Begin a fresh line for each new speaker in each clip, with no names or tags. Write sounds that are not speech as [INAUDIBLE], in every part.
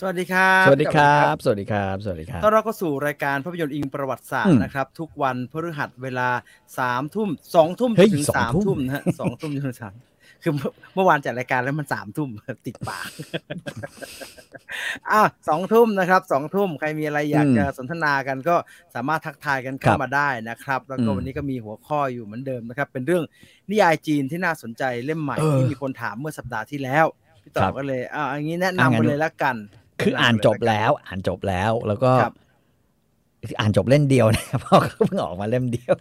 สวัสดีครับ
สวัสดีครับ สวัสดีครับ สวัสดีครับ
ต้อนรับเข้าสู่รายการภาพยนตร์อิงประวัติศาสต
อื
ร์
ม
นะครับ ทุกวันพฤหัสเวลาสามทุ่มสองทุ่ม
เฮ้ย
ถึง
สอง
สาม
ทุ่ม
ทุ่มนะฮะสองทุ่มจนถึงสามคือเมื่อเมื่อวานจัดรายการแล้วมันสามทุ่ม ติดปาก อ่ะสองทุ่มนะครับสองทุ่มใครมีอะไรอยากจะสนทนากันก็สามารถทักทายกันเข้า
ครับ
มาได้นะครับ แล้วก็
อืม
วันนี้ก็มีหัวข้ออยู่เหมือนเดิมนะครับ เป็นเรื่องนิยายจีนที่น่าสนใจเล่มใหม่
เออ
ที่มีคนถามเมื่อสัปดาห์ที่แล้วพี่ต่
ครั
อบ ก็เลยอ่าอย่างนี้แนะ
อ่ะ
นำ
งั้
ไป
น
เลยละกัน
คืออ่านจบแล้ว อ่านจบแล้ว แล้วก็
ครับ
อ่านจบเล่มเดียวนะ [LAUGHS] เพราะเขาเพิ่งออกมาเล่มเดียว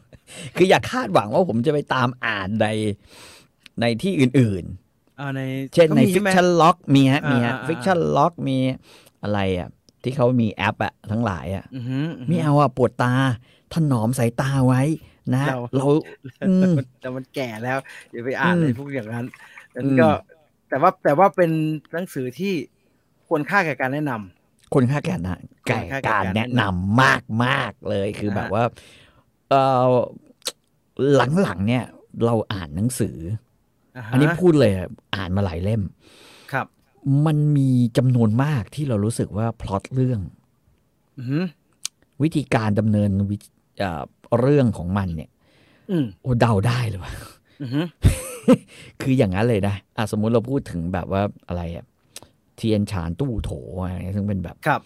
คืออย่าคาดหวังว่าผมจะไปตามอ่านในในที่อื่น
อ่าใน
ๆ เช่น
ก็
ใน
มีช่
ฟิก
ไหม
ชั n นล็อกมีฮะ มี
อ่า
ฮะ
อ่า
ฟิกชั n นล็อกมีอะไรอ่ะ ที่เขามีแอปอะทั้งหลายอะ
อือหืหื
ไม่เอาอะปวดตา ถนอมสายตาไว้นะ
เรา
เรา อืม
แต่มันแก่แล้วอย่าไปอ่าน
อืม
ในพวกอย่างนั้นนั่น
อืม
ก็แต่ว่าแต่ว่าเป็นหนังสือที่ควรค่าแก่การแนะนำ
คนค่าแก่นะแก่
คนค่าแก่
การ
การ
แนะนำมากมากๆเลยคือ
ฮะ
แบบว่าเออหลังๆเนี่ย เราอ่านหนังสือ
อาฮะ
อันนี้พูดเลยอะอ่านมาหลายเล่ม
ครับ
มันมีจำนวนมากที่เรารู้สึกว่าพล็อตเรื่อง
อือหือ
วิธีการดำเนินวิเอ่อเรื่องของมันเนี่ย
อืม
โอ้เดาได้เลยว่า
อือหือ
คืออย่างนั้นเลยนะอ่ะสมมุติเราพูดถึงแบบว่าอะไรอะเทียนฉานตู้โถอะไรเงี้ยซึ่งเป็นแบบ
ครับ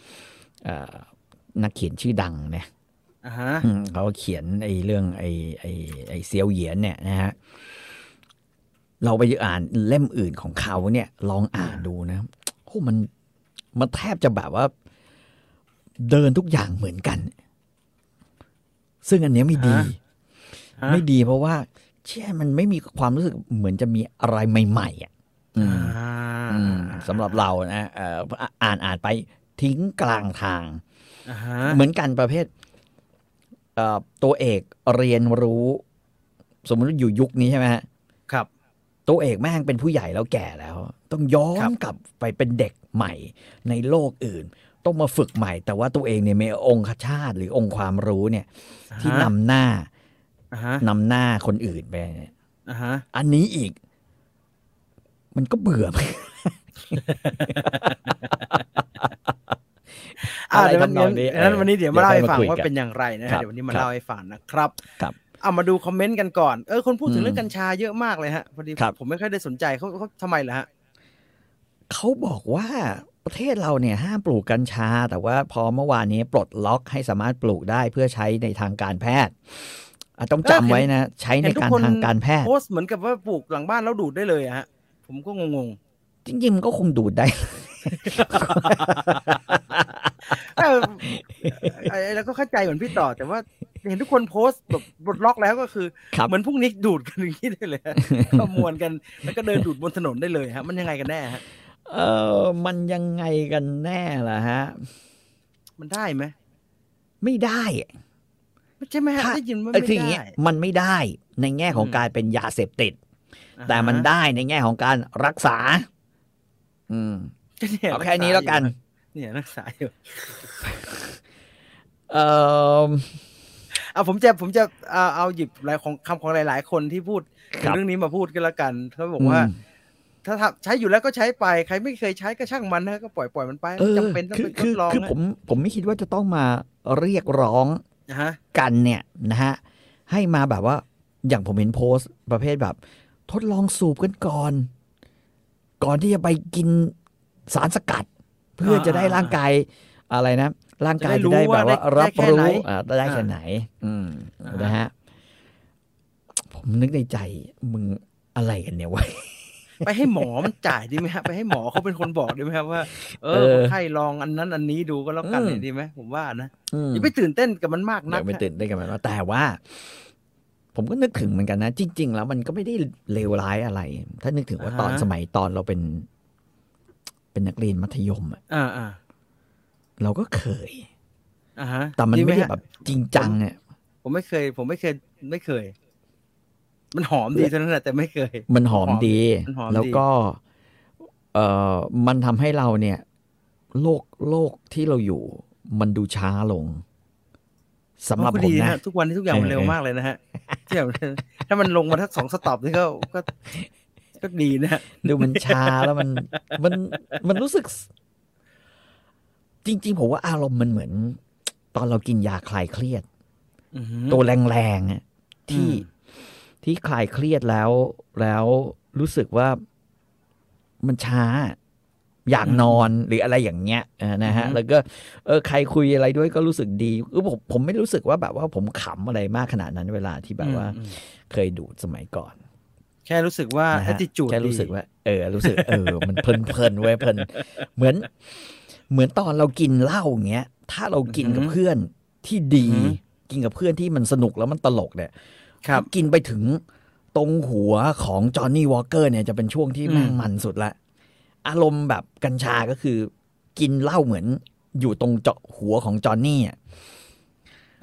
เอ่อนักเขียนชื่อดังเนี่ย
อ่าฮะ
อืมเขาเขียนไอ้เรื่องไอ้ไอ้ไอ้เซียวเหยียนเนี่ยนะฮะ เราไปอ่านเล่มอื่นของเขาเนี่ย ลองอ่านดูนะโอ้มันมันแทบจะแบบว่า เดินทุกอย่างเหมือนกัน ซึ่งอันเนี้ยไม่ดี
ฮะ
ไม่ดีเพราะว่า เชี่ยมันไม่มีความรู้สึกเหมือนจะมีอะไรใหม่ๆอ่ะอืม
อ่า
อืมสำหรับเรานะเอ่ออ่านอ่านไปทิ้งกลางทาง
อ่าฮะ
เหมือนกันประเภทเอ่อตัวเอกเรียนรู้ สมมติอยู่ยุคนี้ใช่ไหมฮะ
ครับ
ตัวเอกแม่งเป็นผู้ใหญ่แล้วแก่แล้ว ต้องย้อ
ครั
น
บ
กลับไปเป็นเด็กใหม่ในโลกอื่น ต้องมาฝึกใหม่ แต่ว่าตัวเองเนี่ยมีองคชาตหรือองค์ความรู้เนี่ย ที่นำหน้า
อ่าฮะ
นำหน้าคนอื่นไปเนี่ย
อ่าฮะ
อันนี้อีก มันก็เบื่อ
อ่า
อะไร
เดี๋ยว
ทำนองนี้
งั้งั้น
เออ
วันนี้เดี๋ยวมาเล่า
เดี๋ยว
ให้ฟัง
ค่อยมาคุย
ว่า
กัน
เป็นอย่างไรนะฮะ
ครับ
เดี๋ยววันนี้มา
ครับ
เล่าให้ฟังนะครับ
ครับ
เอามาดูคอมเมนต์กันก่อนเออคนพูดถึงเรื่อง
อืม
กัญชาเยอะมากเลยฮะพอดี
ครับ
ผมไม่ค่อยได้สนใจเขาเขาทำไมล่ะฮะ
เขาบอกว่าประเทศเราเนี่ยห้ามปลูกกัญชา แต่ว่าพอเมื่อวานนี้ปลดล็อกให้สามารถปลูกได้เพื่อใช้ในทางการแพทย์อ่ะต้องจำไว้นะ ใช้ในการทางการแพทย์
โพสต์เหมือนกับว่าปลูกหลังบ้านแล้วดูดได้เลยอะฮะ ผมก็งง
จริงๆ มันก็คงดูดได้
ๆเอ้าเอ่อแล้วก็เข้าใจเหมือนพี่ต่อ แต่ว่าเห็นทุกคนโพสต์แบบบดล็อกแล้วก็คือ
ครับ
เหมือนพวกนี้ดูดกันอย่างนี้ได้เลย
[LAUGHS]
ฮะ ก็มวนกัน แล้วก็เดินดูดบนถนนได้เลยฮะ มันยังไงกันแน่ฮะ
เออมันยังไงกันแน่ล่ะฮะ
มันได้ไหม
ไม่ได้อะ
ไม่ใช่ไหมฮะ
ถ้า
ได้ยินว่า
เอ้ย
ไม่
คืออย่าง
ได้
เงี้ยมันไม่ได้ในแง่ของ
อืม
การเป็นยาเสพติด
อ่าฮะ
แต่มันได้ในแง่ของการรักษา อืม
ก็ย
เอาแค่นี้แล้วกัน
เนี่ยรักษาอยู่
เออ
เอาผมจะผมจะเอาเอาหยิบหลายของคำของหลาย ๆ คนที่พูดถึ
ครั
ง
บ
เรื่องนี้มาพูดกันแล้วกันเขาบอกว่า ถ้าทำใช้อยู่แล้วก็ใช้ไป ใครไม่เคยใช้ก็ช่างมันนะก็ปล่อยปล่อยมันไป
เออ
จำเป็นต้อง
คือ
ไปท
คื
ด
อ
ลอง
คือ
นะ
ผมผมไม่คิดว่าจะต้องมาเรียกร้อง
นะฮะ
กันเนี่ยนะฮะให้มาแบบว่าอย่างผมเห็นโพสต์ประเภทแบบ ทดลองสูบกันก่อน ก่อนที่จะไปกินสารสกัด เพื่อจะได้ร่างกายอะไรนะ ร่างกายจะได้แบบว่ารับรู้อ่าได้แค่ไหน อืมนะฮะผมนึกในใจมึงอะไรกันเนี่ยวะ
ไปให้หมอมันจ่ายดีไหมฮะไปให้หมอเขาเป็นคนบอกดีไหมครับว่าเออ
เออ
คนไข้ลองอันนั้นอันนี้ดูก็แล้วกัน
อืม
เนี่ยดีไหมผมว่านะ
อืม
อย่าไปตื่นเต้นกับมันมากนั
เดี๋
ก
ยวไป
ฮะ
ตื่นได้นกันมาแต่ว่า ผมก็นึกถึงเหมือนกันนะ จริง ๆ แล้วมันก็ไม่ได้เลวร้ายอะไร ถ้านึกถึงว่าตอนสมัยตอนเราเป็น เป็นนักเรียนมัธยมอะ
อ่าอ่า
เราก็เคย
อ่าฮะ
แต่มัน
ดีห
ไม่ได้
ฮะ
แบบจริงจังเนี่ย
ผมไม่เคย ผมไม่เคยไม่เคย มันหอมดีเท่านั้นแหละแต่ไม่เคย
มันหอมดี
มันหอมดี
แล้วก็ เออมันทำให้เราเนี่ย โลกโลกที่เราอยู่ มันดูช้าลงสำหรับ
ก็
ผม
ดี
นะ
ฮทุกวันนี้ทุกอย่างมันเร็ว
เออ
มากเลยนะฮะเทียบ [LAUGHS] ถ้ามันลงมาทักสองสต็อปนี่ก็ก็ก็ดีนะฮะ
[LAUGHS] ดูมันชาแล้วมันมันมันรู้สึก จริง ๆ ผมว่าอารมณ์มันเหมือน ตอนเรากินยาคลายเครียด
อืม
ตัวแรงๆอะที่
อืม
ที่คลายเครียดแล้วแล้วรู้สึกว่ามันช้า อยากนอนหรืออะไรอย่างเงี้ยเออนะฮะ แล้วก็ เออใครคุยอะไรด้วยก็รู้สึกดีเออผมผมไม่รู้สึกว่าแบบว่าผมขำอะไรมากขนาดนั้นเวลาที่แบบว่า
อืมอืม
เคยดูดสมัยก่อน
แค่รู้สึกว่า
นะฮะ
attitude
แค่รู้สึก
ดี
ว่า เออ รู้สึก เออ มันเพลินเพลินเว้ยเพลินเหมือน เหมือนตอนเรากินเหล้าอย่างเงี้ย ถ้าเรากินกับเพื่อนที่ดี กินกับเพื่อนที่มันสนุกแล้วมันตลกเนี่ย
ครับ
กินไปถึงตรงหัวของจอห์นนี่วอลเกอร์เนี่ยจะเป็นช่วงที่
อืม
แม่งมันสุดละ อารมณ์แบบกัญชาก็คือ กินเหล้าเหมือนอยู่ตรงเจาะหัวของจอห์นนี่อะ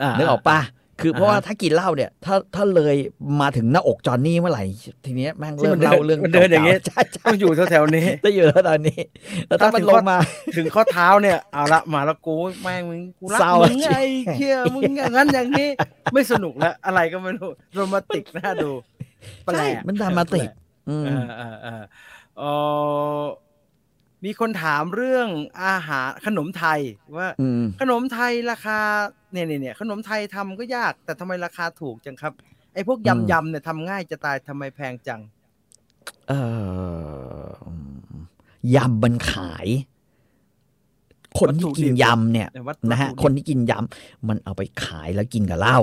า
นึกออกปะคือ
อ่าฮะ
เพราะว่าถ้ากินเหล้าเนี่ย ถ้าถ้าเลยมาถึงหน้าอกจอห์นนี่เมื่อไหร่ ทีเนี้ยแม่ง
ที่
เริ่
มั
ม
น
เล่าเรื่อง
มันเดินอย่างเงี้ย
ก่ๆใช่ใช่
ต้องอยู่แถวๆนี้ [LAUGHS]
จะอยู่แล้วตอนนี้ แล้วถ้ามันลงมา
ถึงข้อเท้าเนี่ยเอาละมาแล้วกูแม่งมึงกูรัก
เศร้า
มึง
จริง
ไอ้เคียมึงอย่างนั้นอย่าง
[LAUGHS]
นี้ ไม่สนุกแล้วอะไรก็ไม่รู้โรแมนติกน่า
[LAUGHS]
ดูแปล
ใช่
ก
มันดรามาติกอืม
เออเออเออเออมีคนถามเรื่องอาหารขนมไทยว่า
อืม
ขนมไทยราคาเนี่ยเนี่ยเนี่ยขนมไทยทำก็ยาก แต่ทำไมราคาถูกจังครับไอ้พวก
อืม
ยำยำเนี่ยทำง่ายจะตายทำไมแพงจัง
เอออืมยำมันขาย คน
วัตถุ
ที่
ดิ
กิน
บ
ยำเนี่ย
แต่วัตถุ
นะฮะ
ดิบ
คนที่กินยำมันเอาไปขายแล้วกินกับเหล้า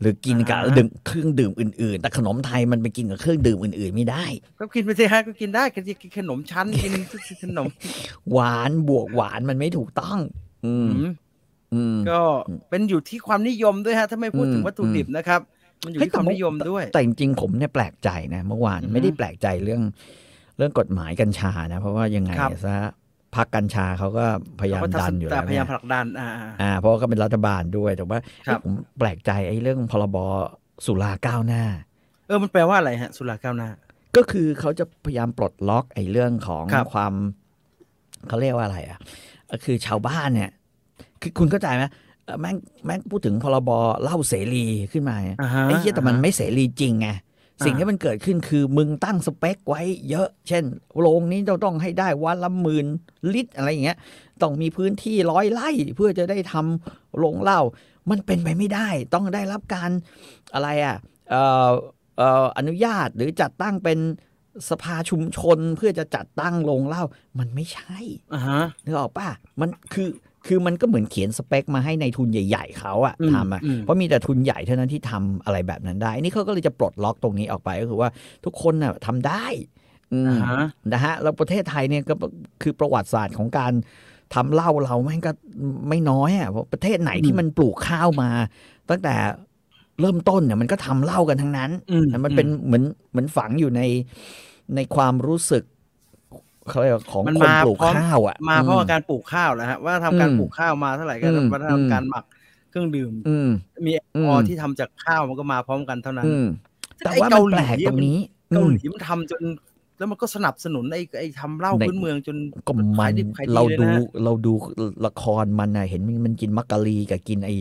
หรือกินกับ
อ่า
ดื่มเครื่องดื่มอื่นๆ แต่ขนมไทยมันไปกินกับเครื่องดื่มอื่นๆ ไม่ได้
ก็กินไปสิฮะก็กินได้ก็กินขนมชั้นกินขนม
หวานบวกหวานมันไม่ถูกต้อง [LAUGHS] อืม
อืม
อืม
ก็เป็นอยู่ที่ความนิยมด้วยฮะ ถ้าไม่พูดถึง
อืม
วัตถุดิบนะครับ มันอยู่
เฮ้ย
ที่ความ
แต่ผม
นิยมด้วย
แต่จริงๆผมเนี่ยแปลกใจนะเมื่อวาน
อือฮึ
ไม่ได้แปลกใจเรื่องเรื่องกฎหมายกัญชานะ เพราะว่ายังไง
ครับ
ซะพักกัญชาเขาก็พยายาม
ก็
ดันอยู่
แต่
แล้ว
พยายาม
ไง
ผลักดันอ่า
อ่าเพราะว่าก็เป็นรัฐบาลด้วยแต่ว่า
ครับ
เอ้ยผมแปลกใจไอ้เรื่องพรบสุราก้าวหน้า
เออมันแปลว่าอะไรฮะ สุราก้าวหน้า
ก็คือเขาจะพยายามปลดล็อกไอ้เรื่องของ
ครับ
ความเขาเรียกว่าอะไรอ่ะก็คือชาวบ้านเนี่ย คือคุณเข้าใจไหมเอ่อแม่งแม่งพูดถึงพรบเหล้าเสรีขึ้นมาเนี่ย
อ่าฮะ
ไอ้เหี้ยแต่มัน
อ่าฮะ
ไม่เสรีจริงไงสิ่ง
อ่า
ที่มันเกิดขึ้นคือมึงตั้งสเปคไว้เยอะ เช่นโรงนี้เราต้องให้ได้วันละหมื่นลิตรอะไรอย่างเงี้ย ต้องมีพื้นที่ร้อยไร่เพื่อจะได้ทำโรงเหล้ามันเป็นไปไม่ได้ ต้องได้รับการอะไรอ่ะเอ่อเอ่ออนุญาตหรือจัดตั้งเป็นสภาชุมชนเพื่อจะจัดตั้งโรงเหล้ามันไม่ใช่
อ่าฮะ
นึกออกป่ะมันคือคือมันก็เหมือนเขียนสเปคมาให้ในทุนใหญ่ ๆเขาอะ
อืม
ทำอะ
อืม
เพราะมีแต่ทุนใหญ่เท่านั้นที่ทำอะไรแบบนั้นได้นี่เขาก็เลยจะปลดล็อกตรงนี้ออกไปก็คือว่าทุกคนน่ะทำได้ อืม
อ่าฮะ
นะฮะแล้วประเทศไทยเนี่ยก็คือประวัติศาสตร์ของการทำเหล้าเราแม่งก็ไม่น้อยอ่ะเพราะประเทศไหนที่มันปลูกข้าวมา ตั้งแต่เริ่มต้นเนี่ยมันก็ทำเหล้ากันทั้งนั้น
อืม
มันเป็นเหมือนเหมือนฝังอยู่ในในความรู้สึกเขาเรียกว่าของ
มัน
คน
มา
ปลูก
พร้อม
ข้าวอ่ะ
มาเพราะ
อื
ว่าการปลูกข้าวแล้วฮะว่าทำการ
อืม
ปลูกข้าวมาเท่าไหร่ก็
อืม
วัฒนธร
อื
รม
ม
การหมักเครื่องดื่ม
อืม
มีแอลกอฮอ
อื
ล์
ม
ที่ทำจากข้าวมันก็มาพร้อมกันเท่านั้น
อืมแต่
ไอ้
ว่ามัน
เกาหลี
แปลกตรง
มัน
นี้
เกาห
อืม
ลีมันทำจน แล้วมันก็สนับสนุนไอ้ไอ้ทำเหล้า
ใน
พื้นเมืองจน
ก็
ขา
มั
ย
น
ดิบขายดี
เรา
เลย
ดู
นะฮะ
เราดูละครมันนะเห็นมันกินมักกะลีกับกินไอ้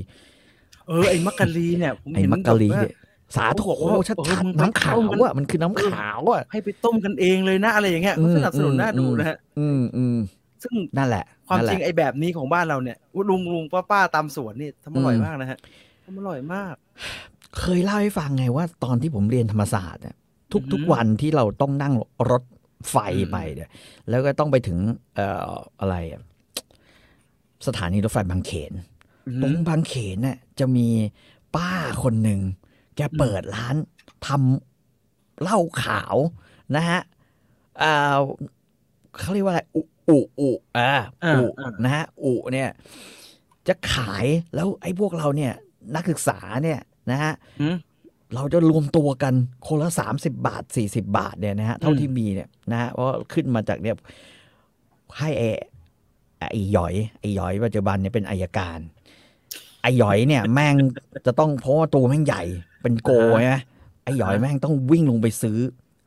เออไอ้มักกะลีเนี่ยผม
ไอ้
เห็น
มักกะลี
แบบว่า
เนี่ยสาธุ
เขาบอก
โอ้
ว่า
ชัด
เออ
ชัด
มึง
น้ำขาว
ไปเข้ามัน
อ่ะมันคือน้ำขาวอ่ะ
ให้ไปต้มกันเองเลยนะอะไรอย่างเงี้ย
อืม
สนับสนุน
อืม
น่าดู
อืม
นะฮะ
อืมอืม
ซึ่ง
นั่นแหละ
ความ
นั่
จ
นแห
ริ
ละ
งไอ้แบบนี้ของบ้านเราเนี่ยอุ๊ยลุงลุงป้าป้าตามสวนนี่ทำอร่อย
อืม
มากนะฮะทำอร่อยมาก
เคยเล่าให้ฟังไงว่าตอนที่ผมเรียนธรรมศาสตร์เนี่ยทุก
อือฮึ
ทุกวันที่เราต้องนั่งรถไฟ
อืม
ไปเนี่ยแล้วก็ต้องไปถึงเอ่ออะไรอะสถานีรถไฟบางเขน
อื
ตรง
ม
บางเขนน่ะจะมีป้าคนหนึ่ง แกเปิดร้านทำเหล้าขาวนะฮะอ่าเขาเรียกว่าอะไร อุอุอุอ่า
อ่า
อุ
อ่า
นะฮะอุเนี่ย จะขายแล้วไอ้พวกเราเนี่ย นักศึกษาเนี่ยนะฮะ
อืม
เราจะรวมตัวกันคนละ 30 บาท 40 บาทเนี่ยนะฮะ เท่า
อืม
ที่มีเนี่ยนะฮะเพราะขึ้นมาจากเนี่ยให้ไอ้ไอ้หยอยไอ้หยอยปัจจุบันเนี่ยเป็นอายการ ไอ้หยอยเนี่ย แม่งจะต้องเพราะว่าตัวแม่งใหญ่เป็นโกใช่ไหมไอ้หยอยแม่งต้องวิ่งลงไปซื้อ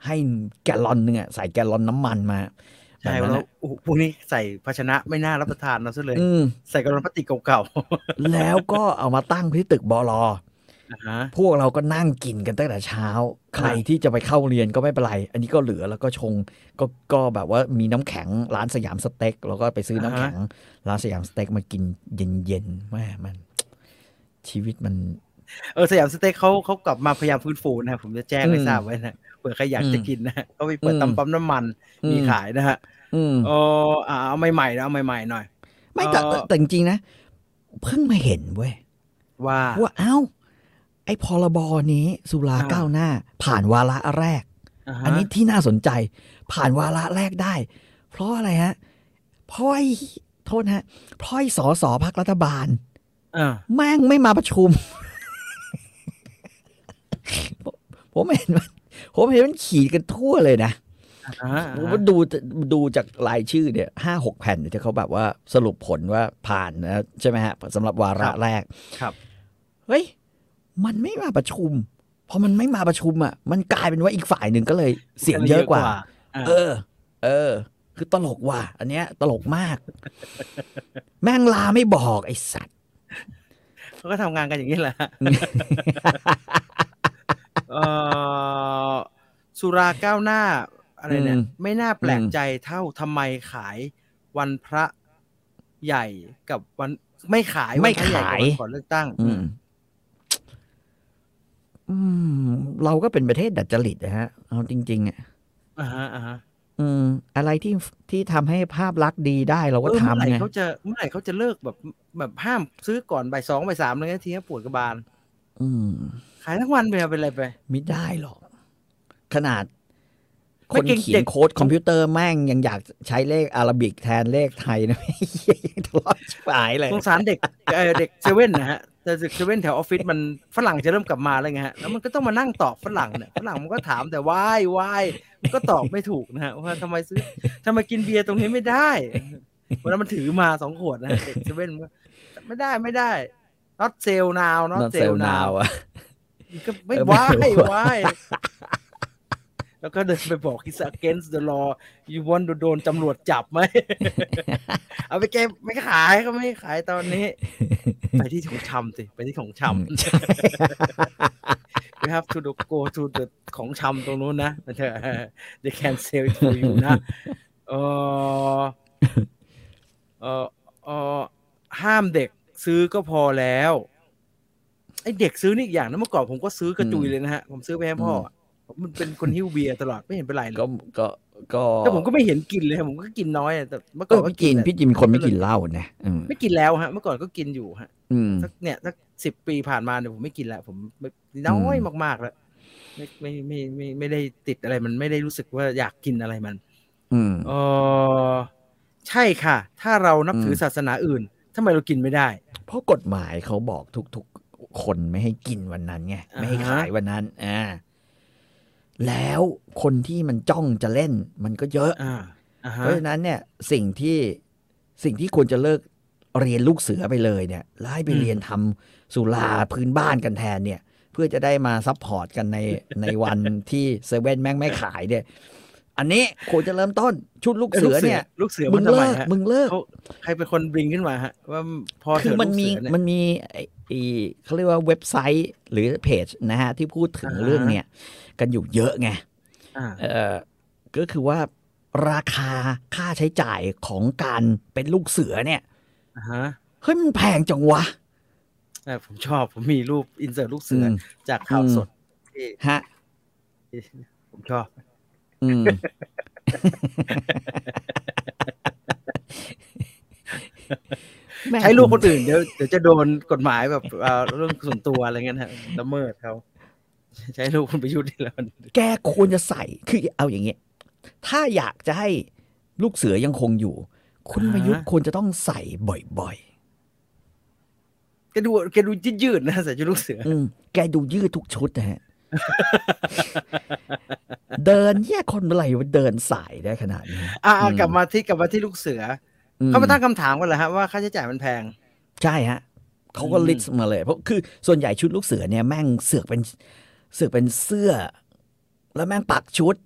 ให้แกลลอนหนึงอะใส่แกลลอนน้ำมันมาแบ
ใช่
บ
แล้วน
นั้อะ
โอ้โหพวกนี้ใส่ภาชนะไม่น่ารับประทานเราซะเลย
อืม
ใส่กระลอนพลาสติกเก่า
แล้วก็เอามาตั้งที่ตึกบอลอ
อ่าฮะ
พวกเราก็นั่งกินกันตั้งแต่เช้า ใครที่จะไปเข้าเรียนก็ไม่เป็นไร อันนี้ก็เหลือแล้วก็ชงก็ก็แบบว่ามีน้ำแข็งร้านสยามสเต็กแล้วก็ไปซื้อน้ำแข็งร้านสยามสเต็กมากินเย็นๆแม่มัน ชีวิตมัน
เออสยามสเต็กเขาเขากลับมาพยายามฟื้นฟูนะผมจะแจ้งให้
อืม
ทราบไว้นะเผื่อใครอยากจะ
อืม
กินนะเขาไปเปิด
อืม
ตำปั๊มน้ำมันมีขายนะฮะ
อืม
โอ้อ่าเอาใหม่ๆนะเอาใหม่ๆหน่อย
ไม่แต่
เอ่อ
แต่จริงๆนะ เพิ่งมาเห็นเว้ย
ว่า
ว่าเอ้า ไอ้พรบนี้สุรา
อ่า
ก้าวหน้า ผ่านวาระแรก
าฮะ
อันนี้ที่น่าสนใจ ผ่านวาระแรกได้ เพราะอะไรฮะเพราะไอ้โทษนะฮะเพราะไอ้สอสอพักรัฐบาล
อ่า
แม่งไม่มาประชุม [LAUGHS] ผมผมเห็นมันผมเห็นมันขีดกันทั่วเลยนะ
อ่าฮะ
ผมว่าดูดูจากรายชื่อเนี่ยห้าหกแผ่นเนี่ยที่เขาแบบว่าสรุปผลว่าผ่านนะใช่ไหมฮะสำหรับวาระแรก
ครับ
เฮ้ย มันไม่มาประชุม พอมันไม่มาประชุมอ่ะ มันกลายเป็นว่าอีกฝ่ายหนึ่งก็เลยเสียงเยอะกว่า เออ เออ คือตลกว่ะ อันเนี้ย ตลกมาก [LAUGHS] แม่งลาไม่บอกไอสัตว์
เขาก็ทำงานกันอย่างนี้แหละฮะ เอ่อสุราก้าวหน้าอะไรเนี่ย
อืม
ไม่น่าแปลกใจเท่าทำไมขายวันพระใหญ่กับวันไม่ขายวันพระใหญ่กับวั
ไม่ขาย
นก่อนเลือกตั้ง
อืม อืม เราก็เป็นประเทศดัดจริตนะฮะ เอาจริงๆอ่ะ
อ่าฮะอ่าฮะ
อืม อะไรที่ที่ทำให้ภาพลักษณ์ดีได้เราก็
เออเมื่อไห
ทำ
ร่
ไง
เขาจะเมื่อไหร่เขาจะเลิกแบบแบบห้ามซื้อก่อนบ่ายสองบ่ายสามอะไรเงี้ยทีนี้ปวดกระบาล
อืม
ขายทั้งวันไปเอาเป็นอะไรไป
ไม่ได้หรอก ขนาด ค
ไม่
น
เกรง
เขี
เด็
ยน
ก
โค้ดคอมพิวเตอร์แม่งยังอยากใช้เลขอาราบิกแทนเลขไทย [LAUGHS] นะ เหี้ยยังทะเลาะชิบหายเลย
สงสารเด็กเอ่อเด็กเซเว่นนะฮะแต่เด็กเซเว่นแถวออฟฟิศมันฝรั่งจะเริ่มกลับมาแล้วไงฮะแล้วมันก็ต้องมานั่งตอบฝรั่งเนี่ยฝรั่งมันก็ถามแต่วายวายมันก็ตอบไม่ถูกนะฮะว่าทำไมซื้อทำไมกินเบียร์ตรงนี้ไม่ได้วันนั้นมันถือมาสองขวดนะฮะเด็กเซเว่นมันก็ไม่ได้ไม่ได้ not sale now not
นอนเซล
sale
นา
now
วอะ
ก็ไม่
เออไม่
วา
รู้
ย
อะ
วายแล้วก็เดินไปบอก is against the law you want to โดนตำรวจจับ
[LAUGHS]
ไหม เอาไปเก็บไม่ขายก็ไม่ขายตอนนี้
[LAUGHS]
ไปที่ของชำสิ ไปที่ของชำ [LAUGHS] you have to go to the ของชำตรงนู้นนะ they can sell it for you
[LAUGHS]
นะเออเออเออห้ามเด็กซื้อก็พอแล้ว ไอเด็กซื้อนี่อีกอย่างนะเมื่อก่อนผมก็ซื้อกระจุย
อืม
เลยนะฮะ ผมซื้อไปให้พ่ออะผมมันเป็นคนหิ้วเบียร์ตลอดไม่เห็นเป็นไรเล
ก็
ย
ก็ก็
แต่ผมก็ไม่เห็นกินเลยฮะผมก็กินน้อยอะแต่เมื่อ
เอ
ก่อ
อน
ก็
พี่
กิ
กิ
น
น
อะ
พี่จิมเป็นคนไม่กินเหล้านะอืม
ไม่กินแล้วฮะเมื่อก่อนก็กินอยู่ฮะ
อืม
สักเนี่ยสักสิบปีผ่านมาเนี่ยผมไม่กินละผมไม่น้อยมากๆแล้วไม่ไม่ไม่ไม่ไม่ได้ติดอะไรมันไม่ได้รู้สึกว่าอยากกินอะไรมัน
อืม
เออใช่ค่ะ ถ้าเรานับถืออ
ม
ศาสนาอื่นทำไมเรากินไม่ได้
เพราะกฎหมายเขาบอกทุกๆคนไม่ให้กินวันนั้นไง
อ่าฮะ
ไม่ให้ขายวันนั้นอ่าแล้วคนที่มันจ้องจะเล่น มันก็เยอะ
อ่าอ่า
เพ
ฮะ
ราะฉะนั้นเนี่ยสิ่งที่สิ่งที่ควรจะเลิกเรียนลูกเสือไปเลยเนี่ยแล้วให้ไปเรียนทำสุราพื้นบ้านกันแทนเนี่ย เพื่อจะได้มาซัพพอร์ตกันใน ในวันที่เซเว่นแม่งไม่ขายเนี่ย อันนี้ควรจะเริ่มต้นชุดลูกเสือเนี่ย
ลูกเสือ
มึ
มัน
ง
ทำไม
เลิก
ฮะ
มึงเลิก
เขาใครเป็นคนบริงขึ้นมาฮะ ว่าพอเถ
คือ
อะ
มันมี
ลูกเสือเย
มันมีไอ้ไอ้เขาเรียกว่าเว็บไซต์หรือเพจนะฮะ ที่พูดถึง
อ่า
เรื่องเนี่ยกันอยู่เยอะไง
อ่า
เอ่อก็คือว่าราคาค่าใช้จ่ายของการเป็นลูกเสือเนี่ย
อ่าฮะ
เฮ้ยมันแพงจังวะ
เออผมชอบผมมีรูปอินเสิร์ตลูกเสืออ
ม
จากข่าวสดที่
ฮะ
ที่ผมชอบ
อื
[LAUGHS]
ม
ใช้รูปคนอื่นเดี๋ยวเดี๋ยวจะโดนกฎหมายแบบ [LAUGHS] เอ่อเรื่องส่วนตัวอะไรเงี้ยนะฮะละเมิดเขาใช้รูปคุณประยุทธ์นี่แหละมัน
แกควรจะใส่ คือเอาอย่างเงี้ย ถ้าอยากจะให้ลูกเสือยังคงอยู่ คุณประยุทธ์ควรจะต้องใส่บ่อย
แกดูแกดูยืดๆนะใส่ชุดลูกเสือ
ๆ อืม แกดูยืดทุกชุดนะฮะ [LAUGHS] เดินแย่ยคนอะไรวะเดินสายได้ขนาดนี้
อ่าอ่า
อืม
กลับมาที่กลับมาที่ลูกเสืออ
อื
เขามาตั้งคำถามกันเหรอฮะว่าค่าใช้จ่ายมันแพง
ใช่ฮะเขาก็
อืม
ลิสต์มาเลย เพราะคือส่วนใหญ่ชุดลูกเสือเนี่ยแม่งเสือกเป็นเสือกเป็นเสื้อ แล้วแม่งปักชุด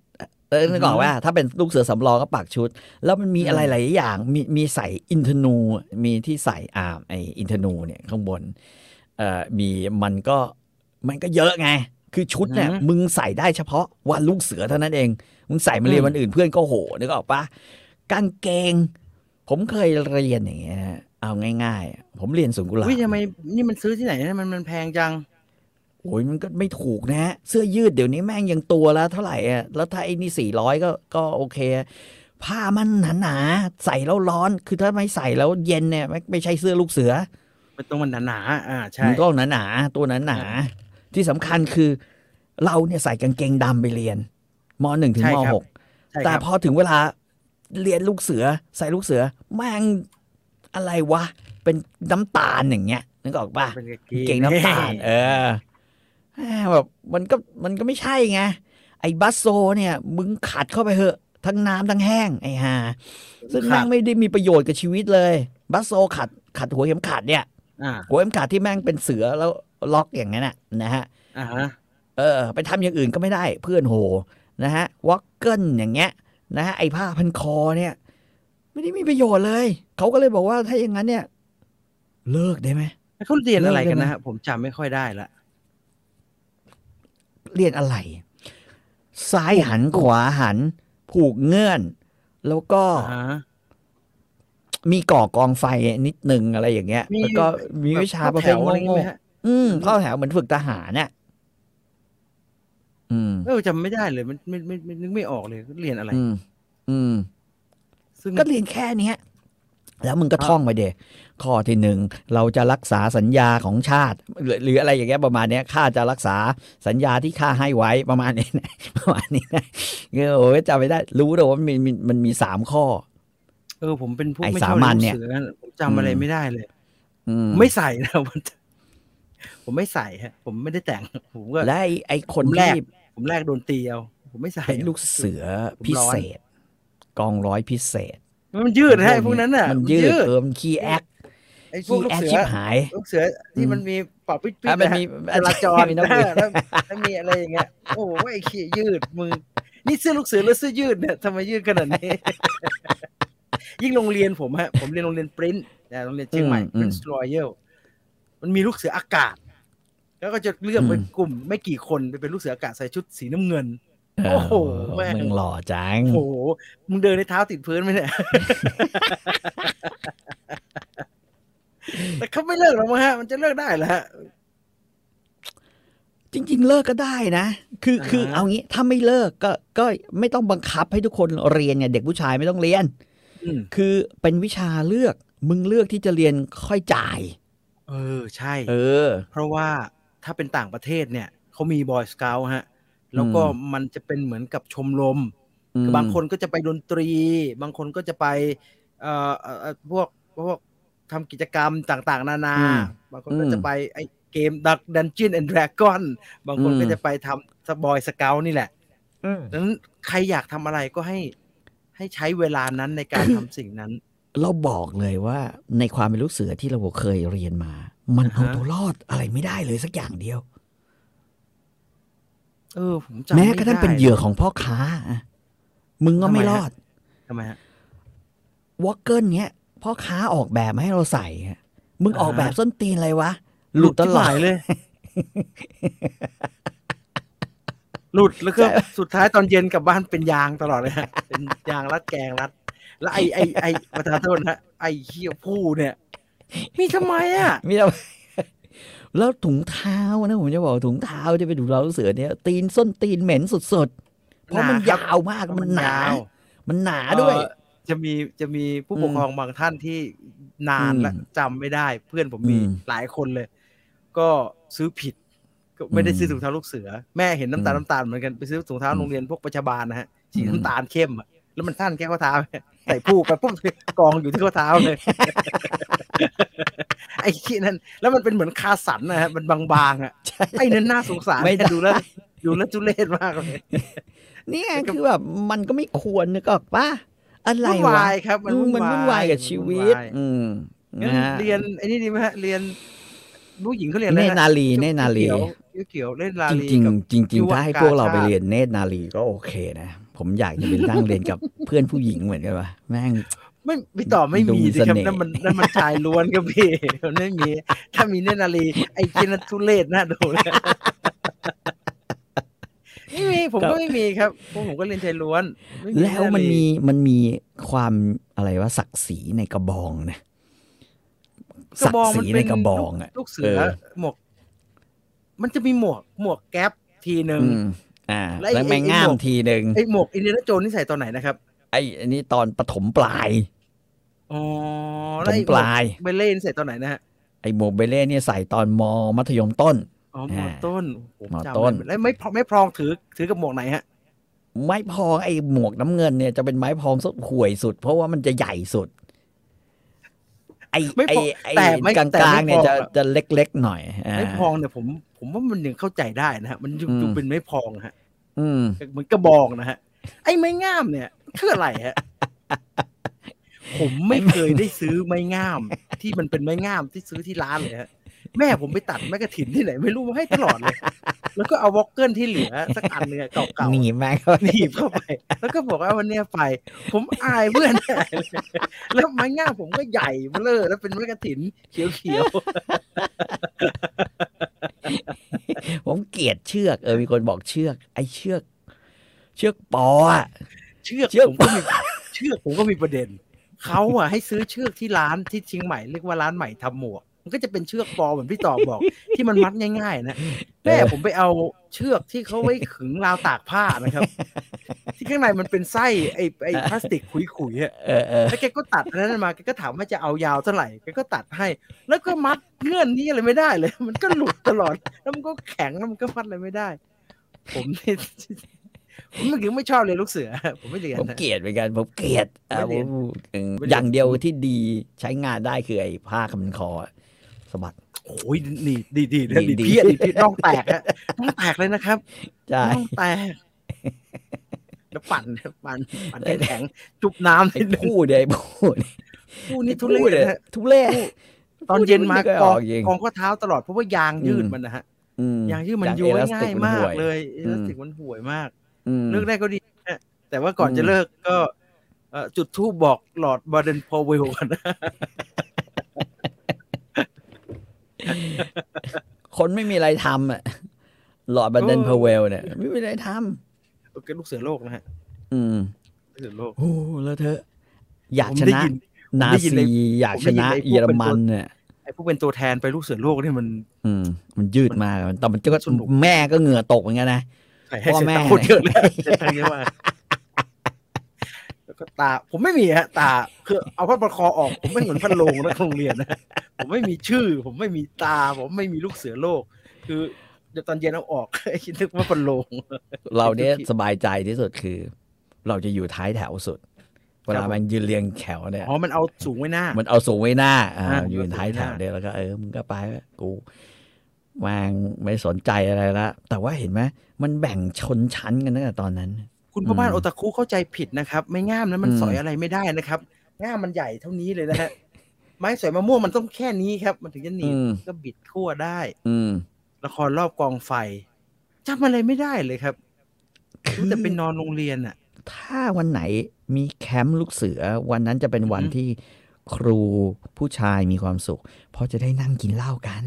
เออนึกออกว่าถ้าเป็นลูกเสือสำรองก็ปักชุด แล้วมันมีอะไรหลายอย่าง มีมีใส่อินทนูมีที่ใส่อ่าไออินทนูเนี่ยข้างบนเอ่อมีมันก็ มันก็เยอะไง คือชุดเนี่ย
อือฮึ
มึงใส่ได้เฉพาะวันลูกเสือเท่านั้นเอง มึงใส่มาเรียน
อืม
วันอื่นเพื่อนก็โหนึกออกปะกางเกง ผมเคยเรียนอย่างเงี้ยฮะเอาง่ายๆ ผมเรียนสวนกุหลาบ
วิทำไมนี่มันซื้อที่ไหนนะมันมันแพงจัง
โอ้ยมันก็ไม่ถูกนะ เสื้อยืดเดี๋ยวนี้แม่งยังตัวละเท่าไหร่อะแล้วถ้าไอ้นี่สี่ร้อยก็ก็โอเค ผ้ามันหนาๆใส่แล้วร้อน คือถ้าไม่ใส่แล้วเย็นเนี่ยไม่ไม่ใช่เสื้อลูกเสือ
มันตรงมันหนาๆอ่าใช่
มันก็หนาหนาๆตัวหนาหนาๆที่สำคัญคือ เราเนี่ยใส่กางเกงดำไปเรียนมหนึ่งถึง
ใช่
ม
ครับ
หก
ใช่
แต่
ครับ
พอถึงเวลาเรียนลูกเสือ ใส่ลูกเสือแม่งอะไรวะ เป็นน้ำตาลอย่างเงี้ยนึกออกปะ
เป็น
กางเกงน้ำตาล เออแหมแบบมันก็มันก็ไม่ใช่ไงไอ้บัสโซเนี่ย มึงขัดเข้าไปเหอะ ทั้งน้ำทั้งแห้งไอ้ห่าซึ่งแม่งไม่ได้มีประโยชน์กับชีวิตเลย บัสโซขัดขัดหัวเข็มขัดเนี่ย
อ่า
หัวเข็มขัดที่แม่งเป็นเสือแล้วล็อกอย่างนั้นน่ะนะฮะ
อ่าฮะ
เออ ไปทำอย่างอื่นก็ไม่ได้เพื่อนโหนะฮะวอกเกิลอย่างเงี้ยนะฮะไอผ้าพันคอเนี่ย ไม่ได้มีประโยชน์เลย เขาก็เลยบอกว่าถ้าอย่างนั้นเนี่ย เลิกได้ไหม
แล้วเขาเรียนอะไรกันนะ
เลิกได้ไหม
ฮะผมจำไม่ค่อยได้ละ
เรียนอะไร ซ้ายหันขวาหัน ผูกเงื่อน แล้วก็
อ่าฮะ
มีก่อกองไฟนิดนึงอะไรอย่างเงี้ย
มี
แล้วก็มีวิชาประเภท
แบบข้แถวอะไรอย่าง
โง่
งี้ไหมฮะ
ๆอืมเข้าแถวเหมือนฝึกทหารเนี่ยอืม
เออจำไม่ได้เลยมันไม่ไม่ไม่นึกไม่ออกเลยเรียนอะไร
อืม อืม
ซึ่ง
ก็เรียนแค่เนี้ย แล้วมึงก็
ครับ
ท่องไปเดข้อที่หนึ่งเราจะรักษาสัญญาของชาติ หรือหรืออะไรอย่างเงี้ยประมาณเนี้ยข้าจะรักษาสัญญาที่ข้าให้ไว้ประมาณนี้นะ [LAUGHS] ประมาณนี้นะเออโอ้ยจำไม่ได้ รู้แต่ว่ามันมีมันมีสามข้อ
เออผมเป็นพวก
ไอ้
ไม่ชอบ
สามัญ
ห
เนี่
นัง
ย
สือนะผมจำอะไร
อืม
ไม่ได้เลย
อืม
ไม่ใส่นะ [LAUGHS] ผมผมไม่ใส่ฮะ ผมไม่ได้แต่ง ผมก็
และไอ้ไอ้ค
ผ
น
มแร
ที่
ก ผมแรกโดนตีเอาผมไม่ใส่
เป็นลูกเสือพิเศษ กองร้อยพิเศษ
มันยืดนะฮะไอ้พวกนั้นน่ะ
มันยืดเอิมขี้แอค
ไอ้พว
ขี้
กลูก
แอค
เสือ
ชิบหาย
ลูกเสือที่มันมีปอบปิดปิด
อ่ะมันมี
จราจร
มี
นะ
น้ำมือ
แล้วแล้วมีอะไรอย่างเงี้ยโอ้โหไอ้ขี้ยืดมือนี่เสื้อลูกเสือหรือเสื้อยืดเนี่ยทำไมยืดขนาด
[LAUGHS]
นี้ ยิ่งโรงเรียนผมฮะผมเรียนโรงเรียนปริ้นแต่โรงเรียนเชียงใหม่
อืมอื
ป
ม
ริ้นรอยัลมันมีลูกเสืออากาศ แล้วก็จะเลือกเป็น
อืม
กลุ่ม ไม่กี่คนไปเป็นลูกเสืออากาศใส่ชุดสีน้ำเงิน
เ
โอ้โหแม่ง
มึงหล่อจัง
โอ้โหมึงเดินในเท้าติดพื้นไหมเนี่ย แต่เขาไม่เลิกหรอกมั้งฮะ มันจะเลิกได้เหรอฮะ
จริง ๆ เลิกก็ได้นะ คือ
อ่าฮะ
คือเอางี้ถ้าไม่เลิกก็ก็ไม่ต้องบังคับให้ทุกคนเรียนเนี่ยเด็กผู้ชายไม่ต้องเรียน
อืม
คือเป็นวิชาเลือกมึงเลือกที่จะเรียนค่อยจ่าย
เออใช่
เออ
เพราะว่าถ้าเป็นต่างประเทศเนี่ย เขามีบอยส o u t ฮะ แล้วก็มันจะเป็นเหมือนกับชมรม คือบางคนก็จะไปดนตรี บางคนก็จะไปเอ่อเอ่อเอ่อพวกพวกทำกิจกรรมต่างๆ นานา
อืม
บางคนก็
อืม
จะไปไอเกมดักดันเจียนแอนด์ดราก้อนบางคน
อืม
ก็จะไปทำสบอยสเกลนี่แหละ ดังนั้นใครอยากทำอะไรก็ให้ให้ใช้เวลานั้นในการทำสิ่งนั้น [COUGHS]
เราบอกเลยว่าในความเป็นลูกเสือที่เราเคยเรียนมา มันเอา
อ่าฮะ
ตัวรอดอะไรไม่ได้เลยสักอย่างเดียว
เออผมจำ
แม้
ไได้
กระทั่งเป็นเหยื่อของพ่อค้าอะมึงก็ไม่รอด
ทำไมฮะ
วอลเกิลเนี้ยพ่อค้าออกแบบมาให้เราใส่อะมึงออกแบบ
อ่าฮะ
ส้นตีนอะไรวะ หลุดตลอด
ชิบหาย
[LAUGHS]
เลย หลุดแล้วก็
[LAUGHS]
สุดท้ายตอนเย็นกลับบ้านเป็นยางตลอดเลยฮะ [LAUGHS] เป็นยางรัดแกงรัด แล้วไอ้ไอ้ไอ้ประธานโทษนะไอ้เฮียผู้เนี่ย มีทำไมอ่ะ
มีแต่ [LAUGHS] แล้วถุงเท้านะ ผมจะบอกถุงเท้าจะไปดูเราลูกเสือเนี่ย ตีนส้นตีนเหม็นสุดๆ เพราะมัน
หนาครับ
ยาวมากมันหนาย
าว
มันหนาด้วย
เอ่อจะมีจะมีผู้ปกครองบางท่านที่นานและ
อืม
จำไม่ได้ เพื่อนผมมี
อืม
หลายคนเลย ก็ซื้อผิด ก็ไม่ได้
อืม
ซื้อถุงเท้าลูกเสือ แม่เห็นน้ำตาล
อืม
น้ำตาลเหมือนกันไปซื้อถุงเท้า
อืม
โรงเรียนพวกประชาบาลนะฮะสี
อืม
น้ำตาลเข้มอะแล้วมันท่านแก้ข้อเท้า ใส่ผู้ไปปุ๊บกองอยู่ที่ข้อเท้าเลย [LAUGHS] ไอ้ขี้นั่นแล้วมันเป็นเหมือนคาสันนะฮะมันบางๆอ่ะไอ้นั่นน่าสงสาร
ไม่ได้
ดูแล้วดูแล้วจุเลศมากเลย
นี่ไงคือแบบมันก็ไม่ควรนึกออกป่ะอะไร
วุ่น
วะ
วายครับ
อืมมันวุ่นวายกับชีวิ
น
ต
นาย
อืม
งั้น
นะฮะ
เรียนไอ้นี่ดีไหมฮะเรียนผู้หญิงเขาเรียนอะไร
เนตรนา
นะ
ลีเนตรนาลี
เขียวเขียวเล่นลา
จ
ลี
ริง
กับ
ๆจริง
ยุ
ๆ
ว
ถ้าให้
กา
พวกเราไป
ชาติ
เรียนเนตรนาลีก็โอเคนะ ผมอยากจะไปนั่งเรียนกับ เพื่อนผู้หญิงเหมือนกันว่ะแม่ง
ไม่พี่ต่อไม่มี
ดู
สิ
เส
ครับ
น่ห์
นั่นมันนั่นมันชายล้วนครับพี่มันไม่มี ถ้ามีเนตรนารีไอ้เจนนทุเลศน่าดูเลยไม่มีผมก็ไม่มีครับพวกผมก็เรียนชายล้วนไ
แล้วมันมีมันมีความอะไรว่าศักดิ์ศรีในกระบองนะ
เนตรนากระบอง
ศัก
มัน
ดิ์ศรี
เป็
ใน
น
กระบองอ่ะ
ลูกเสื
เอ
อ
อ
หมวก มันจะมีหมวก หมวกแก๊ปทีหนึ่ง
อืมอ่า
แล้วไอ้
แล้วแมง
ไอ้
ง่าม
หมวก
ทีหนึ่ง
ไอ้หมวกอินเดียนาโจนนี่ใส่ตอนไหนนะครับ
ไอ้อันนี้ตอนปฐมปลาย
อ๋อ
ป
แล้ว
ฐม
ไอ้
ปลาย
เบลเล่นใส่ตอนไหนนะฮะ
ไอ้หมวกเบเล่เนี่ยใส่ตอนมมัธยมต้น
อ๋อหมอ
อ่า
ต้นโโ
หมอ
จำ
ต้น
ไแล้วไม่พไม่พรองถือถือกับหมวกไหนฮะ
ไม้พองไอ้หมวกน้ำเงินเนี่ยจะเป็นไม้พองสุดห่วยสุด เพราะว่ามันจะใหญ่สุด ไอ้
ไม่
ไอ้
พอ
ไอ้
แต่ไม่
กลาง
แต่
ก
ไม่
ลางเนี่ย
พอ
จะจะเล็กๆหน่อยอ่า
ไม่พองเนี่ยผมผมว่ามันยังเข้าใจได้นะฮะมันดู
อืม
ดูเป็นไม่พองฮะ
อืม
เหมือนกระบองนะฮะ ไอ้ไม้งามเนี่ยคืออะไรฮะ ผมไม่เคยได้ซื้อไม้งาม
[LAUGHS]
ที่มันเป็นไม้งามที่ซื้อที่ร้านเลยฮะแม่ผมไปตัดแม่กระถินที่ไหน ไม่รู้มาให้ตลอดเลย แล้วก็เอาวอลเกิลที่เหลือสักอันเนึงอะเก่า
ห
ๆ
นีแม่ง
หนีบเข้าไป แล้วก็บอกว่าวันเนี้ยไป ผมอายเพื่อน [LAUGHS] แล้วไม้งามผมก็ใหญ่เบ้อเลอแล้วเป็นไม้กระถินเขียว
ผมเกลียดเชือก เออมีคนบอกเชือก ไอ้เชือก เชือกปออะ
ๆ เชือก
เชือก
ผมก็มีเชือกผมก็มีประเด็น เขาอะให้ซื้อเชือกที่ร้านที่เชียงใหม่เรียกว่าร้านใหม่ทำหมวก มันก็จะเป็นเชือกปอเหมือนพี่ต่อบอก ที่มันมัดง่ายๆ [LAUGHS] นะแม่ผมไปเอาเชือกที่เขาไว้ขึงราวตากผ้านะครับ ที่ข้างในมันเป็นไส้ไอ้ไอ้พลาสติกขุยๆอะ
เออเออ
แล้วแกก็ตัดอันนั้นมา แกก็ถามว่าจะเอายาวเท่าไหร่ แกก็ตัดให้ แล้วก็มัดเงื่อนนี่อะไรไม่ได้เลย [LAUGHS] มันก็หลุดตลอด แล้วมันก็แข็ง แล้วมันก็มัดอะไรไม่ได้ ผม [LAUGHS] เนี่ยผมถึงไม่ชอบเลยลูกเสือ [LAUGHS] ผมไม่เรียน
ผม
นะ
เกลียดเหมือนกัน ผมเกลียดอ่ะ
ไม่เรียน
ผมอืม
ไม่เรียน
อย่างเดียวที่ดีใช้งานได้คือไอ้ผ้าคำนคออะสะบัด
โอ้ยดีดีดี
ดี
ดีดี
ดี
เพี้ยดีเพี้ยน้องแตกฮะน้องแตกเลยนะครับ
ใช่
น้องแตกแล้วปั่นปั่นปั่นให้ [LAUGHS] แข็งจุบน้ำ
ไอ้
นิดนึง
พูดเนี่ยไอ้พูด
คู่นี้ทุเรศนะฮะ
ทุเรศ
ตอนเย็นมา
พูด
ก
ไอ
อง
อกจริง
กองข้อเท้าตลอดเพราะว่ายางยืดมันนะฮะ
อืม
ยางยืดมัน
ยาง
ย้วย
elastic
ง่าย
มัน
มา
ห่
ก
วย
เลยเอ
อืม
ลาสติกมันห่วยมาก
อืม
เลิกได้ก็ดีนะฮะแต่ว่าก่อน
อืม
จะเลิกก็เอ่อจุดทูบบอกหลอร์ดบาเดนพอเวล [LAUGHS] ก่อนนะ
คนไม่มีอะไรทำอ่ะหลอดบันเดน
เออ
พาวเวลเนี่ย ไม่มีอะไรท
โอเคลูกเสือโลกนะฮะ
ำอืม
ลูกเสือโลก
โอ้แล้วเธอ อยาก
ผม
ช
ได้
นะ
ยิน
นา
ได้ยินใน
ซีอยาก
ผม
ช
ได้ยิน
นะ
ในพวก
เยอร
เป็นตัว
มันเนี่ย
ไอ้พวกเป็นตัวแทนไปลูกเสือโลกนี่มัน
อืมมันยืดมากอะมันแต่มันก็
สนุก
แม่ก็เหงื่อตกเหมือนกันนะ
ใครให้
พ่อ
เสีย
แม่
ตังค์โคตรเยอะเลย [LAUGHS] เสียตังค์เยอะมากแล้วก็ตาผมไม่มีฮะ ตาคือเอาผ้าประคอออกผมไม่เหมือนพันโลงนะโรงเรียนนะผมไม่มีชื่อ ผมไม่มีตา ผมไม่มีลูกเสือโลก คือเดี๋ยวตอนเย็นเอาออก [LAUGHS] คิดนึกว่าพันโลง
เราเนี่ยสบายใจที่สุดคือ เราจะอยู่ท้ายแถวสุด เว
ครับ
ลา
ผม
มันยืนเรียงแถวเนี่ย
อ๋อมันเอาสูงไว้หน้า
มันเอาสูงไว้หน้าอ่า
อ่า
อยู่ท้ายแถว
เอาสูงไว้หน้า
เนี่ยแล้วก็เออมึงก็ไปเว้ยกูวางไม่สนใจอะไรละ แต่ว่าเห็นไหมมันแบ่งชนชั้นกันตั้งแต่ตอนนั้น
คุณพ่อบ้าน
อืม
โอตาคุเข้าใจผิดนะครับ ไม่ง่ามนะมัน
อืม
สอยอะไรไม่ได้นะครับง่ามมันใหญ่เท่านี้เลยนะฮะ ไม้สอยมะม่วงมันต้องแค่นี้ครับ มันถึงจะหนี
อื
บ
ม
ก็บิดขั้วได้
อืม
ละครรอบกองไฟจำอะไรไม่ได้เลยครับรู้แต่เป็นนอนโรงเรียนอ่ะ
ถ้าวันไหนมีแคมป์ลูกเสือ วันนั้นจะเป็นวัน
อือหือ
ที่ครูผู้ชายมีความสุข เพราะจะได้นั่งกินเหล้ากัน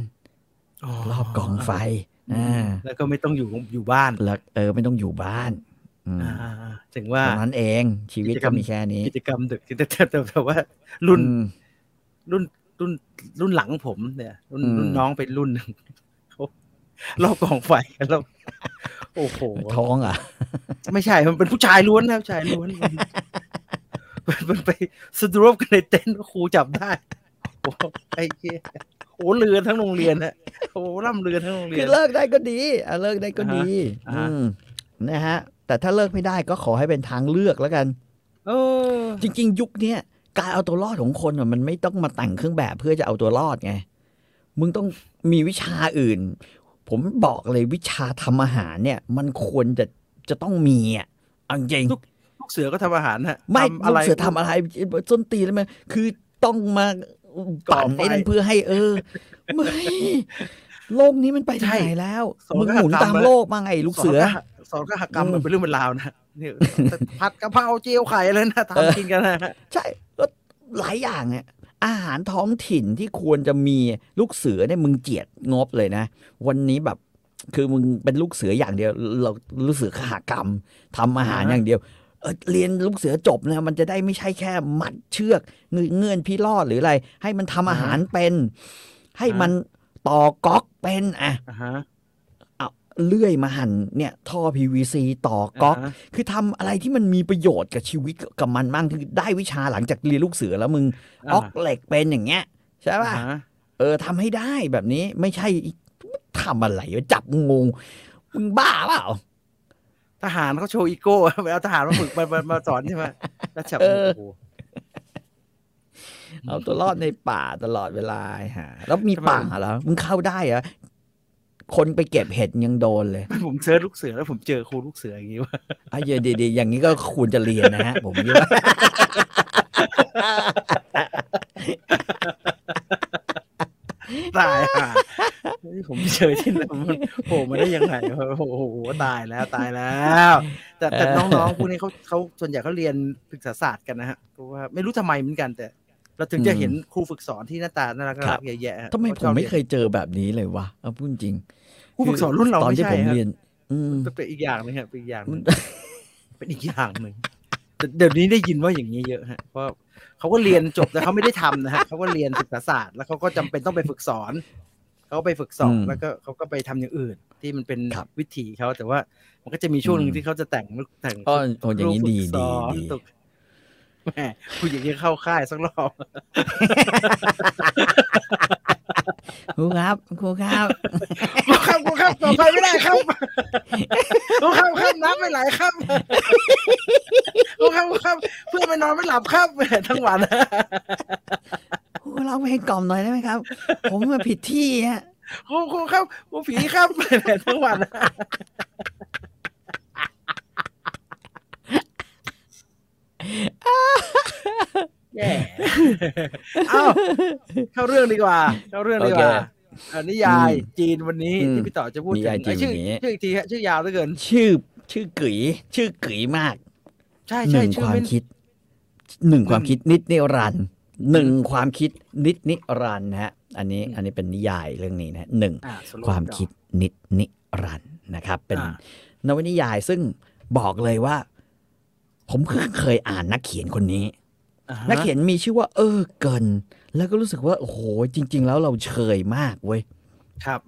รอบกองไฟอ่า
แล้วก็ไม่ต้องอยู่อยู่บ้าน
แล้วเออไม่ต้องอยู่บ้านอืม
อ่าถึงว่า
เท่านั้นเองชีวิต
กิจกร
ก็
รม
มีแค่นี้
กิจกรรมดึกแต่แต่แต่แต่ว่า รุ่น
อืม
รุ่นรุ่นรุ่นหลังผมเนี่ย รุ่น
อืม
รุ่นน้องเป็นรุ่นหนึ่ง [LAUGHS] เขารอบกองไฟแล้วโอ้โห
ท้องอ่ะ
ไม่ใช่ มันเป็นผู้ชายล้วนนะครับชายล้วน [LAUGHS] มันมันมันไปสตรบกันในเต็นท์ครูจับได้โอ้ไอ้เหี้ยโอ้เรือทั้งโรงเรียนฮะโอ้ร่ำเรือทั้งโรงเรี
คื
ย
อน เลิกได้ก็ดีอ่ะเลิกได้ก็ดี
อ่าฮะ
อืมนะฮะ แต่ถ้าเลิกไม่ได้ก็ขอให้เป็นทางเลือกแล้วกัน
เออ
จริง ๆ ยุคเนี้ยการเอาตัวรอดของคนอะมันไม่ต้องมาแต่งเครื่องแบบเพื่อจะเอาตัวรอดไง มึงต้องมีวิชาอื่น ผมบอกเลยวิชาทำอาหารเนี่ย มันควรจะจะต้องมีอ่ะเอาจริง
ลูกเสือก็ทำอาหารฮะ
ไม่
ทำอะไร
ลูกเสือทำอะไรส้นตีนแล้วมันคือต้องมา
ก่อ
ปั่น
ไฟ
ไอ้นั่นเพื่อให้เออไม่โลกนี้มันไปถึง
ใช่
ไหนแล้ว
สอน
มึง
ก็
หมุน
ทำ
ตาม
มา
โลกมาไงลูกเสือ
สอนก็หักกรรม
อืม
มันเป็นเรื่องเป็นราวนะเนี่ยผัดกะเพราเจียวไข่เลยนะ
เออ
ทำกินกันนะฮะ
ใช่แล้ว หลายอย่างอะอาหารท้องถิ่นที่ควรจะมีลูกเสือเนี่ยมึงเจียดงบเลยนะ วันนี้แบบ คือมึงเป็นลูกเสืออย่างเดียว เราลูกเสือขหากรรมทำอาหาร
อ่าฮะ
อย่างเดียวเออเรียนลูกเสือจบนะมันจะได้ไม่ใช่แค่มัดเชือกเงืเงื่อนพี่ลอดหรืออะไร ให้มันทำอาหารเป็น ให้มันต่อก๊อกเป็นอะ
อ่าฮะ
เอาเลื่อยมาหั่นเนี่ยท่อ PVC ต่อก๊อก
าฮะ
คือทำอะไรที่มันมีประโยชน์กับชีวิตกับมันมั่งคือได้วิชาหลังจากเรียนลูกเสือแล้วมึงออกเหล็กเป็นอย่างเงี้ยใช่ป่ะ
อ่าฮะ
เออทำให้ได้แบบนี้ไม่ใช่ทำอะไรวะจับงูมึงบ้าเปล่า
ทหารเขาโชว์อีโก้ไปเอาทหารมาฝึกมามามาสอนใช่ไหมแล้วฉับ
เออ
โอ้โห
เอาตัวรอดในป่าตลอดเวลาหาแล้วมี
ทำไม
ป่าแล้วมึงเข้าได้เหรอคนไปเก็บเห็ดยังโดนเลย
ผมเซิร์ชลูกเสือแล้วผมเจอครูลูกเสืออย่างนี้ว่า
อ่ะเดี๋ยวดีๆอย่างนี้ก็ควรจะเรียนนะฮะ ผมคิดว่า
ตายห่าเฮ้ยผมเจอที่ไหนมันโผล่มาได้ยังไงวะโอ้โหตายแล้วตายแล้ว แต่แต่
เออ
น้องๆพวกนี้เขาเขาส่วนใหญ่เขาเรียนศึกษาศาสตร์กันนะฮะเพราะว่าไม่รู้ทำไมเหมือนกันแต่ เราถึงจะเห็นครูฝึกสอนที่หน้าตาน่ารักน่ารักแย่ๆฮะ
ทำไม
ขา
ผ
ชอ
ม
บ
ไม่
รียน
เคยเจอแบบนี้เลยวะเอาพูดจริง
ครูฝึกสอนรุ่นเรา
ตอน
ไม่
ที่
ใช่
ผม
ฮะ
เรียน อืม
เป็นอีกอย่างหนึงครับเป็นอีกอย่างหนึ
มัน
งเป็นอีกอย่างหนึ่งแต่เดี๋ยวนี้ได้ยินว่าอย่างนี้เยอะฮะเพราะเขาก็เรียนจบแต่เขาไม่ได้ทำนะฮะเขาก็เรียนศึกษาศาสตร์แล้วเขาก็จำเป็นต้องไปฝึกสอนเขาก็ไปฝึกสอน
อืม
แล้วก็เขาก็ไปทำอย่างอื่น ที่มันเป็น
ครับ
วิถีเขาแต่ว่ามันก็จะมีช่วงหนึ่
อื
ง
ม
ที่เขาจะแต่งลูกแต่ง
อ๋อโอ้อย่างนี้ดี
รูปฝึกสอน
ดีดี
ตกแหมคุณอย่างนี้เข้าค่ายสักรอบ
ครูครับครูครับ
ครับกูครับต่อไปไม่ได้ครับกูครับครับน้ำไม่ไหลครับกูครับกูครับ เพื่อนไม่นอนไม่หลับครับทั้งวัน
ครูร้องเพลงกล่อมหน่อยได้ไหมครับ ผมมาผิดที่ฮะ
กูกูครับกูผีครับทั้งวันแย่เอ้าเข้าเรื่องดีกว่า เข้าเรื่องดีกว่าอ่ะนิยายจีนวันนี้ที่พี่ต่อจะพูดถึงไอ้ชื่อชื่ออีกทีฮะชื่อยาวเหลือเกิน
ชื่อชื่อก๋ยชื่อก๋ยมาก
ใช่
ห
ใช่
นึ่ง
ชื่อ
ความ
ไม่
คิดหนึ่ง
อืม
ความคิดนิดนิรันดร์หนึ่งความคิดนิดนิรันดร์นะฮะอันนี้
อืม
อันนี้เป็นนิยายเรื่องนี้นะหนึ่ง
อ่ะสรุป
ความ
ต่อ
คิดนิดนิรันดร์นะครับ เป็น
อ่า
นวนิยายซึ่งบอกเลยว่า ผมเคยอ่านนักเขียนคนนี้
อ่าฮะ
นักเขียนมีชื่อว่า เออเกิน แล้วก็รู้สึกว่า โอ้โห จริง ๆ แล้วเราเชยมากเว้ย
ครับ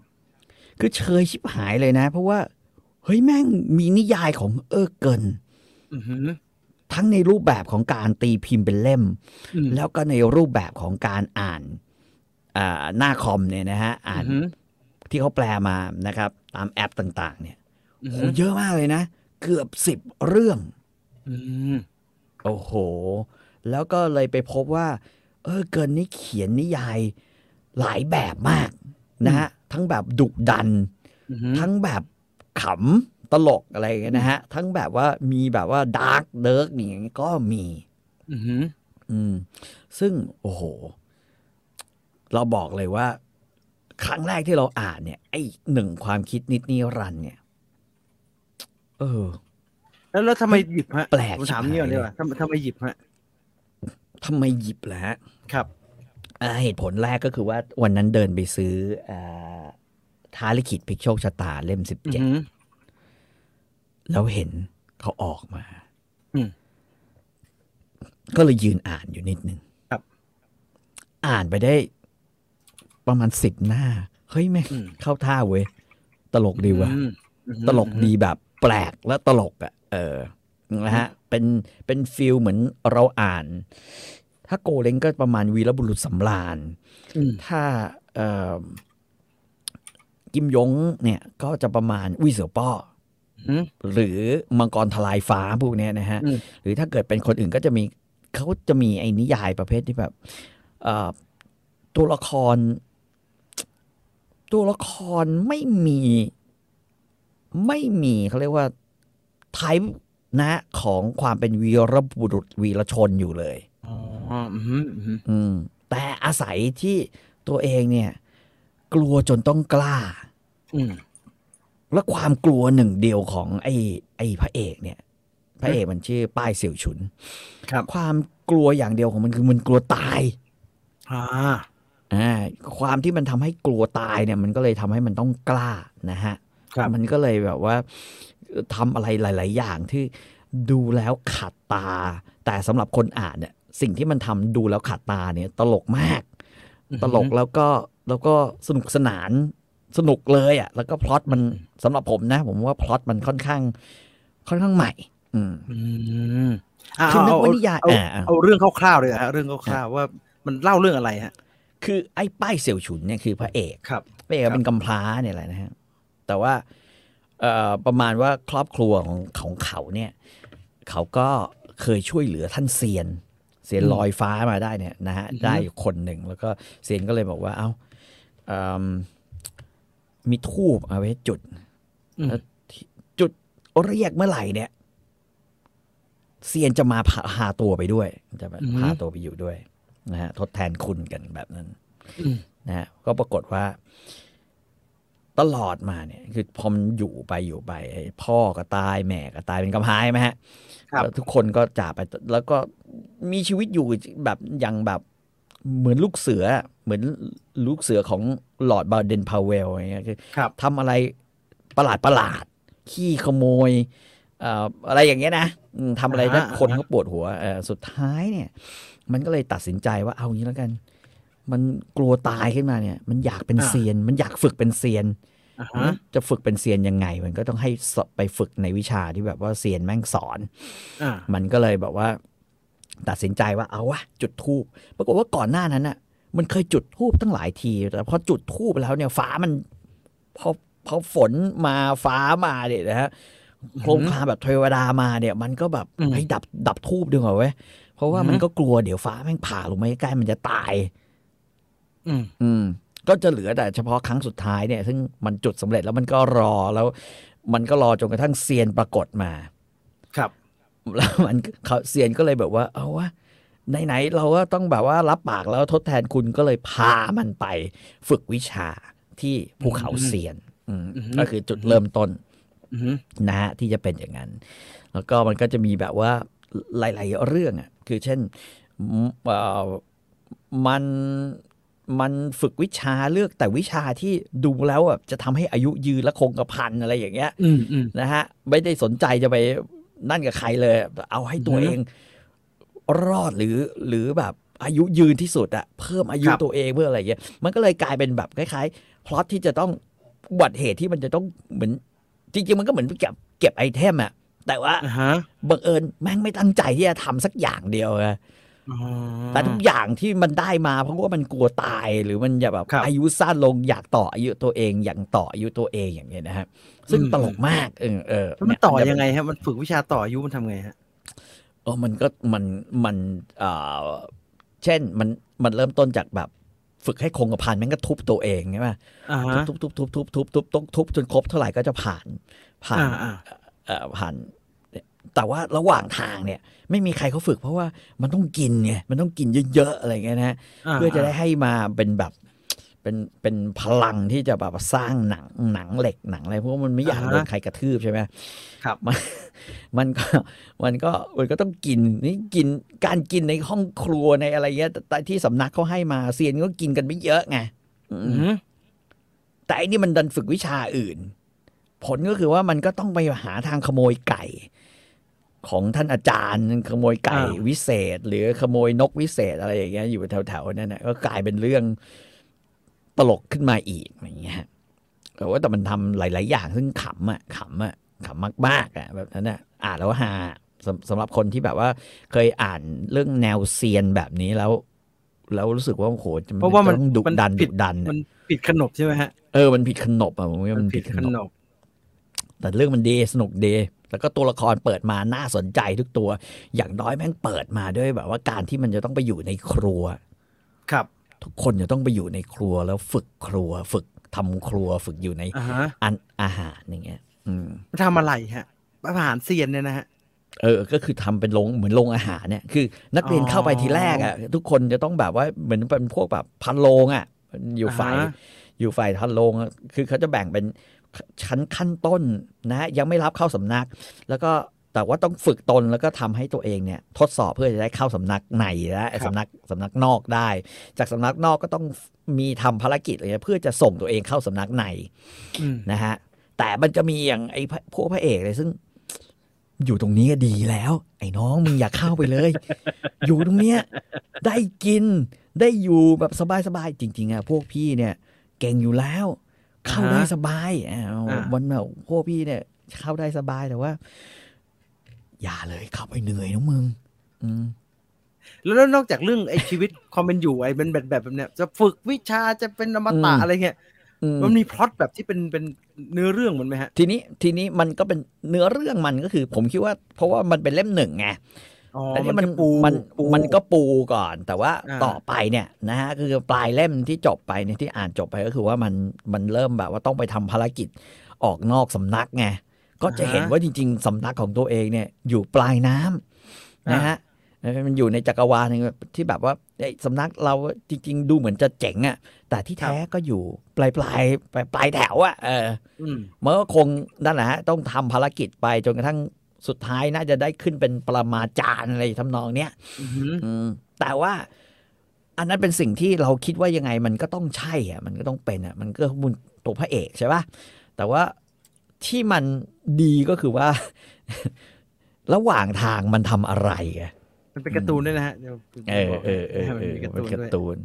คือเชยชิบหายเลยนะ เพราะว่า เฮ้ยแม่งมีนิยายของเออเกิน
อือหือ
ทั้งในรูปแบบของการตีพิมพ์เป็นเล่ม
อืม
แล้วก็ในรูปแบบของการอ่านอ่าหน้าคอมเนี่ยนะฮะ อ่าน
หื
ที่เขาแปลมานะครับ ตามแอปต่างๆ เนี่ย
อือ
โห
หือ
เยอะมากเลยนะ เกือบสิบเรื่อง
อืม
โอ้โห แล้วก็เลยไปพบว่า เออเกินนี่เขียนนิยายหลายแบบมากนะฮะ ทั้งแบบดุดัน
อือหือ
ทั้งแบบขำตลกอะไรอย่างเงี้ยนะฮะ ทั้งแบบว่ามีแบบว่าดาร์กเดิร์กอย่างเงี้ยก็มี
อือหือ
อืม ซึ่งโอ้โห เราบอกเลยว่า ครั้งแรกที่เราอ่านเนี่ย ไอ้หนึ่งความคิดนิดนิรันดร์เนี่ย เออ
แล้วแล้วทำไมหยิบฮะ
แปลก
ผมถาม
ชิบหาย
นี่ก่อนดีกว่าทำไมทำไมหยิบฮะ
ทำไมหยิบล่ะฮะ
ครับ
อ่าเหตุผลแรกก็คือว่าวันนั้นเดินไปซื้ออาท้าลิขิตพลิกโชคชะตาเล่มสิบ
อือ
เจ็ด
หือ
แล้วเห็นเขาออกมา
อืม
ก็เลยยืนอ่านอยู่นิดนึง
ครับ
อ่านไปได้ประมาณสิบหน้า เฮ้ยแม่ง
อืม
เข้าท่าเว้ย ตลกดีว่ะ
อืมอือหือ
ตลกดีแบบแปลกและตลกอ่ะ เออนะฮะ เป็นเป็นฟิลเหมือนเราอ่าน ถ้าโกเล้งก็ประมาณวีรบุรุษสำราญ
อืม
ถ้าเอ่อกิมยงเนี่ยก็จะประมาณวิเสือป้อ
อืม
หรือมังกรทลายฟ้าพวกเนี้ยนะฮะ
อืม
หรือถ้าเกิดเป็นคนอื่นก็จะมีเขาจะมีไอ้นิยายประเภทที่แบบเอ่อตัวละคร ตัวละครไม่มี ไม่มีเขาเรียกว่าไทป์นะของความเป็นวีรบุรุษวีรชนอยู่เลย
อ๋ออือหืออือหือ
อืมแต่อาศัยที่ตัวเองเนี่ย กลัวจนต้องกล้า
อืม
และความกลัวหนึ่งเดียวของไอ้ไอ้พระเอกเนี่ย พระเอกมันชื่อป้ายเสี่ยวฉุน
ครับ
ความกลัวอย่างเดียวของมันคือมันกลัวตาย
อ่า
อ่าความที่มันทำให้กลัวตายเนี่ย มันก็เลยทำให้มันต้องกล้านะฮะ
ครับ
มันก็เลยแบบว่าทำอะไรหลาย ๆ อย่างที่ดูแล้วขัดตา แต่สำหรับคนอ่านเนี่ย สิ่งที่มันทำดูแล้วขัดตาเนี่ย ตลกมาก ตลกแล้วก็แล้วก็สนุกสนานสนุกเลยอะ่ะ แล้วก็พล็อตมันสำหรับผมนะ ผมว่าพล็อตมันค่อนข้าง ค่อนข้างใหม่ อืม
อืมอ่า
คือนัก
เอา
วิทยา
เอา
อ่าอ่า
เอาเรื่องคร่าวๆเลยเหรอฮะเรื่องคร่าวๆว่ามันเล่าเรื่องอะไรฮะ
คือไอ้ป้ายเสี่ยวฉุนเนี่ยคือพระเอก
ครับ
เป้
ครับ
เป็นกำพร้าเนี่ยแหละนะฮะ แต่ว่าเอ่อประมาณว่าครอบครัวของของเขาเนี่ย เขาก็เคยช่วยเหลือท่านเซียน เซียนลอยฟ้ามาได้เนี่ยนะฮะ
อือฮึ
ได้คนหนึ่งแล้วก็เซียนก็เลยบอกว่าเอ้าเอิ่มมีทูบเอาไว้จุด
อืม
เอ่อ จุดเรียกเมื่อไหร่เนี่ย เซียนจะมาพาพาตัวไปด้วยจะมาพาตัวไปอยู่ด้วยนะฮะทดแทนคุณกันแบบนั้น
อืม
นะฮะก็ปรากฏว่าตลอดมาเนี่ย คือพอมันอยู่ไปอยู่ไปไอ้พ่อก็ตายแม่ก็ตายเป็นกำพร้าใช่ไหมฮะ
ครับ
แล้วทุกคนก็จากไปแล้วก็มีชีวิตอยู่แบบอย่างแบบเหมือนลูกเสืออะเหมือนลูกเสือของหลอร์ดบาเดนพาวเวลอย่างเงี้ยคือ
ครับ
ทำอะไรประหลาดประหลาดๆขี้ขโมยเอ่ออะไรอย่างเงี้ยนะอืมทำอะไรแล้ว
อ่าฮะ
คนก็ปวดหัวเอ่อสุดท้ายเนี่ย มันก็เลยตัดสินใจว่าเอางี้แล้วกัน มันกลัวตายขึ้นมาเนี่ย มันอยากเป็น
อ่า
เซียน มันอยากฝึกเป็นเซียน
อ่าฮะ
จะฝึกเป็นเซียนยังไง มันก็ต้องให้สอบไปฝึกในวิชาที่แบบว่าเซียนแม่งสอน
อ่า
มันก็เลยแบบว่า ตัดสินใจว่าเอาวะจุดทูบปรากฏว่าก่อนหน้านั้นน่ะ มันเคยจุดทูบตั้งหลายทีแต่พอจุดทูบแล้วเนี่ยฟ้ามันพอพอฝนมาฟ้ามาเนี่ยนะฮะโครงคลามแบบเทวดามาเนี่ย มันก็แบบให้ยดับดับทูบดีกว่าเว้ยเพราะว่ามันก็กลัวเดี๋ยวฟ้าแม่งผ่าลงมาใกล้ๆมันจะตาย
อืม
อืมก็จะเหลือแต่เฉพาะครั้งสุดท้ายเนี่ย ซึ่งมันจุดสำเร็จแล้วมันก็รอแล้ว มันก็รอจนกระทั่งเซียนปรากฏมา
ครับ
แล้วมันเขาเซียนก็เลยแบบว่า เอาวะไหนๆเราก็ต้องแบบว่ารับปากแล้วทดแทนคุณก็เลยพามันไป ฝึกวิชาที่ภูเขาเซียนอืม
อืม
ก็คือจุดเริ่มต้น
อืม
นะฮะที่จะเป็นอย่างนั้น แล้วก็มันก็จะมีแบบว่าหลาย ๆ เรื่องอ่ะคือเช่นมเอ่อมันมันฝึกวิชาเลือกแต่วิชาที่ดูแล้วแบบจะทำให้อายุยืนและคงกระพันอะไรอย่างเงี้ย
อืมอืม
นะฮะไม่ได้สนใจจะไปนั่นกับใครเลย เอาให้ตัว
อือฮึ
เอง รอดหรือหรือแบบอายุยืนที่สุดอะเพิ่มอายุ
ครับ
ตัวเองเพื่ออะไรอย่างเงี้ยมันก็เลยกลายเป็นแบบคล้ายๆพล็อตที่จะต้องอุบัติเหตุที่มันจะต้องเหมือน จริงๆ มันก็เหมือนเก็บเก็บไอเทมอะแต่ว่า
อ่าฮะ
บังเอิญแม่งไม่ตั้งใจที่จะทำสักอย่างเดียวไง
อ๋อ
แต่ทุกอย่างที่มันได้มาเพราะว่ามันกลัวตายหรือมันจะแบบ
ครับ
อายุสั้นลงอยากต่ออายุตัวเองอยากต่ออายุตัวเองอย่างเงี้ยนะฮะซึ่ง
อืม
ตลกมากเออเออ
แล้วมันต่อ
เนี่
ยังไงฮะมันฝึกวิชาต่ออายุมันทำไงฮะ
เออมันก็มันมันเออเช่นมันมันเริ่มต้นจากแบบฝึกให้คงกระพันแม่งก็ทุบตัวเองใช่ไหม
อ่าฮะ
ทุบทุบทุบทุบทุบทุบทุบทุบจนครบเท่าไหร่ก็จะผ่านผ่าน
อ่าอ่า
เอ่อผ่านแต่ว่าระหว่างทางเนี่ย ไม่มีใครเขาฝึกเพราะว่ามันต้องกินไงมันต้องกินเยอะๆอะไรเงี้ยนะฮะ
า
เพื่อจะได้ให้มาเป็นแบบเป็นเป็นพลังที่จะแบบสร้างหนังหนังเหล็กหนังอะไรเพราะว่ามันไม่อยากโดนใครกระทืบใช่ไหม
ครับ
มันมันก็มันก็มันก็ต้องกินนี่กินการกินในห้องครัวในอะไรเงี้ยแต่แต่ที่สำนักเขาให้มาเซียนก็กินกันไม่เยอะไงอืม
อืม
แต่ไอ้นี่มันดันฝึกวิชาอื่น ผลก็คือว่ามันก็ต้องไปหาทางขโมยไก่ ของท่านอาจารย์ขโมยไก่วิเศษ หรือขโมยนกวิเศษอะไรอย่างเงี้ยอยู่แถวๆนั่นนะก็กลายเป็นเรื่องตลกขึ้นมาอีกอย่างเงี้ยแต่ว่าแต่มันทำหลาย ๆ อย่างซึ่งขำอ่ะขำอ่ะขำมากๆอ่ะแบบนั้นอ่ะอ่านแล้วฮาสำสำหรับคนที่แบบว่า เคยอ่านเรื่องแนวเซียนแบบนี้แล้ว แล้วรู้สึกว่าโอ้โห
เพราะว่ามัน
ต้องดุ
มัน
ดัน
ผิ
ดุ
ด
ดันอะ
มันผิดขนบใช่ไหมฮะ
เออ มันผิดขนบอ่ะผมว่ามันผิดขนบ
บ
แต่เรื่องมันดีสนุกดีแล้วก็ตัวละครเปิดมาน่าสนใจทุกตัว อย่างน้อยแม่งเปิดมาด้วยแบบว่าการที่มันจะต้องไปอยู่ในครัว
ครับ
ทุกคนจะต้องไปอยู่ในครัวแล้วฝึกครัว ฝึกทำครัว ฝึกอยู่ใน
อ่าฮะ
อันอาหารอย่างเงี้ย อืม
มันทำอะไรฮะอาหารเซียนเนี่ยนะฮะ
เออ ก็คือทำเป็นโรงเหมือนโรงอาหารเนี่ย คือ นักเรียนเข้าไปทีแรกอ่ะ ทุกคนจะต้องแบบว่าเหมือนเป็นพวกแบบพันโรงอ่ะ อยู่ฝ่าย
อ่าฮะ
อยู่ฝ่ายพันโรงอะคือเขาจะแบ่งเป็นชั้นขั้นต้นนะ ยังไม่รับเข้าสำนัก แล้วก็ แต่ว่าต้องฝึกตนแล้วก็ทำให้ตัวเองเนี่ย ทดสอบเพื่อจะได้เข้าสำนักในและ
ครับ
สำนักสำนักนอกได้ จากสำนักนอกก็ต้องมีทำภารกิจอะไรเงี้ยเพื่อจะส่งตัวเองเข้าสำนักใน
อืม
นะฮะแต่มันจะมีอย่างไอ้พระพวกพระเอกเลยซึ่ง อยู่ตรงนี้ก็ดีแล้ว ไอ้น้องมึงอย่าเข้าไปเลย [LAUGHS] อยู่ตรงเนี้ยได้กินได้อยู่แบบสบายๆจริง ๆอะพวกพี่เนี่ย เก่งอยู่แล้ว เข้าได้
อ่าฮะ
สบายอ้าว
อ่า
วันแบบพวกพี่เนี่ย เข้าได้สบายแต่ว่า อย่าเลยเข้าไปเหนื่อยนะมึง อืม
แล้วแล้วนอกจากเรื่องไอ้ชีวิต ความเป็นอยู่ไอ้เป็นแบบแบบแบบเนี้ยจะฝึกวิชาจะเป็นอมตะ
อืม
อะไรเงี้ย
อืม
มันมีพล็อตแบบที่เป็นเป็นเนื้อเรื่องเหมือนไหมฮะ
ทีนี้ทีนี้มันก็เป็นเนื้อเรื่องมันก็คือ ผมคิดว่า เพราะว่ามันเป็นเล่มหนึ่งไง
อ๋อ
อันนี้มัน
ก็ปู
มัน
ปู
มันก็ปูก่อน แต่ว่า
อ่า
ต่อไปเนี่ยนะฮะคือปลายเล่มที่จบไปเนี่ยที่อ่านจบไปก็คือว่ามันมันเริ่มแบบว่าต้องไปทำภารกิจออกนอกสำนักไงก็จะเห็นว่าจริง ๆสำนักของตัวเองเนี่ยอยู่ปลายน้ำนะฮะเออมันอยู่ในจักรวาลหนึ่งที่แบบว่าไอ้สำนักเราจริง ๆ ดูเหมือนจะเจ๋งอะแต่ที่แท้ก็อยู่ปลายปลายปลายปลายแถวอะเออ
อืม
มันก็คงนั่นแหละฮะต้องทำภารกิจไปจนกระทั่งสุดท้ายน่าจะได้ขึ้นเป็นประมาจารย์อะไรทำนองเนี้ย
อือหือ
อืมแต่ว่าอันนั้นเป็นสิ่งที่เราคิดว่ายังไงมันก็ต้องใช่อะมันก็ต้องเป็นอะมันก็มุนตัวพระเอกใช่ปะแต่ว่าที่มันดีก็คือว่า [LAUGHS] ระหว่างทางมันทำอะไรอะ
มันเป็นการ์ตูนด้วยนะฮะเดี๋ยวผม
เออ
บอก
เออเออ
ให้
เอ
มัน
อ
เป็นการ์ตูน
เป็นการ์
ด้วย
ตูน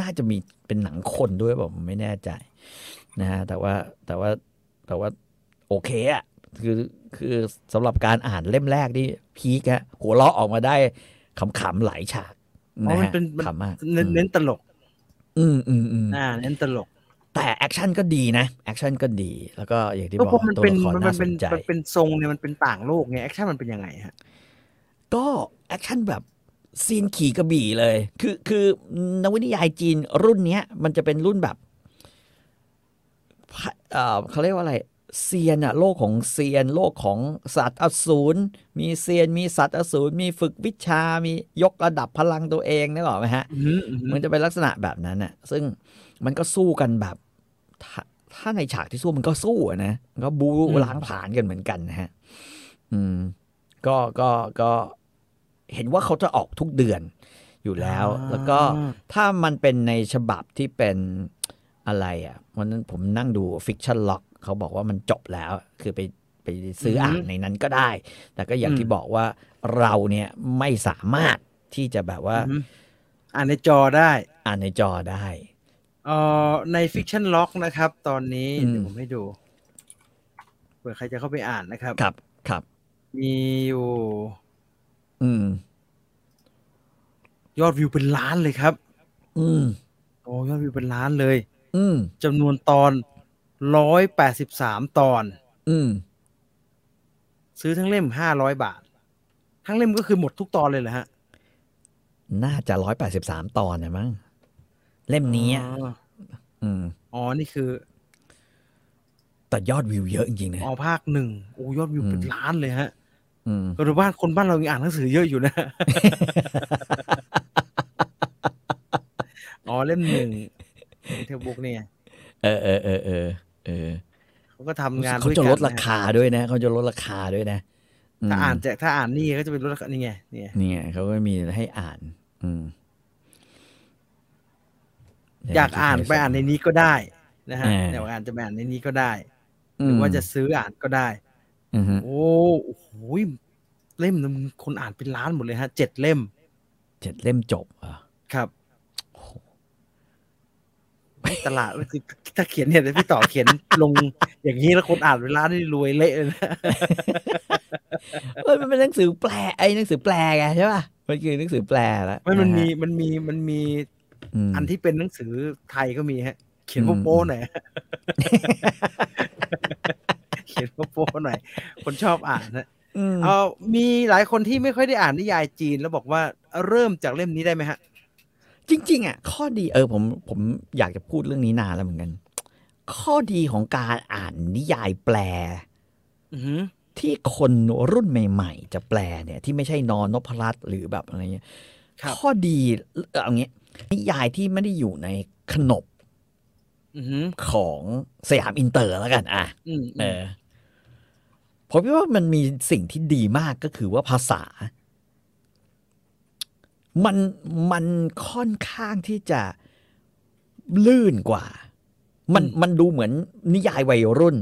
น่าจะมีเป็นหนังคนด้วยผมไม่แน่ใจนะฮะแต่ว่าแต่ว่าแต่ว่าโอเคอะคือคือสำหรับการอ่านเล่มแรกนี่พีกฮะหัวเราะออกมาได้ขำๆหลายฉาก
อ๋อ
นะ
มัน
ฮะ
เป็นมัน
ขำมาก
เน้นเน้นตลก
อืมอืมอืม
อ่าเน้นตลก
แต่แอคชั่นก็ดีนะแอคชั่นก็ดี แล้วก็อย่างที่
ก็
บอ
เพราะ
ก
มัน
ตัว
เป็น
ละคร
มัน
น่าส
เป็น
นใจ
มันเป็นทรงเนี่ยมันเป็นต่างโลกไงแอคชั่นมันเป็นยังไงฮะ
ก็แอคชั่นแบบซีนขี่กระบี่เลย คือคือนวนิยายจีนรุ่นเนี้ย มันจะเป็นรุ่นแบบพะเอ่อเขาเรียกว่าอะไรเซียนอะโลกของเซียน โลกของสัตว์อสูรมีเซียน มีสัตว์อสูรมีฝึกวิชามียกระดับพลังตัวเองนึกออกไหมฮะ
อือหืออือหือ
มันจะเป็นลักษณะแบบนั้นน่ะ ซึ่งมันก็สู้กันแบบถ้าถ้าในฉากที่สู้มันก็สู้อะนะมันก็บู๊ล้างผลาญกันเหมือนกันนะฮะ อืม ก็ก็ก็เห็นว่าเขาจะออกทุกเดือนอยู่แล้ว
อ่า
แล้วก็ถ้ามันเป็นในฉบับที่เป็นอะไรอ่ะวันนั้นผมนั่งดูฟิกชั n นล็อกเขาบอกว่ามันจบแล้ว คือไปไปซื้ออ่านในนั้นก็ได้ แต่ก็อย่าง
อืม
ที่บอกว่าเราเนี่ยไม่สามารถที่จะแบบว่า
อือหืออ่านในจอได้
อ่านในจอได้
เอ่อในฟิกชันล็อกนะครับ ตอนนี้
อืม
เดี๋ยวผมให้ดูเผื่อใครจะเข้าไปอ่านนะครับ
ครับ ครับ
มีอยู่
อืม
ยอดวิวเป็นล้านเลยครับ
อืม
โอ้ยอดวิวเป็นล้านเลย
อืม
จำนวนตอนร้อยแปดสิบสามตอน
อืม
ซื้อทั้งเล่มห้าร้อยบาท ทั้งเล่มก็คือหมดทุกตอนเลยเหรอฮะ
น่าจะร้อยแปดสิบสามตอนนะมั้ง เล่มนี้อะ
อ๋อ
อืม
อ๋อนี่คือ
แต่ยอดวิวเยอะจริงๆนะ
อ๋อภาคหนึ่งโอ้ยอดวิว
อืม
เป็นล้านเลยฮะ
อืม
ก็ดูบ้านคนบ้านเรายังอ่านหนังสือเยอะอยู่นะ [LAUGHS] อ๋อเล่มหนึ่งเทอร์บุ๊กเนี่ย
เออเออเออเออเออ
เขาก็ทำงาน
เขา
ด้วย
จะ
กัน
ลดรา
นะ
คาด้วยนะ เขาจะลดราคาด้วยนะม
ถ้าอ่านจากถ้าอ่านนี่ก็จะเป็นลดราคานี่ไงนี่ไง
เนี่ยเขาก็มีให้อ่าน อืม
อยากอ่านไปอ่านในนี้ก็ได้นะฮะ
อ่า
แต่ว่าอ่านจะไปอ่านในนี้ก็ได้
อื
หรื
ม
อว่าจะซื้ออ่านก็ได้
อืมฮึ
โอ้โหเล่มนึงคนอ่านเป็นล้านหมดเลยฮะเจ็ดเล่ม
เจ็ดเล่มจบเหรอ่ะ
ครับตลาดคือถ้าเขียนเนี่ยเดี๋ยวพี่ต่อเขียน ลงอย่างนี้แล้วคนอ่านเป็นล้านนี่รวยเละเลยนะ
เอ้ยมันเป็นหนังสือแปลไอ้ยหนังสือแปลไงใช่ป่ะมันคือหนังสือแปลแล้ว
ไม่มันะ
ฮะ
มีมันมีมันมี
ม
อันที่เป็นหนังสือไทยก็มีฮะ เขียน
อืม
โป๊ะๆหน่อยฮะ เขียนโป๊ะๆหน่อย คนชอบอ่านฮะ
อืม
เออมีหลายคนที่ไม่ค่อยได้อ่านนิยายจีนแล้วบอกว่าเริ่มจากเล่มนี้ได้ไหมฮะ
จริงๆอ่ะข้อดีเออผมผมอยากจะพูดเรื่องนี้นานแล้วเหมือนกัน ข้อดีของการอ่านนิยายแปล
อือหือ
ที่คนรุ่นใหม่ ๆ จะแปลเนี่ย ที่ไม่ใช่นอนนพรัตน์หรือแบบอะไรเงี้ย
ครับ
ข้อดีเออเอางี้นิยายที่ไม่ได้อยู่ในขนบ
อือหือ
ของสยามอินเตอร์แล้วกัน อ่ะ
อืม
เออ ผมคิดว่ามันมีสิ่งที่ดีมากก็คือว่าภาษา มันมันค่อนข้างที่จะลื่นกว่า มันมันดูเหมือนนิยายวัยรุ่น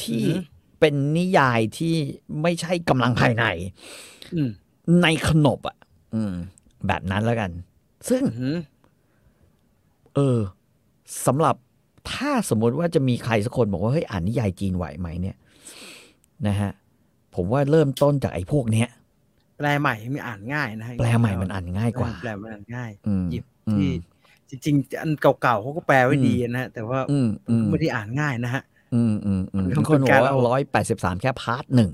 ที่
อือหือ
เป็นนิยายที่ไม่ใช่กำลังภายใน
อืม
ในขนบอ่ะ อืม แบบนั้นแล้วกัน ซึ่ง
อือหือ
เออสำหรับถ้าสมมติว่าจะมีใครสักคนบอกว่า เฮ้ย อ่านนิยายจีนไหวไหมเนี่ยนะฮะ ผมว่าเริ่มต้นจากไอ้พวกเนี้ย
แปลใหม่มันอ่านง่ายนะ
แปลใหม่มันอ่านง่ายกว่า
แปลมันอ่านง่าย
อืม
หยิบ
อืม
ที่จริงๆ อันเก่าๆเขาก็แปลไว้
อืม
ดีนะฮะแต่ว่า
อืมอืม
ไม่ได้อ่านง่ายนะฮะ
อืมอืมอืม
มันก็
ทุกคนบอก
เป็นการ
ว่า
เอา
ร้อยแปดสิบสามแค่พาร์ทหนึ่ง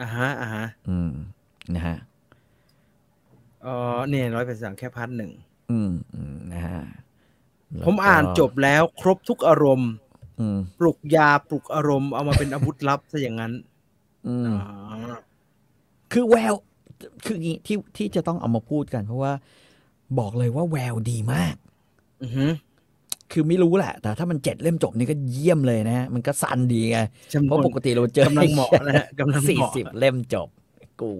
อ่าฮะอ่าฮะ
อืมนะฮะ
เออเนี่ยร้อยเป็นสังแค่พาร์ทหนึ่ง
อืมอืมนะฮะแล้วก็
ผมอ่านจบแล้วครบทุกอารมณ์
อืม
ปลุกยาปลุกอารมณ์เอามาเป็นอาวุธลับซะอย่างนั้น
อืม
อ๋อ
คือแววคืออย่างงี้ที่ที่จะต้องเอามาพูดกัน เพราะว่าบอกเลยว่าแววดีมาก
อือฮึ
คือไม่รู้แหละ แต่ถ้ามันเจ็ดเล่มจบนี่ก็เยี่ยมเลยนะฮะ มันก็สั้นดีไง
จำน
เพราะ
วน
ปกติเราเจอก
ำลังเหมาะนะฮะกำลัง
สี่
เหมาะ
สิบเล่มจบ กู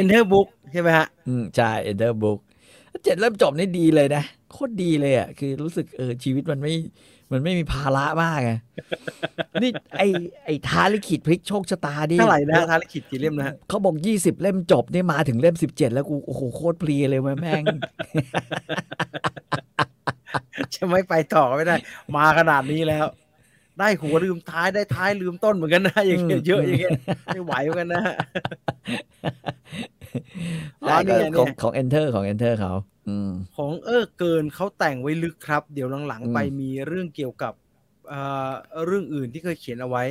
Enter Book ใช่ไหมฮะ
อืมใช่เอเดอร์บุ๊กเจ็ดเล่มจบนี่ดีเลยนะ โคตรดีเลยอ่ะ คือรู้สึกเออชีวิตมันไม่ มันไม่มีภาระมากไง นี่ไอไอท้าลิขิตพลิกโชคชะตาดิ
เท่าไหร่นะฮะทารกิจกี่เล่มนะฮะ
เขาบอกยี่สิบเล่มจบนี่มาถึงเล่มสิบเจ็ดแล้วกู โอ้โห โคตรเพลียเลยเว้ยแม่
[LAUGHS]
ง
จะไม่ไปต่อไม่ได้ มาขนาดนี้แล้ว ได้หัวลืมท้ายได้ท้ายลืมต้นเหมือนกันนะอย่างเงี้ยเยอะอย่างเงี้ยไม่ไหวเหมือนกันนะฮะ อ๋อเนี่ยเนี่
ของ
ย
ของ enter ของ enter เขา อืม
ของเออเกินเขาแต่งไว้ลึกครับ เดี๋ยวหลัง
อืม
ๆไปมีเรื่องเกี่ยวกับเอ่อเรื่องอื่นที่เคยเขียนเอาไว้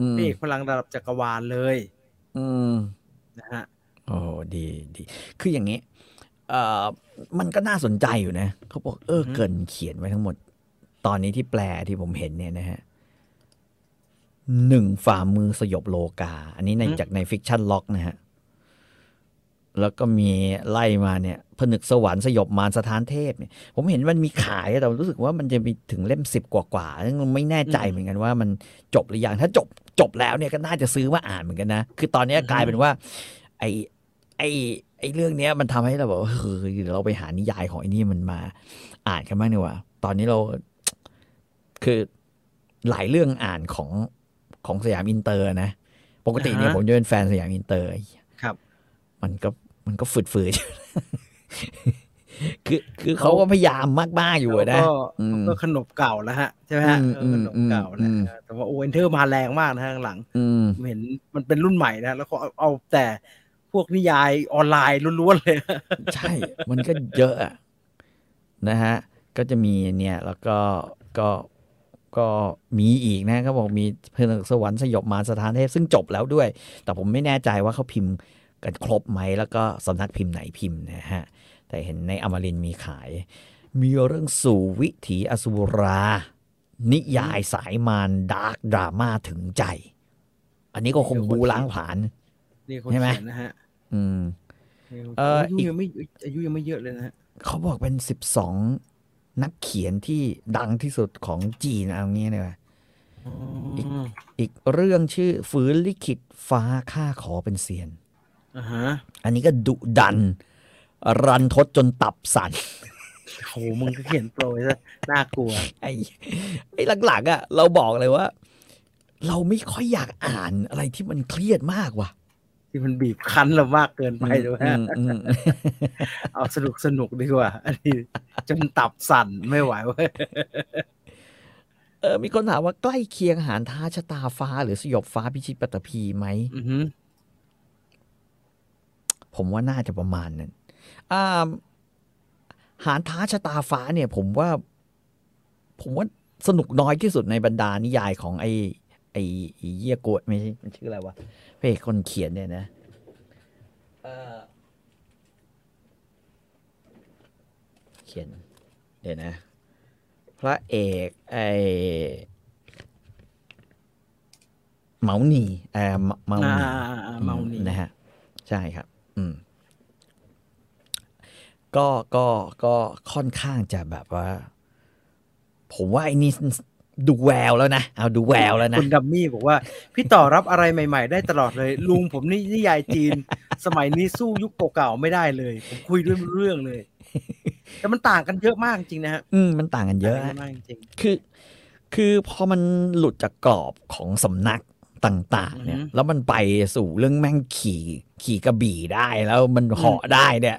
อืม
พระเอกพลังระดับจักรวาลเลย
อืม
นะฮะ
โอ้ดีดี คืออย่างนี้ เอ่อ มันก็น่าสนใจอยู่นะ เขาบอก เออ
อือฮึ
เกินเขียนไว้ทั้งหมด ตอนนี้ที่แปลที่ผมเห็นเนี่ยนะฮะหนึ่งฝ่ามือสยบโลกา อันนี้ในจากในฟิกชันล็อกนะฮะ แล้วก็มีไล่มาเนี่ย ผนึกสวรรค์สยบมารสถานเทพเนี่ย ผมเห็นมันมีขายแต่รู้สึกว่ามันจะมีถึงเล่มสิบกว่าๆซึ่งไม่แน่ใจเหมือนกันว่ามันจบหรือยัง ถ้าจบจบแล้วเนี่ยก็น่าจะซื้อมาอ่านเหมือนกันนะ คือตอนเนี้ย
อือฮึ
กลายเป็นว่า ไอไอไอเรื่องเนี้ยมันทำให้เราแบบว่าเฮ้ยเดี๋ยวเราไปหานิยายของไอ้นี่มันมา อ่านกันบ้างดีกว่า ตอนนี้เรา คือหลายเรื่องอ่านของของสยามอินเตอร์นะ ปกติเนี่ย
อ่าฮะ
ผมจะเป็นแฟนสยามอินเตอร์
ครับ
มันก็มันก็ฝืดฝืดๆ [LAUGHS] คือคือเขาก็พยายามมาก ๆ อยู่อะนะ
แล้วก็
อืม
ก็ขนบเก่าแล้วฮะใช่ไหมฮะ
อืม
เออขนบเก่า
อื
นะ
ม
ฮะแต่ว่าโอเอนเทอร์มาแรงมากนะฮะข้างหลัง
อืม
ผมเห็นมันเป็นรุ่นใหม่นะแล้วก็เอาเอาแต่พวกนิยายออนไลน์ล้วนๆเลย
ใช่ มันก็เยอะอะนะฮะ ก็จะมีเนี่ย แล้วก็ ก็ ก็มีอีกนะเขาบอกมีเพลิงสวรรค์สยบมารสถานเทพซึ่งจบแล้วด้วย แต่ผมไม่แน่ใจว่าเขาพิมพ์กันครบไหม แล้วก็สำนักพิมพ์ไหนพิมพ์นะฮะ แต่เห็นในอมรินทร์มีขาย มีเรื่องสู่วิถีอสูรา นิยายสายมารดาร์กดราม่าถึงใจ อันนี้ก็คงบูล้างผลาญ
นี่คน
ใช่ไหม
เขียนนะฮะ
อืม
นี่คน
เอ่ออี
เขียนอายุยัง
ก
ไม่อายุยังไม่เยอะเลยนะฮะ
เขาบอกเป็นสิบสองนักเขียนที่ดังที่สุดของจีนเอางี้เลยว่ะ
อ๋อ
อีกเรื่องชื่อฝืนลิขิตฟ้าข้าขอเป็นเซียน
อ่าฮะ
อันนี้ก็ดุดัน รันทดจนตับสั่น [LAUGHS]
โหมึงก็เขียนโปรยซะน่ากลัว
ไอ้ไอ้หลังๆอะ่ะ เราบอกเลยว่า เราไม่ค่อยอยากอ่านอะไรที่มันเครียดมากว่ะ
ที่มันบีบคั้นเรามากเกินไปด้วย
อื
ฮะ
มอืม
เอาสนุกสนุกดีกว่า อันนี้จนตับสั่นไม่ไหวเว้ย
เออมีคนถามว่าใกล้เคียงหารท้าชะตาฟ้า หรือสยบฟ้าพิชิตปัตตภีไหม
อือฮึ
ผมว่าน่าจะประมาณนั้นอ่าหารท้าชะตาฟ้าเนี่ย ผมว่า ผมว่าสนุกน้อยที่สุดในบรรดานิยายของไอ้ไอ้ไอ้เยี่ยโกะไม่ใช่มันชื่ออะไรวะพระเอกคนเขียนเนี่ยนะเอ่อเขียน เดี๋ยวนะ พระเอกไอ้เหมาหนีเอ่อเหมา
อ่าๆๆ
หนี
เมานี
นะฮะใช่ครับ อืม ก็ก็ก็ค่อนข้างจะแบบว่า ผมว่าไอ้นี่ ดูแววแล้วนะเอาดูแววแล้วนะ
คุณดัมมี่บอกว่า พี่ต่อรับอะไรใหม่ ๆ ได้ตลอดเลย ลุงผมนี่นิยายจีน สมัยนี้สู้ยุคเก่าๆไม่ได้เลย ผมคุยด้วยไม่รู้เรื่องเลย แต่มันต่างกันเยอะมากจริงนะฮะ
อืมมันต่างกันเยอะ
ต่างกั
ฮะ
นมากจริง
คือ คือพอมันหลุดจากกรอบของสำนักต่าง ๆ เนี่ย
อือฮึ
แล้วมันไปสู่เรื่องแม่งขี่ขี่กระบี่ได้แล้วมันเหาะได้เนี่ย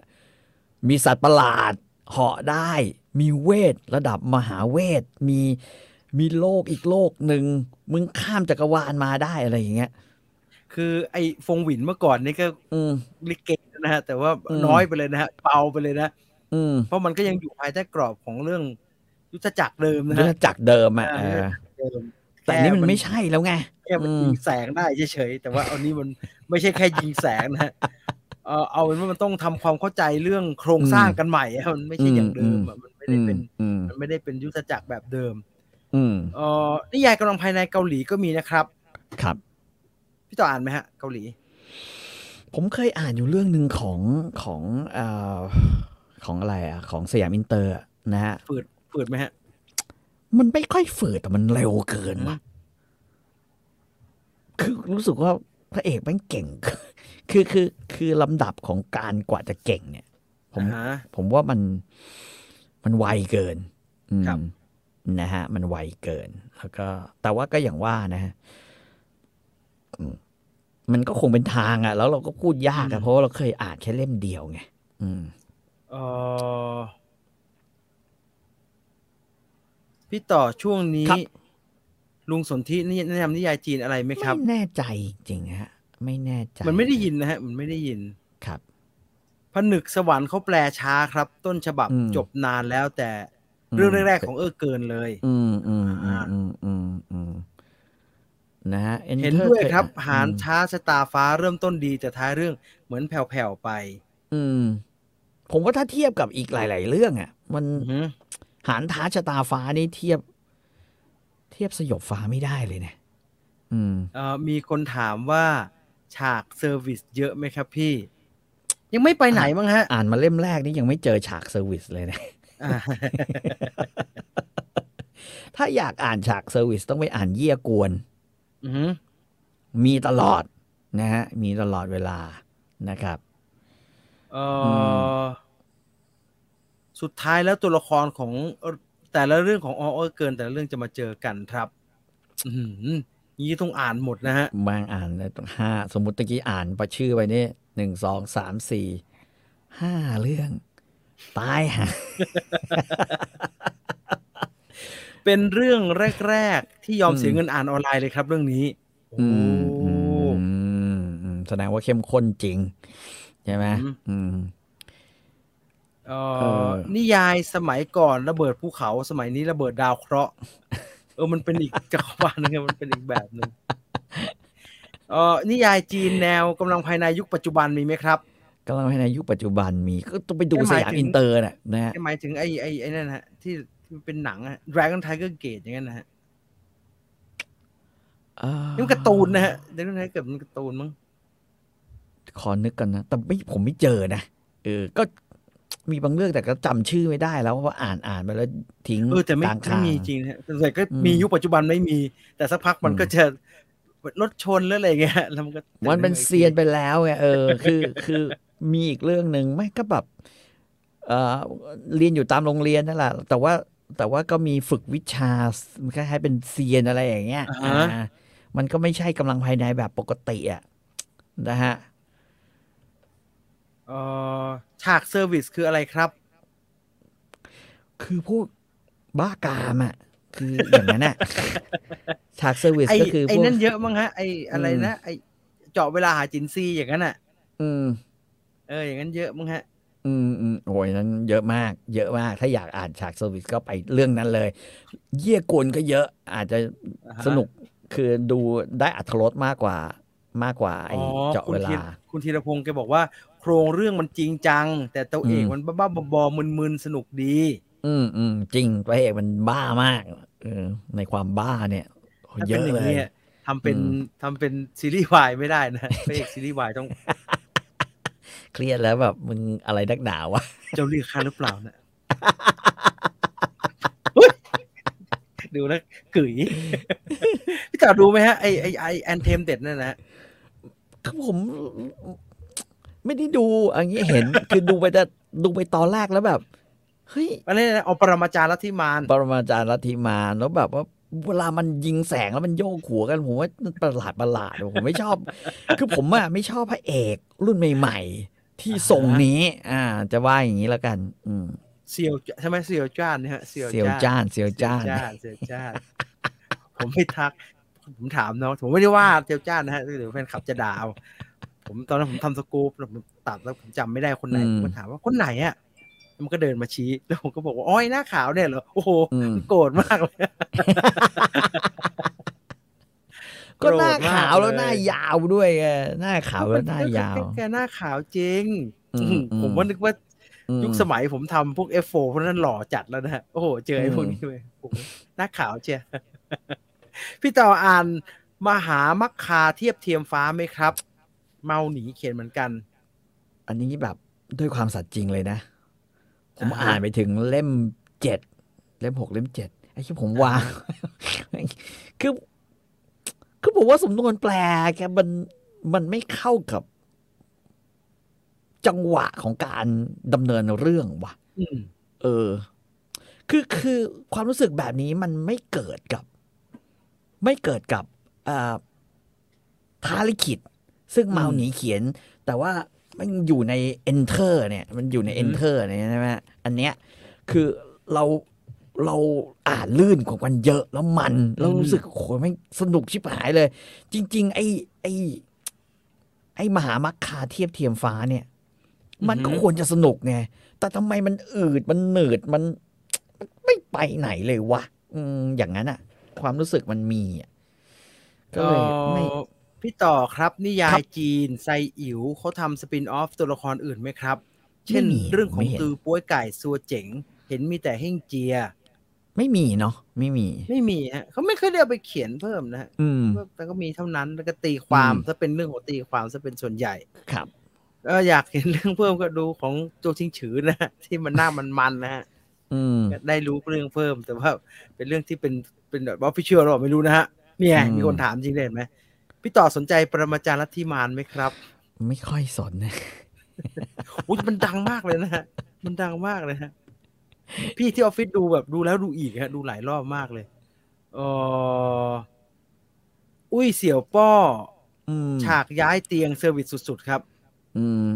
มีสัตว์ประหลาดเหาะได้ มีเวทระดับมหาเวทมีมีโลกอีกโลกหนึ่งมึงข้ามจักรวาลมาได้อะไรอย่างเงี้ย
คือไอ้ฟงหวินเมื่อก่อนนี่ก็
อืม
ลิเกนะฮะแต่ว่า
อืม
น้อยไปเลยนะฮะเบาไปเลยนะ
อืม
เพราะมันก็ยังอยู่ภายใต้กรอบของเรื่องยุทธจักรเดิมนะ
ยุทธ
ฮะ
จักรเดิมอ่ะ
อ่า
เอ
ยุทธจักร
อ
เดิม
แต่อันนี่มันไม่ใช่แล้วไง
แค่มัน
อืม
ยิงแสงได้เฉยๆแต่ว่าอันนี้ [LAUGHS] มันไม่ใช่แค่ยิงแสงนะฮะเออเอาเป็นว่ามันต้องทำความเข้าใจเรื่องโครงสร้างกันใหม่อะมันไม่ใช่อย่างเดิมอะมันไม่
อื
ได้
ม
เป็น
อืม
มันไม่ได้เป็นยุทธจักรแบบเดิม
อืม
เออนิยายกำลังภายในเกาหลีก็มีนะครับ
ครับ
พี่ต่ออ่านไหมฮะเกาหลี
ผมเคยอ่านอยู่เรื่องหนึ่งของของเอ่อของอะไรอ่ะ ของสยามอินเตอร์อะนะฮะ
ฝืดฝืดไหมฮะ
มันไม่ค่อยฝืดแต่มันเร็วเกินว่ะ คือรู้สึกว่าพระเอกแมันเก่ง [LAUGHS] คือคือคือลำดับของการกว่าจะเก่งเนี่ย ผม
อ่าฮะ
ผมว่ามันมันไวเกินอืม
ครับ
นะฮะ มันไวเกิน แล้วก็ แต่ว่าก็อย่างว่านะฮะอืมมันก็คงเป็นทางอะแล้วเราก็พูดยากอะเพราะว่าเราเคยอ่านแค่เล่มเดียวไงอืม
เออพี่ต่อช่วงนี้
ครับ
ลุงสนธินี่แนะนำนิยายจีนอะไรไหมครับ
ไม่แน่ใจจริงฮะ ไม่แน่ใจ
มันไม่ได้ยินนะฮะ มันไม่ได้ยิน
ครับ
ผนึกสวรรค์เขาแปลช้าครับ ต้นฉบับ
อืม
จบนานแล้วแต่เรื่องแรกๆของเออเกินเลย
อืมอืมอืมอืมอืมอืมนะฮะ Enter
เห็นด้วยครับ
เคยอ่ะ
หาร
อืม
ช้าชะตาฟ้าเริ่มต้นดีแต่ท้ายเรื่องเหมือนแผ่วๆไป
อืม ผมว่าถ้าเทียบกับอีกหลาย ๆ เรื่องอ่ะ มัน
อือฮึ
หานท้าชะตาฟ้านี่เทียบ เทียบสยบฟ้าไม่ได้เลยเนี่ยอืม
เอ่อมีคนถามว่า ฉากเซอร์วิสเยอะไหมครับพี่ ยังไม่ไปไหนมั้งฮะ
อ่านมาเล่มแรกนี่ยังไม่เจอฉากเซอร์วิสเลย [LAUGHS] นะ
อ่า
ถ้าอยากอ่านฉากเซอร์วิสต้องไปอ่านเยี่ยกวน
อือฮึ
มีตลอดนะฮะ มีตลอดเวลานะครับ
เอออสุดท้ายแล้วตัวละครของเอ่อแต่ละเรื่องของออเกิน แต่ละเรื่องจะมาเจอกันครับ อือหือนี่ต้องอ่านหมดนะฮะ
บางอ่านได้ต้องห้าสมมติตะกี้อ่านประชื่อไปนี่หนึ่งสองสามสี่ห้าเรื่อง ตายฮะ
เป็นเรื่องแรก ๆ ที่ยอม
อืม
เสียเงินอ่านออนไลน์เลยครับ เรื่องนี้โอ้
อืมอืมอืมแสดงว่าเข้มข้นจริง ใช่ไหม
อืม
อืม
เอ่
เอ
อ
อ
นิยายสมัยก่อนระเบิดภูเขาสมัยนี้ระเบิดดาวเคราะห์ เออ มันเป็นอีกจักรวาลหนึงไงมันเป็นอีกแบบหนึ่งเอ่อนิยายจีนแนวกำลังภายในยุคปัจจุบันมีไหมครับ
กำลังให้ในยุคปัจจุบันมีก็ต้องไปดู
ไม่ห
ส
มาย
ยาม
ถึง
อินเตอร์น่ะนะฮะ
หมายถึงไอ้ไอ้ไอ้นั่นนะฮะที่ที่เป็นหนังอะ Dragon Tiger Gate อย่างนั้นนะฮะ
เอ่อ
นี่มันการ์ตูนนะฮะ Dragon Tiger Gate มันการ์ตูนมั้ง
ขอนึกกันนะ แต่ไม่ผมไม่เจอนะเออ ก็มีบางเรื่องแต่ก็จำชื่อไม่ได้แล้วเพราะว่าอ่านอ่านไปแล้วทิ้ง
เออแต่ไม่
กลาง
ไม่
ทาง
มีจริงนะฮะส่วนใหญ่ก็
อืม
มียุคปัจจุบันไม่มี แต่สักพักมัน
อืม
ก็จะรถชนแล้วอะไรเงี้ยแล้วมันก็
มันเป็นเซียนไปแล้วไงเออ คือคือมีอีกเรื่องหนึ่งไม่ก็แบบเออเรียนอยู่ตามโรงเรียนนั่นแหละแต่ว่าแต่ว่าก็มีฝึกวิชามันคล้ายๆเป็นเซียนอะไรอย่างเงี้ยอ่ามันก็ไม่ใช่กำลังภายในแบบปกติอ่ะนะฮะ
เออฉากเซอร์วิสคืออะไรครับ
คือพวกบ้ากามอ่ะ คืออย่างนั้น
[LAUGHS]
อ่ะ ฉากเซอร์วิส
ไอ้
ก็คือ
ไอ้
พวก
นั่นเยอะมั้งฮะไอ้อะไร
อืม
นะไอ้เจาะเวลาหาจินซีอย่างนั้นอ่ะ
อืม
เอออย่างนั้นเยอะมั้งฮะ
อืมอืมโอ้ยนั้นเยอะมาก เยอะมาก ถ้าอยากอ่านฉากเซอร์วิสก็ไปเรื่องนั้นเลย เยี่ยกวนก็เยอะ อาจจะ
อ่าฮะ
สนุกคือดูได้อัธรสมากกว่ามากกว่าไอ้
อ๋อ
เจาะ
คุณ
เว
ธี
ลา
คุณธีรพงศ์แกบอกว่า โครงเรื่องมันจริงจัง แต่ตัวเอก
อืม
มันบ้าๆบอๆมึนๆสนุกดี
อืมอืมจริงพระเอกมันบ้ามากเออในความบ้าเนี่ยโอ้ย
ถ้า
เย
เป็นอย่า
อะ
ง
เลย
นี้ทำเป็น
อืม
ทำเป็นซีรีส์วายไม่ได้
[LAUGHS]
นะ พระเอกซีรีส์วายต้อง
เครียดแล้วแบบมึงอะไรนักหนาวะ
เจ้าเลือกข้าหรือเปล่านะ ดูแล้วกึ๋ย [LAUGHS] พี่ต่อดูไหมฮะไอไอไอแอนเทมเด็ดนั่นนะฮะ
ครับผม ไม่ได้ดูอันนี้เห็น คือดูไปแต่ดูไปตอนแรกแล้วแบบ เฮ้ย
อันนี้นะเอาปรมาจารย์ลัทธิมาร
ปรมาจารย์ลัทธิมารแล้วแบบว่าเวลามันยิงแสงแล้วมันโยกหัวกันผมว่ามันประหลาดประหลาดผมไม่ชอบ คือผมอะไม่ชอบพระเอกรุ่นใหม่ๆ ที่
อ่า
ทรงนี้ อ่า จะว่าอย่างนี้แล้วกัน อืม
เซียวใช่ไหมเซียวจ้านเนี่ยฮะเซียว
เซียว
จ้าน
จ้านเซียวจ้าน
เซียวจ้าน [LAUGHS] ผมไม่ทัก ผมถามน้องผมไม่ได้ว่าเซียวจ้านนะฮะหรือแฟนคลับจะด่าเอาผมตอนนั้นผมทำสกู๊ปแล้วผมตัดแล้วผมจำไม่ได้คนไหน
อืม
ผมก็ถามว่าคนไหนอ่ะแล้วมันก็เดินมาชี้แล้วผมก็บอกว่าอ้อยหน้าขาวเนี่ยเหรอโอ้โห
อืม
โกรธมากเลย
ก็หน้า
โกรธมาก
ขาวแล้
เล
ว
ย
หน้ายาวด้วยไงหน้าขาวแล้วหน้ายาว
แกหน้าขาวจริง
อืมอืม
ผมว่านึกว่า
อืม
ยุคสมัยผมทำพวก F4 เพราะฉะนั้นหล่อจัดแล้วนะฮะโอ้โห เจอไอ้
อืม
พวกนี้เลยโอ้โหหน้าขาว [LAUGHS] เชีย พี่ต่ออ่านมหามัคคาเทียบเทียมฟ้าไหมครับ เมาหนีเขียนเหมือนกัน
อันนี้แบบด้วยความสัตย์จริงเลยนะ ผม
อ่าฮะ
อ่านไปถึงเล่มเจ็ดเล่มหกเล่มเจ็ดไอ้ที่ผมวาง คือคือผมว่าสำนวนแปลแกมันมันไม่เข้ากับ จังหวะของการดำเนินเรื่องว่ะ
ืม
เออ คือคือความรู้สึกแบบนี้มันไม่เกิดกับ ไม่เกิดกับเอ่อท้าลิขิต ซึ่งเมาหนีเขียน แต่ว่ามันอยู่ใน enter เนี่ย มันอยู่ใน enter เนี่ยใช่ไหมอันเนี้ย คือเราเราอ่านลื่นกว่ากันเยอะแล้วมัน แล้วรู้สึกโอ้ยไม่งสนุกชิบหายเลย จริง ๆ ไอ้ไอ้ไอ้มหามัคคาเทียบเทียมฟ้าเนี่ย มันก็ควรจะสนุกไง แต่ทำไมมันอืด มันหนืด มัน ไม่ไปไหนเลยวะอืมอย่างนั้นอะความรู้สึกมันมีอะก็เลยไม่
เอ่อพี่ต่อครับนิยา
ครั
ย
บ
จีนไซอิ๋วเขาทำสปินออฟตัวละครอื่นไหมครับ เช่น
ไม่มี
เรื่องขอ
ไม่
ง
เห็น
ตือป้วยไก่ซัวเจ๋ง เห็นมีแต่เฮ่งเจีย
ไม่มีเนาะ ไม่มี
ไม่มีฮะเขาไม่เคยได้เอาไปเขียนเพิ่มนะฮะ
อืม
แต่ก็มีเท่านั้นแล้วก็ตีความ
อืม
ซะเป็นเรื่องของตีความซะเป็นส่วนใหญ่
ครับ
เอออยากเห็นเรื่องเพิ่มก็ดูของโจชิงฉือนะฮะ [LAUGHS] ที่มันหน้ามันมันๆนะฮะ
อืม
ก็ได้รู้เรื่องเพิ่ม แต่ว่าเป็นเรื่องที่เป็นเป็นแบบว่าพิเชียลหรอเปล่าไม่รู้นะฮะเนี่ย
อืม
มีคนถามจริงเลยเห็นไหมพี่ต่อสนใจปรมาจารย์ลัทธิมารไหมครับ
ไม่ค่อยสนนะ
อุ้ยมันดังมากเลยนะฮะมันดังมากเลยฮะพี่ที่ออฟฟิศดูแบบดูแล้วดูอีกฮะ ดูหลายรอบมากเลยเอออุ้ยเสี่ยวป้อ
อืม
อฉากย้ายเตียงเซอร์วิสสุดๆครับ
อืม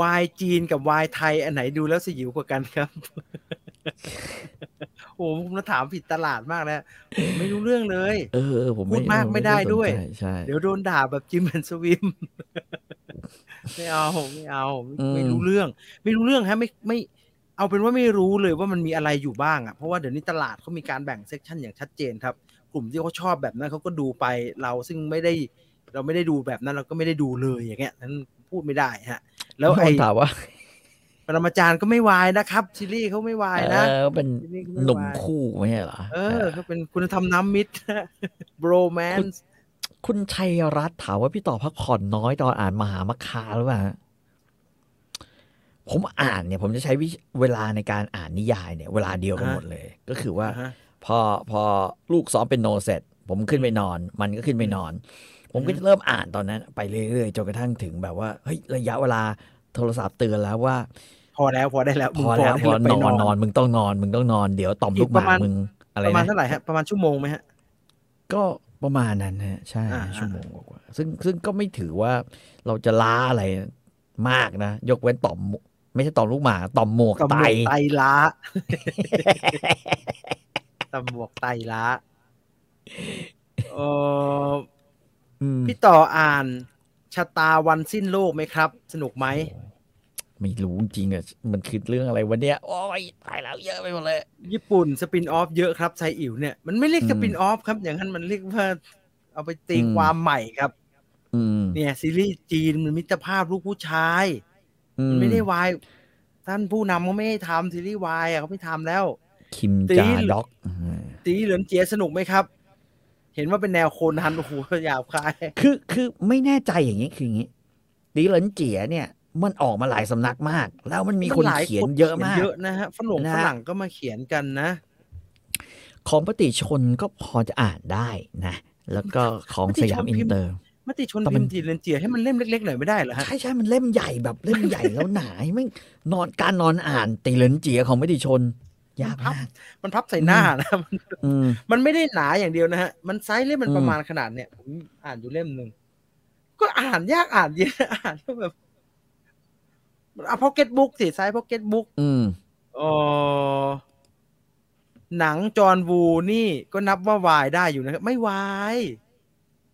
วายจีนกับวายไทย อันไหนดูแล้วสยิวกว่ากันครับ [LAUGHS] โอ้โหผมถามผิดตลาดมากนะผมไม่รู้เรื่องเลย
เออ ผม
พูดมากไม่ได้
สนใจ
ด้วย
ใช่
เดี๋ยวโดนด่าแบบจิมแอนด์สวิม [LAUGHS] ไม่เอาไม่เอาไม่
อืม
ไม่รู้เรื่อง ไม่รู้เรื่องฮะไม่ไม่เอาเป็นว่าไม่รู้เลยว่ามันมีอะไรอยู่บ้างอ่ะเพราะว่าเดี๋ยวนี้ตลาดเขามีการแบ่งเซกชันอย่างชัดเจนครับ กลุ่มที่เขาชอบแบบนั้นเขาก็ดูไปเราซึ่งไม่ได้ เราไม่ได้ดูแบบนั้น เราก็ไม่ได้ดูเลยอย่างเงี้ยนั้นพูดไม่ได้ฮะ แล้ว
มี
ไอ้
คนถามว่า
ปรมาจารย์ก็ไม่วายนะครับ ซีรีส์เขาไม่วายนะ
เออเป็น
ทีนี้ก็ไม่
หนุ่ม
วาย
คู่ไม่ใช่เหรอ
เอ
เอ
อ
อ
เขาเป็นคุณธรรมน้ำมิตร [LAUGHS] บรแมน
คุณ คุณชัยรัตน์ถามว่าพี่ต่อพักผ่อนน้อยตอนอ่านมหามัคคาหรือเปล่าฮะผมอ่านเนี่ย ผมจะใช้วิเวลาในการอ่านนิยายเนี่ย เวลาเดียวกันหมดเลย ก็คือว่า พอพอลูกซ้อมเป็นโนเสร็จ ผมขึ้นไปนอน มันก็ขึ้นไปนอน ผมก็จะเริ่มอ่านตอนนั้น ไปเรื่อยๆจนกระทั่งถึงแบบว่าเฮ้ยระยะเวลาโทรศัพท์เตือนแล้วว่า
พอแล้วพอได้แล้ว
พอแล้วพอ
ได้
นอน
ไป
นอนมึงต้องนอน มึงต้องนอน เดี๋ยวต่อม
อีก
ลูกห
ประ
มา
มาณ
มึงอะไร
ประมาณ
นะ
เท่าไหร่ฮะประมาณชั่วโมงไหมฮะ
ก็ประมาณนั้นฮะใช่
อ่า
ชั่วโมงกว่าๆซึ่งซึ่งก็ไม่ถือว่าเราจะล้าอะไรมากนะ ยกเว้นต่อม ไม่ใช่ต่อมลูกหมา ต่อมหมวก
ตำ
ไต
รวจไตล้า ตำรวจ
[LAUGHS]
ไตล้าเออ
อืม
พี่ต่ออ่านชะตาวันสิ้นโลกไหมครับ สนุกไหม
ไม่รู้จริงเนี่ยมันคือเรื่องอะไรวันเนี้ยโอ้ยตายแล้วเยอะไปหมดเลย
ญี่ปุ่นสปินออฟเยอะครับไซอิ๋วเนี่ยมันไม่เรียก
อืม
สปินออฟครับ อย่างนั้นมันเรียกว่าเอาไปตี
อืม
ความใหม่ครับ
อืม
เนี่ยซีรีส์จีนมันมิตรภาพลูกผู้ชาย
อื
มันไม่ได้วายท่านผู้นำเขาไม่ให้ทำซีรีส์วายอะเขาไม่ทำแล้ว
คิม
ตี
จาด็อกอืม
ตีเหลือนเจียสนุกไหมครับ เห็นว่าเป็นแนวโคนันโอ้โหหยาบคาย
คือคือไม่แน่ใจอย่างนี้คืออย่างนี้ตีเหลินเจียเนี่ย มันออกมาหลายสำนักมาก แล้วมันมีคน
หลา
เขียนเยอะมาก
เยอะนะฮะฝรั่ง
นะฮะ
ฝรั่งก็มาเขียนกันนะ
ของปฏิชนก็พอจะอ่านได้นะ แล้วก็ของ
ปฏิชน
สยามอิ
พิ
น
มพ์
เตอร์
มติชน
แต่มั
พิ
น
มพ์ทีเรนเจียให้มันเล่มเล็กๆหน่อยไม่ได้เหรอฮะ
ใช่ใช่มันเล่มใหญ่แบบเล่มใหญ่แล้วหนาแม่ง [LAUGHS] นอนการนอนอ่านตีเหลินเจียของปฏิชน ยากมาก
มันพับใส่หน้านะ [LAUGHS] มัน
อืม
มันไม่ได้หนาอย่างเดียวนะฮะ มันไซส์เล่มมัน
อืม
ประมาณขนาดเนี่ยผมอ่านอยู่เล่มหนึ่งก็อ่านยากอ่านเย็น [LAUGHS] อ่านแล้วแบบมันเอาพ็อกเก็ตบุ๊กสิไซส์พ็อกเก็ตบุ๊ก
อืม
เออหนังจอห์นวูนี่ก็นับว่าวายได้อยู่นะครับ ไม่วาย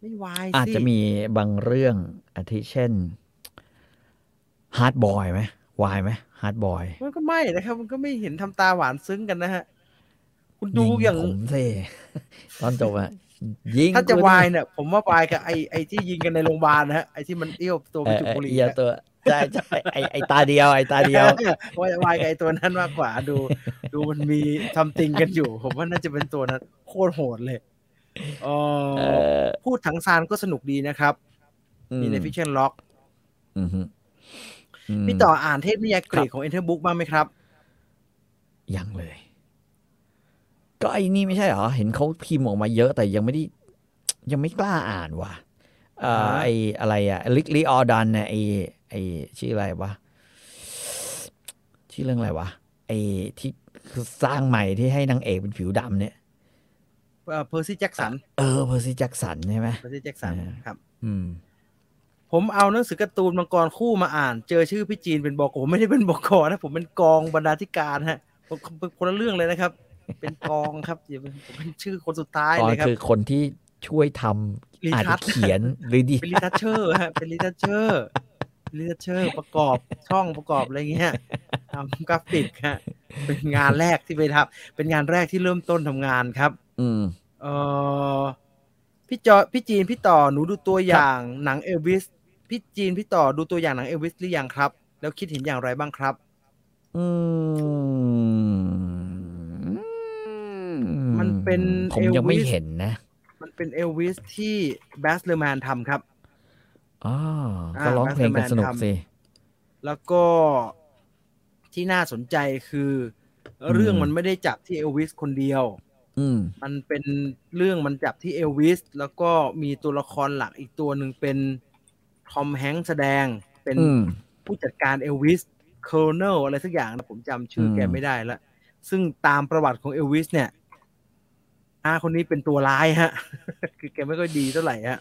ไม่วายสิ
อาจจะมีบางเรื่องอาทิเช่นฮาร์ดบอยไหมวายไหมฮาร์ดบอย
มันก็ไม่นะครับ มันก็ไม่เห็นทำตาหวานซึ้งกันนะฮะ คุณดูอย่าง
ผมเซ [LAUGHS] ตอนจบอะยิง
ถ้าจะ
กูดิ
วายเนี่ย ผมว่าวายกับไอ้ไอ้ที่ยิงกันในโรงพยาบาลนะฮะไอ้ที่มันเอี้ยวตัว
เอ
ไป
อ
จุก
เออ
บุหรี่
เอีย
นะ
ตัวใช่ใช่ไอไอตาเดียว ไอตาเดียว
[LAUGHS] ว่าวายกับไอ้ตัวนั้นมากกว่าดู ดูมันมีทำติงกันอยู่ ผมว่าน่าจะเป็นตัวนั้นโคตรโหดเลยเออ
เออ
พูดถังซานก็สนุกดีนะครับ มีในฟิชเชนล็อก
อืมฮึม
พี่ต่ออ่านเทพนิยายกรีก
ครับ
ของเอ็นเทอร์บุ๊กบ้างไหมครับ
ยังเลย ก็ไอ้นี่ไม่ใช่เหรอ เห็นเขาพิมพ์ออกมาเยอะแต่ยังไม่ได้ ยังไม่กล้าอ่านว่ะเอ่อ
ฮะ
ไออะไรอะลิกลีออดันเนี่ยไอไอชื่ออะไรวะชื่อเรื่องอะไรวะไอที่สร้างใหม่ที่ให้นางเอกเป็นผิวดำเนี่ย
เพอร์ซี่แจ็คสัน
เออเพอร์ซี่แจ็คสันใช่ไหม
เพอร์ซี่แจ็คสัน
อ่า
ครับ
อืม
ผมเอาหนังสือการ์ตูนมังกรคู่มาอ่าน เจอชื่อพี่จีนเป็นบอกผมไม่ได้เป็นบอกนะ ผมเป็นกองบรรณาธิการฮะผมผมคนละเรื่องเลยนะครับ เป็นกองครับอย่าเป็นผมเป็นชื่อคนสุดท้าย
ตอน
เลยครับ
คือคนที่ช่วยท
รี
ำอาจ
ทั
จะ
ช
เขียนหรือดี
เป็นลิทัชเชอร์ฮะเป็นลิทัชเชอร์ลิทัชเชอร์ประกอบช่องประกอบอะไรเงี้ยทำกราฟิกฮะเป็นงานแรกที่ไปทำเป็นงานแรกที่เริ่มต้นทำงานครับ
อืม
เออพี่จอพี่จีนพี่ต่อหนูดูตัวอย่างหนังเอลวิสพี่จีนพี่ต่อดูตัวอย่างหนังเอลวิสหรือยังครับ แล้วคิดเห็นอย่างไรบ้างครับ
อื
มันเป็น
ผมยังไม่
Elvis
เห็นนะ
มันเป็นเอลวิสที่แบสเลอร์แมนทำครับ
อ๋อ
อ่า
ก็ร้องเพลงกัน
Batman
สนุกสิ
แล้วก็ที่น่าสนใจคือ เรื่อง
อืม
มันไม่ได้จับที่เอลวิสคนเดียว
อืม
มันเป็นเรื่องมันจับที่เอลวิสแล้วก็มีตัวละครหลักอีกตัวหนึ่งเป็นทอมแฮงค์แสดงเป็น
อืม
ผู้จัดการเอลวิสโคลเนลอะไรสักอย่างนะผมจำชื่อแก
อืม
ไม่ได้ละ ซึ่งตามประวัติของเอลวิสเนี่ยอาคนนี้เป็นตัวร้ายฮะ [LAUGHS] คือแกไม่ค่อยดีเท่าไหร่ฮะ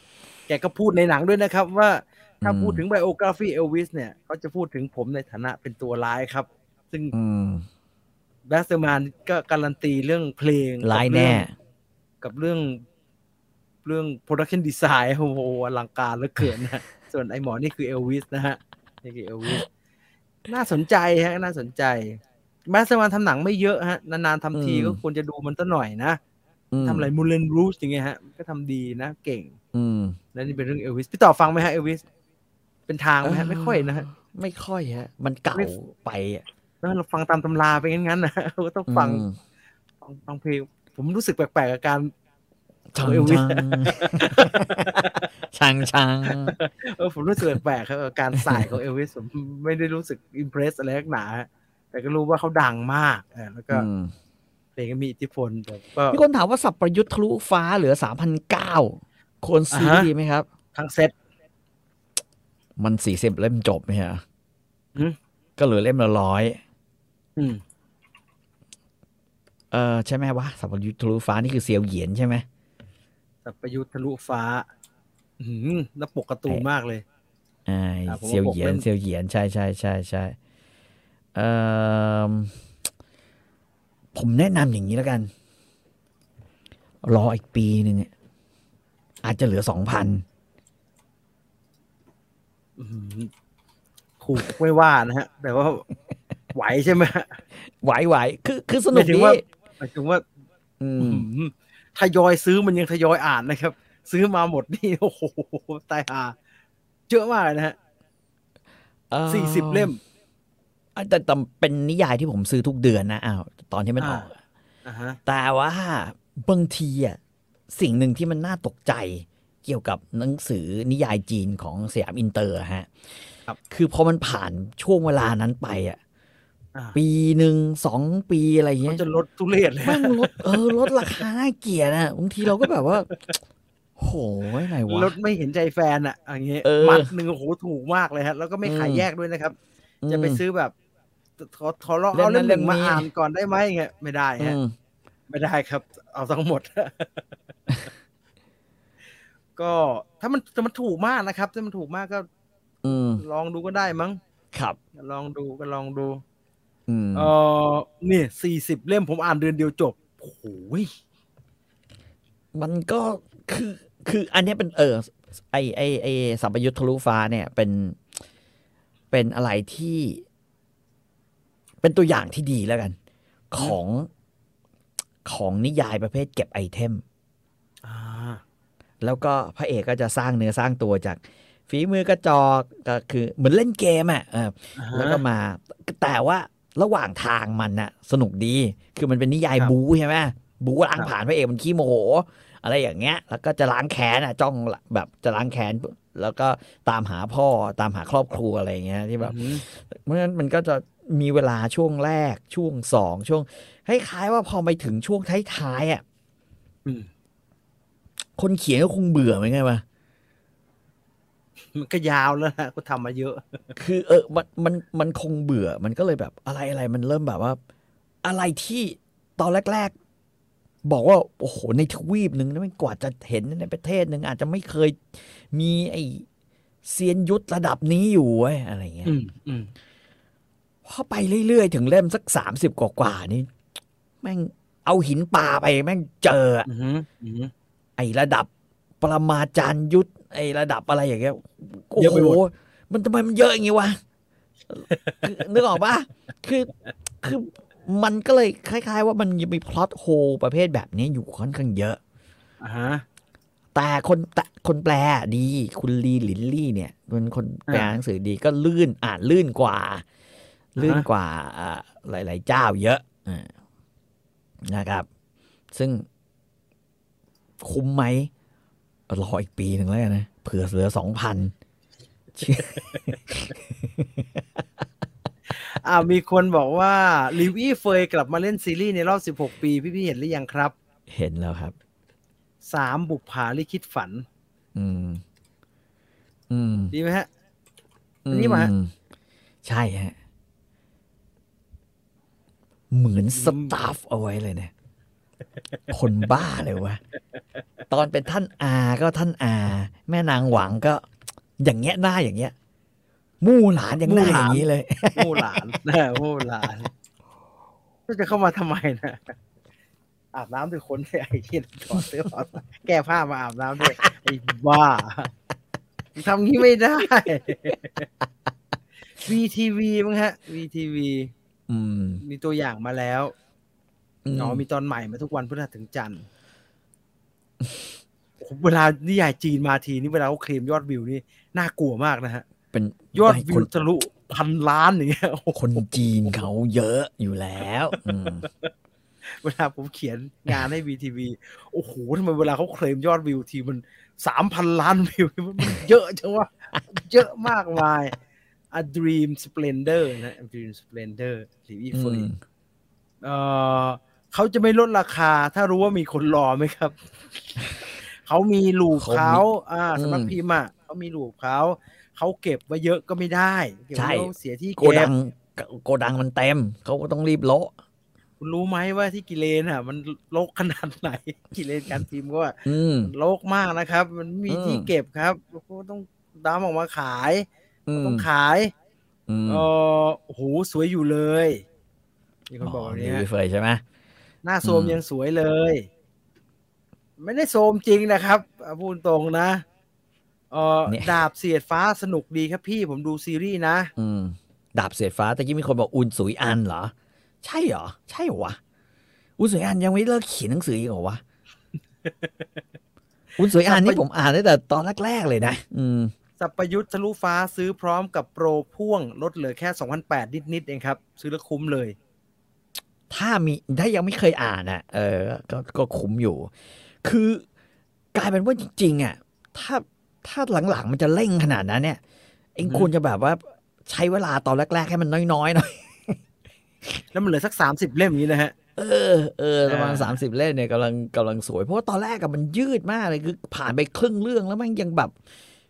แกก็พูดในหนังด้วยนะครับ ว่าถ้าพูดถึงไบโอกราฟีเอลวิสเนี่ยเขาจะพูดถึงผมในฐานะเป็นตัวร้ายครับ ซึ่ง
อืม
แบสเตอร์แมนก็การันตีเรื่องเพลง
ร้าย
กับเอ
แน่
งกับเรื่อง เรื่องโปรดักชันดีไซน์โอ้โหอลังการเหลือเกินนะ
[LAUGHS]
ส่วนไอหมอนี่คือเอลวิสนะฮะ นี่คือเอลวิสน่าสนใจฮะ น่าสนใจแมสเซวันทำหนังไม่เยอะฮะ นานๆทำที
อืม
ก็ควรจะดูมันตั้หน่อยนะ
ม
ทำอะไรมูเลนรูสอย่างเงี้ยฮะ ก็ทำดีนะ เก่ง
อืม
แล้วนี่เป็นเรื่องเอลวิสพี่ต่อฟังไหมฮะเอลวิส เป็นทางไหมฮะ ไม่ค่อยนะฮะ
ไม่ค่อยฮะ มันเก่า
ไม่
ไปอะ
แล้วเราฟังตามตำราไปงั้นๆนะ [LAUGHS] ก็ต้องฟัง
อืม
ฟังฟังเพลง ผมรู้สึกแปลกๆกับการ
ชัง
เอลวิส
ชังชังชัง
เออผมรู้สึกแปลกๆครับกับการใส่ของเอลวิสผมไม่ได้รู้สึกอิมเพรสอะไรนักหนาฮะแต่ก็รู้ว่าเขาดังมากอ่าแล้วก็
อืม
เพลงก็มีอิทธิพลแต่ก็
มีคนถามว่าสับประยุทธ์ทะลุฟ้าเหลือสามพันเก้าควรซื้อดีไหมครับ
ทั้งเซต
มันสี่สิบเล่มจบไหมฮะ
อืม
ก็เหลือเล่มละร้อย
อืม
เออใช่ไหมวะสัพยุทธทะลุฟ้านี่คือเซียวเหยียนใช่ไหม
สัประยุทธ์ทะลุฟ้า อืมแล้วปกการ์ตูนมากเลย
อ่า
อ่ะผมว่า
เซียวเหยีย
ผม
น
เล่น
เซียวเหยียนใช่ใช่ใช่ใช่เออผมแนะนำอย่างนี้แล้วกัน รออีกปีหนึ่งอะอาจจะเหลือสองพัน
อืมถูกไม่ว่านะฮะ แต่ว่าไหวใช่ไหมฮะ
ไหวไหวคือคือสนุ
ห
ก
มายถึง
ดี
ว่า หมายถึงว่า
อื
อื
ม
มทยอยซื้อมันยังทยอยอ่านนะครับ ซื้อมาหมดนี่ [LAUGHS] โอ้โหตายหาเยอะมากเลยนะฮะ
เอ่อ
สี่สิบเล่ม
อ่ะแต่แต่เป็นนิยายที่ผมซื้อทุกเดือนนะอ้าวตอนที่มันอ
อ่า
อก
อ่าฮะ
แต่ว่าบางทีอ่ะสิ่งหนึ่งที่มันน่าตกใจเกี่ยวกับหนังสือนิยายจีนของสยามอินเตอร์อะฮะ
ครับ
คือพอมันผ่านช่วงเวลานั้นไปอ่ะ
อ่า
ปีหนึ่งสองปีอะไร
มั
เงี้
น
ย
จะลดทุเรศเลย
แม่งลดเออลดราคาน่าเกลียดอ่ะบางทีเราก็
[LAUGHS]
แบบว่า โหยอะไรวะ
ลดไม่เห็นใจแฟนอะอย่างเงี้ย
เออ
มัดหนึ่งโอ้โหถูกมากเลยฮะแล้วก็ไม่ขาย
อืม
แยกด้วยนะครับ จะไป
อ
ซื้อแบบขอขอลอง
เล่ม
เอาเล่มหนึ่ง
นั้น
มา
เล่มนี้
อ่านก่อนได้ไหมอย่างเงี้ยไม่ได้
ืมอื
ฮะ
ม
ไม่ได้ครับ เอาทั้งหมด [LAUGHS] ก็ถ้ามันถ้ามันถูกมากนะครับถ้ามันถูกมากก็
อืม
ลองดูก็ได้มั้ง
ครับ
ลองดูก็ลองดู
อืม
เออนี่สี่สิบเล่มผมอ่านเดือนเดียวจบโอ้โหย
มันก็คือคืออันเนี้ยเป็นเออไอไอไอสัมปยุทธ์ทะลุฟ้าเนี่ยเป็นเป็นอะไรที่ เป็นตัวอย่างที่ดีแล้วกัน ของของนิยายประเภทเก็บไอเทม
อ่า
แล้วก็พระเอกก็จะสร้างเนื้อสร้างตัวจากฝีมือกระจอกก็คือเหมือนเล่นเกมอ่ะเออ แล้วก็มา แต่ว่าระหว่างทางมันน่ะ สนุกดี คือมันเป็นนิยายบูใช่ไหมบูล้างผ่านพระเอกมันขี้โมโห อะไรอย่างเงี้ย แล้วก็จะล้างแค้นอ่ะจ้องแบบจะล้างแค้นแล้วก็ตามหาพ่อตามหาครอบครัวอะไรอย่างเงี้ยที่แบบ
อืม
เพราะฉะนั้นมันก็จะมีเวลาช่วงแรกช่วงสองช่วงคล้ายๆว่าพอไปถึงช่วงท้ายๆอ่ะ
อืม
คนเขียนก็คงเบื่อไหมไงวะ
มันก็ยาวแล้วฮะก็ทำมาเยอะ
คือเออมันมันมันคงเบื่อ มันก็เลยแบบอะไรอะไรมันเริ่มแบบว่า อะไรที่ตอนแรก ๆ บอกว่าโอ้โหในทวีปหนึ่งนะมันกว่าจะเห็นในประเทศหนึ่งอาจจะไม่เคยมีไอเซียนยุทธระดับนี้อยู่เว้ยอะไรเงี้ย
อืมอืม
พอไปเรื่อย ๆ ถึงเล่มสักสามสิบกว่าๆนี่แม่งเอาหินป่าไปแม่งเจออะ
อืมอืม
ไอ้ระดับปรมาจารย์ยุทธไอ้ระดับอะไรอย่างเงี้ยโอ้
เยอะ
โห
ไปหมด
มันทำไมมันเยอะอย่างงี้วะคือนึกออกปะคือคือมันก็เลยคล้ายๆ ว่ามันยังมีพล็อตโฮประเภทแบบนี้อยู่ค่อนข้างเยอะ
อ่าฮะ
แต่คนแต่คนแปลดีคุณลีหลินลี่เนี่ยเป็นคนแปล
อ่า
หนังสือดีก็ลื่นอ่านลื่นกว่า
าฮะ
ลื่นกว่าอ่าหลาย ๆ เจ้าเยอะอ่านะครับ ซึ่งคุ้มไหมรออีกปีหนึ่งแล้วกันนะเผื่อเหลือสองพัน
อ่ามีคนบอกว่าลิวอี้เฟยกลับมาเล่นซีรีส์ในรอบ 16 ปี พี่พี่ๆเห็นหรือยังครับ
เห็นแล้วครับ
สามบุปผาลิคิดฝัน
อืม อืม
ดีไหมฮะ อันนี้มา
อืใช่ฮะ เหมือนสตาฟเอาไว้เลยเนี่ย คนบ้าเลยวะ ตอนเป็นท่านอาก็ท่านอา แม่นางหวังก็ อย่างเงี้ยหน้าอย่างเงี้ย มู่หลานยังหน้าอย่างนี้เลย
มู่หลาน [LAUGHS] นะมู่หลานก็จะเข้ามาทำไมนะอาบน้ำด้วยคนเนี่ยไอ้ที่ถอดเสื้อถอดแก้ผ้ามาอาบน้ำด้วยไอ้บ้าทำงี้ไม่ได้ [LAUGHS] VTV มั้งฮะ VTV
อืม
มีตัวอย่างมาแล้ว
อืม
อ๋อมีตอนใหม่มาทุกวันพฤหัสถึงจันทร์โอ้โหเวลานิยายจีนมาทีนี่เวลาเขาเคลมยอดวิวนี่น่ากลัวมากนะฮะ
เป็น
ยอด
ไม่
วิ
ค
วน ทะลุพันล้านอย่างเงี้ย
คนจีนเขาเยอะอยู่แล้วอืม
เวลาผมเขียนงานให้ VTV โอ้โหทำไมเวลาเขาเคลมยอดวิวทีมันสามพันล้านวิวนี่มันมันเยอะจังวะเยอะมากมาย A Dream Splendor นะ A Dream Splendor สีอีเฟย
อืม
เอ่อเขาจะไม่ลดราคาถ้ารู้ว่ามีคนรอไหมครับ
[LAUGHS]
เขามีลูปเขาอ่าสำนักพิมพ์อ่ะเขามีลูปเขา เขาเก็บไว้เยอะก็ไม่ได้เก็บไว้เยอะเสียที่
โก
เก็
ดั
บ
งโกดังมันเต็ม เขาก็ต้องรีบโละ
คุณรู้ไหมว่าที่กิเลนอ่ะ มันโลกขนาดไหน [LAUGHS] กิเลนการพิมพ์ก็ว่า
อืม
โลกมากนะครับ มันไม่มี
อืม
ที่เก็บครับแล้วก็ต้องดามออกมาขาย
อืม
ต้องขาย
อืม
เออโอ้โหสวยอยู่เลยมีคนบอกอย่าง
รี
เนี้
วิ
ย
เฟยใช่ไหม
หน้าโซม
อืม
ยังสวยเลย ไม่ได้โซมจริงนะครับอ่ะพูดตรงนะเออ
เนี่ย
ดาบเสียดฟ้าสนุกดีครับพี่ผมดูซีรีส์นะ
อืม ดาบเสียดฟ้าตะกี้มีคนบอกอุนสุยอันเหรอ ใช่เหรอ ใช่เหรอวะ อุนสุยอันยังไม่เลิกเขียนหนังสืออีกเหรอ [LAUGHS] วะ อุนสุยอันนี่ผมอ่านตั้งแต่ตอนแรก ๆ เลยนะ อืม
สัปยุทธ์ทะลุฟ้าซื้อพร้อมกับโปรพ่วงลดเหลือแค่2,008นิดนิดๆเองครับ ซื้อแล้วคุ้มเลย
ถ้ามีถ้ายังไม่เคยอ่านอ่ะ เออ ก็ก็คุ้มอยู่ คือกลายเป็นว่าจริงๆอ่ะ ถ้าถ้าหลังๆมันจะเร่งขนาดนั้นเนี่ย เองควรจะแบบว่าใช้เวลาตอนแรก ๆ ให้มันน้อยๆหน่อย
แล้วมันเหลือสักสามสิบเล่มอย่างนี้นะฮะ
เออเออประมาณ
อ่า
สามสิบเล่มเนี่ยกำลังกำลังสวย เพราะว่าตอนแรกกับมันยืดมากเลยคือผ่านไปครึ่งเรื่องแล้วมันยังแบบ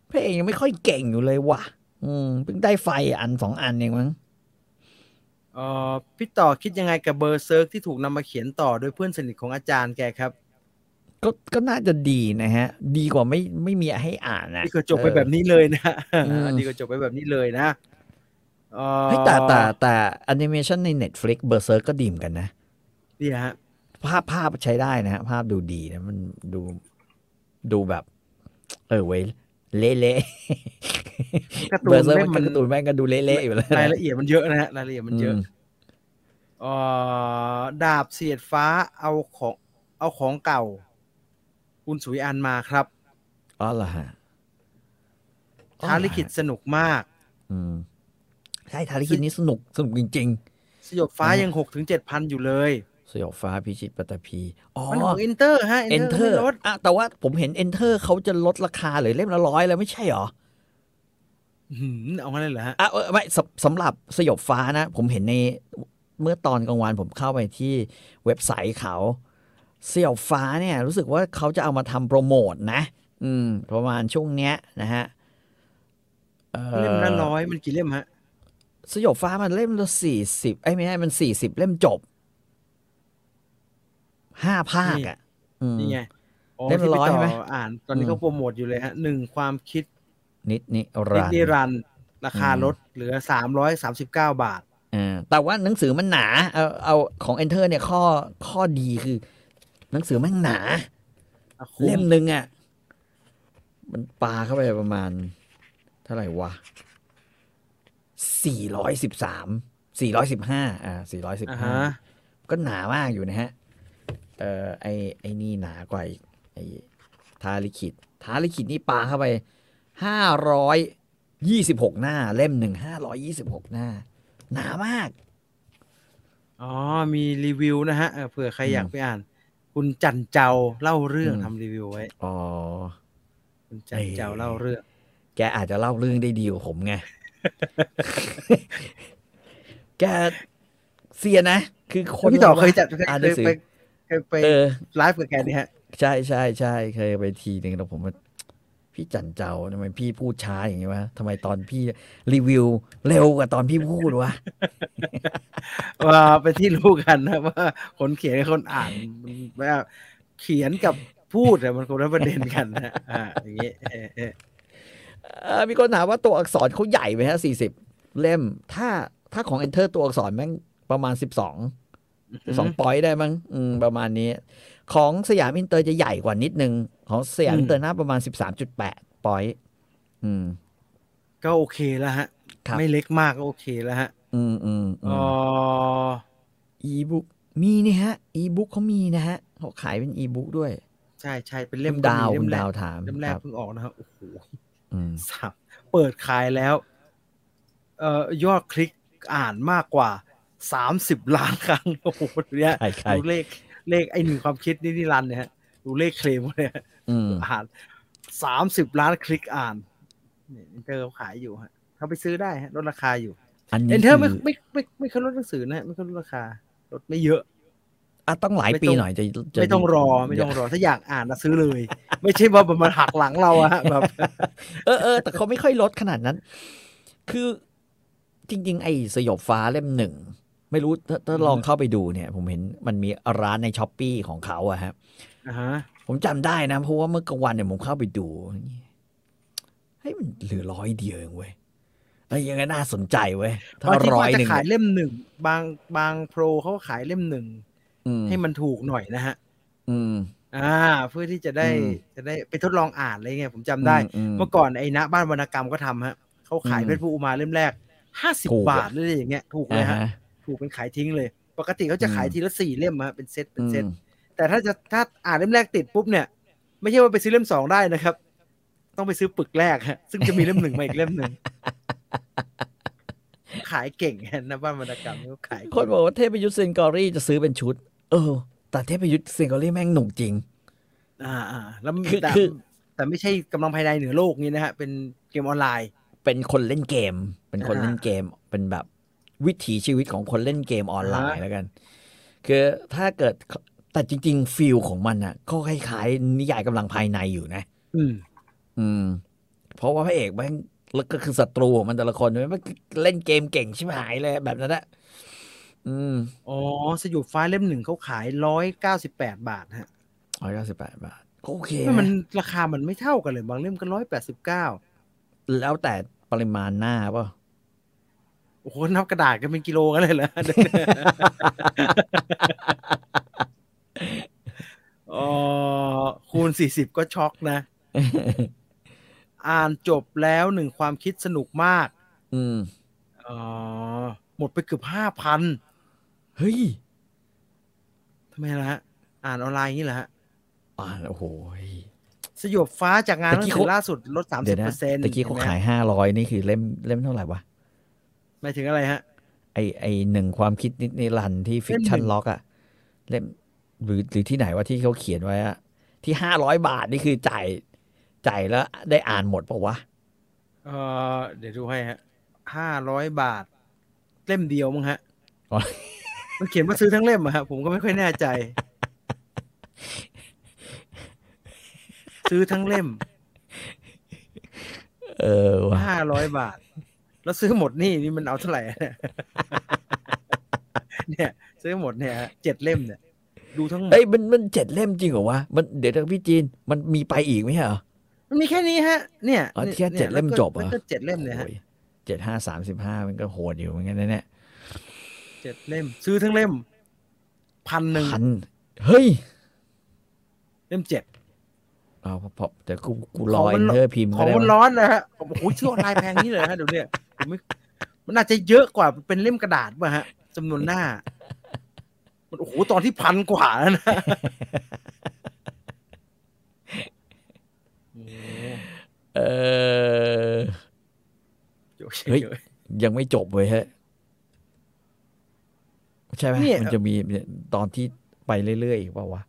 พระเอกยังไม่ค่อยเก่งอยู่เลยว่ะ อืมเพิ่งได้ไฟอันสองอันเองมั้ง
เออพี่ต่อคิดยังไงกับเบอร์เซิร์กที่ถูกนำมาเขียนต่อโดยเพื่อนสนิทของอาจารย์แกครับ
ก็ก็น่าจะดีนะฮะ ดีกว่าไม่ไม่มีให้อ่านนะ
ดีกว่าจบไป
เออ
แบบนี้เลยนะ
อืม
ดีกว่าจบไปแบบนี้เลยนะเอ่อ
เฮ้ยแต่แต่แต่แอนิเมชันใน Netflix เบอร์เซอร์ก็ดีเหมอนกันนะ
นี่ฮะ
ภาพภาพใช้ได้นะฮะ ภาพดูดีนะ มันดูดูแบบ เออเว้ยเละเละ
การ์ตูน
เบอร์เซอร์
เล่มมั
มัน นการ์ตูนแม่งก็ดูเละเละอยู่แล้ว
รายละเอียดมันเยอะนะฮะรายละเอียดมันเยอะ
อืม
เอ่อดาบเสียดฟ้าเอาของเอาของเก่า คุณสุริอันมาครับ
อ๋อเหรอฮะ
ท้าลิขิตสนุกมาก
อืมใช่ทาริคินนี่สนุกสนุกจริง
สยบฟ้า
อืม
ยังหกถึงเจ็ดพันอยู่เลย
ๆ สยองฟ้าพิชิตปัตตภีอ๋อ
มันของ Enter ฮะ
Enter
ไม่ลด
อ่ะแต่ว่าผมเห็น Enter เขาจะลดราคาเหรือเล่มละร้อยแล้วไม่ใช่เหรอ
หืมเอางั้นเลยเหรอฮะ
อ่ะเออไม่สำสำหรับสยบฟ้านะ ผมเห็นในเมื่อตอนกลางวันผมเข้าไปที่เว็บไซต์เขาสยบฟ้าเนี่ย รู้สึกว่าเขาจะเอามาทำโปรโมทนะ อืม ประมาณช่วงเนี้ยนะฮะอ่อ
เล่มละร้อยมันกี่เล่มฮะ
สยบฟ้ามันเล่มละสี่สิบไอ้ยไม่ใช่มันสี่สิบเล่มจบห้าภาคอ่ะอืม
นี่ไงอ๋อ
เล่ม
ที่
ละร้อย
พี่
ใช่ไหม
ต่อ่าน ตอนนี้
อืม
เขาโปรโมทอยู่เลยฮะหนึ่งความคิด
นิดนิ
นิ
รันด
นิ
ร์
รันดร์ราคาลดเหลือสามร้อยสามสิบเก้าบาท
อ่าแต่ว่าหนังสือมันหนา เอาเอาของ Enter เนี่ยข้อข้อดีคือ หนังสือแมันหนา
อ่ะคุ้
เล่มหนึ่งอ่ะ มันปาเข้าไปประมาณ เท่าไหร่วะสี่ร้อยสิบสามสี่ร้อยสิบห้าอ่าสี่ร้อยสิบ
อ่า
ห้า
ฮะ
ก็หนามากอยู่นะฮะ เอ่อไอไอนี่หนากว่าอีกไอทาลิขิตทาลิขิตนี่ปาเข้าไปห้าร้อยยี่สิบหกหน้า เล่มหนึ่งห้าร้อยยี่สิบหกหน้า หนามาก
อ๋อ มีรีวิวนะฮะเออเผื่อใคร
อืม
อยากไปอ่าน คุณจันเจ้าเล่าเรื่อง
อืม
ทำรีวิวไว้
อ๋อ
คุณจันเจ้าเล่าเรื่อง
แกอาจจะเล่าเรื่องได้ดีกว่าผมไง [LAUGHS] แกเสียนะ คือคน
พี่ต่อ
รา
เคยจัด
อ่านห
เค
นั
ย
งสือ
ไปเคยไป
เออ
ไลฟ์กับแกนี่ฮะ
ใช่ใช่ใช่เคยไปทีหนึ่งแล้วผมว่าพี่จันเจ้าทำไมพี่พูดช้าอย่างนี้วะทำไมตอนพี่รีวิวเร็วกว่าตอนพี่พูดวะ
ว่าเป็นที่รู้กันนะ [LAUGHS] ว่าคนเขียนกับคนอ่านมันว่าเขียนกับพูดอะมันคนละประเด็นกันนะอ่าอย่างงี้เออเออ
เอ่อมีคนถามว่าตัวอักษรเขาใหญ่ไหมฮะสี่สิบเล่ม ถ้าถ้าของ Enter ตัวอักษรแม่งประมาณสิบสองสองปอยต์ได้มั้งอืมประมาณนี้ ของสยามอินเตอร์จะใหญ่กว่านิดนึง ของสยามอินเตอร์น่าประมาณสิบสามจุดแปดปอยต์อืม
ก็โอเคแล้วฮะ
ครับ
ไม่เล็กมากก็โอเคแล้วฮะ
อืมอืมอื
อ๋อ
ม อีบุ๊กมีนี่ฮะ อีบุ๊กเขามีนะฮะเขาขายเป็นอีบุ๊กด้วย
ใช่ใช่เป็นเล่ม
คุณดาว
ก็มีเล่
คุ
ม
ณ
แร
ดาก วถาม
เล่มแรก
ครับ
เพิ่งออกนะครับโอ้โห
อืม
สามเปิดขายแล้ว เอ่อยอดคลิกอ่านมากกว่าสามสิบล้านครั้ง [LAUGHS] โอ้โหดูเนี่ย
ใช่ใช่
ดูเลขเลขไอหนึ่งความคิดนี่นี่รันเนี่ยฮะดูเลขเคลมเนี่ย
อืม
อ่านสามสิบล้านคลิกอ่านเนี่ยเอ็นเตอร์เขาขายอยู่ฮะเขาไปซื้อได้ฮะลดราคาอยู่
อันนี้
เอ็นเตอร์ไม่
คือ
ไม่ไม่ไม่เขาลดหนังสือนะฮะไม่เขาลดราคาลดไม่เยอะ
อ่ะต้องหลาย
ไม่
ปี
ต้อง
หน่อยจะจะ
ไม่ต้องรอไม่ต้องรอถ้าอยากอ่านนะซื้อเลย ไม่ใช่ว่ามันหักหลังเราอะฮะแบบ [LAUGHS]
เออเออแต่เขาไม่ค่อยลดขนาดนั้น คือจริง ๆ ไอ้สยบฟ้าเล่มหนึ่ง ไม่รู้ถ้าถ้า
อืม
ลองเข้าไปดูเนี่ย ผมเห็นมันมีร้านในช้อปปีของเขาอะฮะ
อ่าฮะ
ผมจำได้นะ เพราะว่าเมื่อกลางวันเนี่ยผมเข้าไปดูเฮ้ยมันเหลือร้อยเดียวเองเว้ยเอ้ยยังไงน่าสนใจเว้ยถ้า
บางที
ร้อ
เขา
ย
อาจ
หนึ่
จะ
ง
ขายเล่มหนึ่งบางบางโปรเขาขายเล่มหนึ่ง
อืม
ให้มันถูกหน่อยนะฮะ
อืม
อ่า เพื่อที่จะได้
อืม
จะได้ไปทดลองอ่านอะไรเงี้ยผมจำได้
อืม
เมื่อก่อนไอ้นะบ้านวรรณกรรมก็ทำฮะเขาขาย
อืม
เพชรภูอุมาเล่มแรกห้าสิบ
ถูกอะ
บาทหรืออะไรอย่างเงี้ยถูกเล
อ่าย
ฮะ
ฮะ
ถูกเป็นขายทิ้งเลย ปกติเขาจะขาย
อืม
ทีละสี่เล่มฮะเป็นเซตเป็นเซต
อืม
แต่ถ้าจะถ้าอ่านเล่มแรกติดปุ๊บเนี่ย ไม่ใช่ว่าไปซื้อเล่มสองได้นะครับ ต้องไปซื้อปึกแรกฮะซึ่งจะมีเล่มหนึ่งมาอีกเล่มหนึ่งขายเก่งฮะนะบ้านวรรณกรรมนี่เขาขายเก่ง
คนบอกว่าเทพยุทธ์เซนกอรี่จะซื้อเป็นชุด เออ แต่เทพยุทธ์เซนกอรี่แม่งหนุกจริง
อ่าอ่าแล้ว
คือ
แต่
คือ
แต่ไม่ใช่กำลังภายในเหนือโลกนี้นะฮะ เป็นเกมออนไลน์
เป็นคนเล่นเกม เป็นคนเล่นเกม เป็นแบบวิถีชีวิตของคนเล่นเกมออนไลน์แล้วกัน คือถ้าเกิดแต่จริง ๆ ฟิลของมันอ่ะ ก็คล้ายๆนิยายกำลังภายในอยู่นะ
อืม
อืม เพราะว่าพระเอกแม่งแล้วก็คือศัตรูของมันแต่ละคนมันเล่นเกมเก่งชิบหายเลยแบบนั้นอะอืม
อ๋อ สยุบฟ้าเล่มหนึ่งเขาขายร้อยเก้าสิบแปดบาทฮะ
ร้อยเก้าสิบแปดบาทก็โอเค
ไม่มัน
นะ
ราคามันไม่เท่ากันเลย บางเล่มก็ร้อยแปดสิบเก้า
แล้วแต่ปริมาณหน้า [LAUGHS] ป่ะ
โอ้โหนับกระดาษกันเป็นกิโลกันเลยเหรอ อ๋อคูณสี่สิบก็ช็อกนะ อ่านจบแล้วหนึ่งความคิดสนุกมาก
อืม
อ๋อ หมดไปเกือบห้าพัน
เฮ้ย
ทำไมล่ะฮะ อ่านออนไลน์อย่างนี้เหรอฮะ
อ่านโอ้โหย
สยบฟ้าจากงานหนั
ตะ
งสื
กี้
อ
เขา
ล่าสุดลดสามสิ
ดี๋ย
บ
วนะ
เปอร์เซ็นต์
ตะกี้เขาขายห้าร้อยนี่คือเล่มเล่มเท่าไหร่วะ
หมายถึงอะไรฮะ
ไอไอหนึ่งความคิดนิดนิรันดร์ที่ฟิกชัน
เล่มหนึ่ง
ล็อกอะเล่มหรือหรือที่ไหนว่าที่เขาเขียนไว้อะที่ห้าร้อยบาทนี่คือจ่ายจ่ายแล้วได้อ่านหมดปะวะ
เออเดี๋ยวดูให้ฮะห้าร้อยบาท เล่มเดียวมั้งฮะ
อ๋อ
มันเขียนว่าซื้อทั้งเล่มอะฮะผมก็ไม่ค่อยแน่ใจ ซื้อทั้งเล่ม
เออวะ
ห้าร้อยบาท แล้วซื้อหมดนี่นี่มันเอาเท่าไหร่อะ [LAUGHS] เนี่ย ซื้อหมดเนี่ยฮะเจ็ดเล่มเนี่ย ดูทั้งหมด
เอ้ยมันมันเจ็ดเล่มจริงเหรอวะมันเดี๋ยวทางพี่จีนมันมีไปอีกไหมเหรอ
มันมีแค่นี้ฮะ เนี่ย
อ๋อแค่เจ็ด
นี่ย
เล่มจบเหรอ
แล้วก็แล้วก็เจ็ดเล่มเนี่ยฮะ
เจ็ดห้าสามสิบห้ามันก็โหดอยู่เหมือนกันนะเนี่ย
เจ็ดเล่ม ซื้อทั้งเล่มพันหนึ่ง
พันเฮ้ย
เล่มเจ็ด
เอาพอพอเดี๋ยวกูกูร
ข
อ
องมั
อิ
น
นเทอร์พิมพ์
ข
ก็
อง
ได้
มัน
วะ
ร้อนนะฮะโอ้โหชื่อออนไลน์แพงนี่เลยฮะเดี๋ยวเนี้ผมไม่มันอาจจะเยอะกว่าเป็นเล่มกระดาษป่ะฮะจำนวนหน้า มันโอ้โหตอนที่พันกว่าแล้ว
[LAUGHS]
นะโอ้โห
เออ
เยอะ
เฮ้ย
เยอะ
ยังไม่จบเว้ยฮะใช่ไหม
เนี่ย
มันจะมีตอนที่ไปเรื่อยๆอีกเปล่าวะ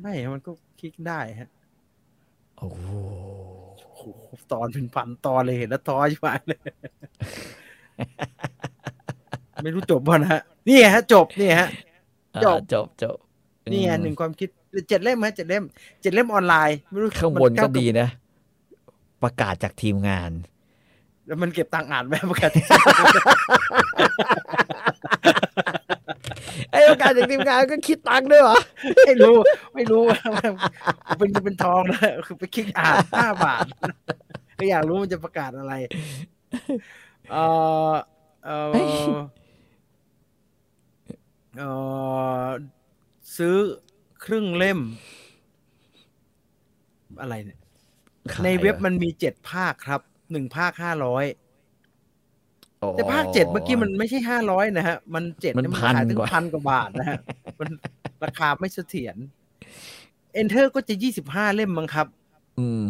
ไม่ฮะมันก็คลิกได้ฮะ
โอ้โห
โอ้โหตอนเป็นพันตอนเลยเห็นแล้วท้อใช่ไหมเลย [LAUGHS] ไม่รู้จบป่ะนะฮะนี่ฮะ จบนี่ฮะ
อ่า
จบ
จบจบ
นี่ไง
อืม
หนึ่งความคิดเจ็ดเล่มฮะเจ็ดเล่มเจ็ดเล่มออนไลน์ไม่รู้
ข้างบน
มั
ก็
เา
ดีนะ ประกาศจากทีมงาน
แล้วมันเก็บตังค์อ่านไหมประกาศ
ไอ้ยประกาศจากทีมงานก็คิดตังค์ด้วยเหรอ
[LAUGHS] ไม่รู้ ไม่รู้ [LAUGHS] ว่ามันเป็นเงินเป็นทองนะคือไปคลิกอ่านห้าบาทก็อยากรู้มันจะประกาศอะไรเออเออ
เฮ้ย
เออซื้อครึ่งเล่ม อะไรเนี่ย
ขาย
ในเว็บ
หรอ
มันมีเจ็ดภาคครับหนึ่งภาคห้าร้อย
อ๋อ
แต่ภาคเจ็ดเมื่อกี้มันไม่ใช่ห้าร้อยนะฮะ มันเจ็ด
มัน
เย
พัน
ขายถึง
กว่า
พันกว่าบาทนะฮะ มันราคาไม่เสถียรเอนเทอร์ก็จะยี่สิบห้าเล่มมั้งครับ
อืม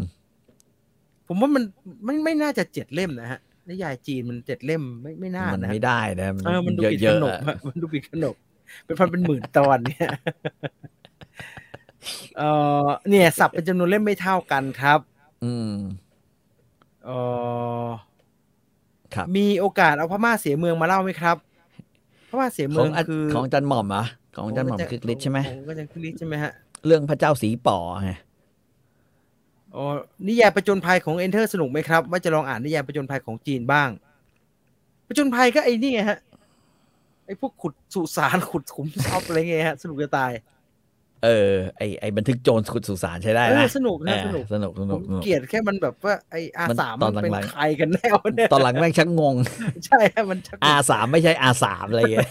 ผมว่ามันไม่ไม่น่าจะเจ็ดเล่มนะฮะนิยายจีนมันเจ็ดเล่มไม่ไม่น่า
มัน
นะฮะ
ไม่ได้นะ
เออมันดู
เย
ปิดข
อะเยอะ
นบอะมันดูปิดขนบเป็นพันเป็นหมื่นตอนเนี่ยเออเนี่ย สับเป็นจำนวนเล่มไม่เท่ากันครับ
อืม
เออ
ครับ
มีโอกาสเอาพม่าเสียเมืองมาเล่าไหมครับพม่าเสีย
ข
เมื
อ
อง ง
อา
คือ
ของอาจันหม่อมเหรอ่ะของอาจันหม่อมคึกฤทธิ์ใช่ไหม
ผมก็จะคึกฤทธิ์ใช่ไหมฮะ
เรื่องพระเจ้าสีป่อไง
อ๋อนิยายประจนภัยของเอนเทอร์สนุกไหมครับ ว่าจะลองอ่านนิยายประจนภัยของจีนบ้าง ประจนภัยก็ไอ้นี่ไงฮะ ไอ้พวกขุดสุสานขุดขุมทรัพย์อะไรเงี้ยฮะ สนุกจะตาย
เออไอไอบันทึกโจรขุดสุสานใช้ได้
เอ
นะ
อสนุกนะ
เอ
ส
อ
นุก
สนุกส
ผ
นุก
ม
สนุก
เกลียดแค่มันแบบว่าไอ้อา
มัน
สาม
ตอ
มัน นเป็น
หลังๆ
ใครกันแน่วะเนี่ย
ตอนหลังแม่งชักงง
ใช่ฮะมันชัก
อาสามไม่ใช่อาสามอะไรอย่างเงี้ย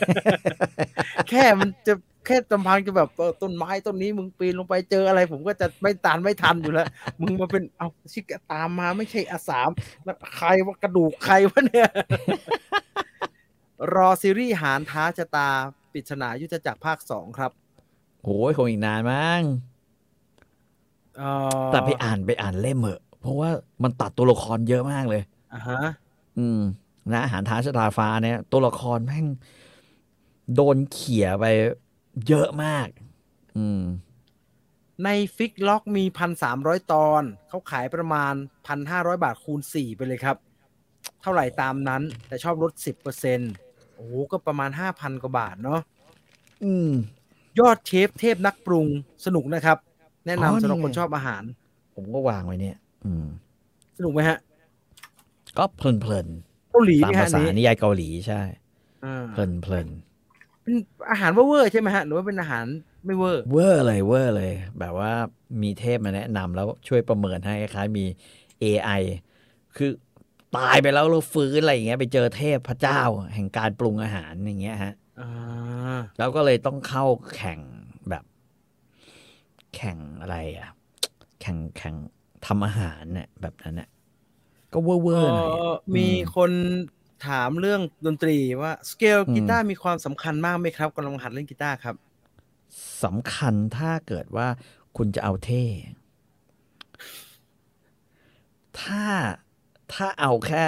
แค่มันจะแค่ลำพังจะแบบเออต้นไม้ต้นนี้มึงปีนลงไปเจออะไร ผมก็จะไม่ตานไม่ทันอยู่แล้ว มึงมาเป็นเอาชิกตามมาไม่ใช่อาสามแล้วใครว่ากระดูกใครวะเนี่ย รอซีรีส์หารท้าชะตาปริศนายุทธจักรภาคสองครับ
โอ้ยคงอีกนานมั้ง
เอ่อ
แต่ไปอ่านไปอ่านเล่มเหอะเพราะว่ามันตัดตัวละครเยอะมากเลย
อ่าฮะ
อืม นะอาหารท้าชะตาฟ้าเนี่ย ตัวละครแม่งโดนเขี่ยไปเยอะมาก อืม
ในฟิกล็อกมีพันสามร้อยตอน เขาขายประมาณพันห้าร้อยบาทคูณสี่ไปเลยครับ เท่าไหร่ตามนั้น แต่ชอบลดสิบเปอร์เซ็นโอ้โหก็ประมาณห้าพันกว่าบาทเนาะ
อืม
ยอดเชฟเทพนักปรุงสนุกนะครับ แนะ
อ๋อน
ำสำหรับ
นี่
คน
ไง
ชอบอาหาร
ผมก็วางไว้เนี่ย อืม
สนุกไหมฮะ
ก็เพลินเพลิน
เกาหลี
ๆตาม
นี่ฮะ
ภาษา
อันนี้
นิยายเกาหลีใช่
อ่า
เพลินเพลิน
เป็นอาหารเวอร์ๆใช่ไหมฮะหรือว่าเป็นอาหารไม่เวอร์
ๆเวอร์เลยเวอร์เลย แบบว่ามีเทพมาแนะนำแล้วช่วยประเมินให้คล้ายๆมี AI คือตายไปแล้วเราฟื้นอะไรอย่างเงี้ยไปเจอเทพพระเจ้า แห่งการปรุงอาหารอย่างเงี้ยฮะ
อ่า
แล้วก็เลยต้องเข้าแข่งแบบ แข่งอะไรอ่ะ แข่งแข่งทำอาหารเนี่ยแบบนั้นเนี่ยก็เว่อร์ๆหน่อย
เอ่
อะ
อมีคนถามเรื่องดนตรีว่าสเกล
อืม
กีตาร์มีความสำคัญมากไหมครับกำลังหัดเล่นกีตาร์ครับ
สำคัญถ้าเกิดว่าคุณจะเอาเท่ ถ้าถ้าเอาแค่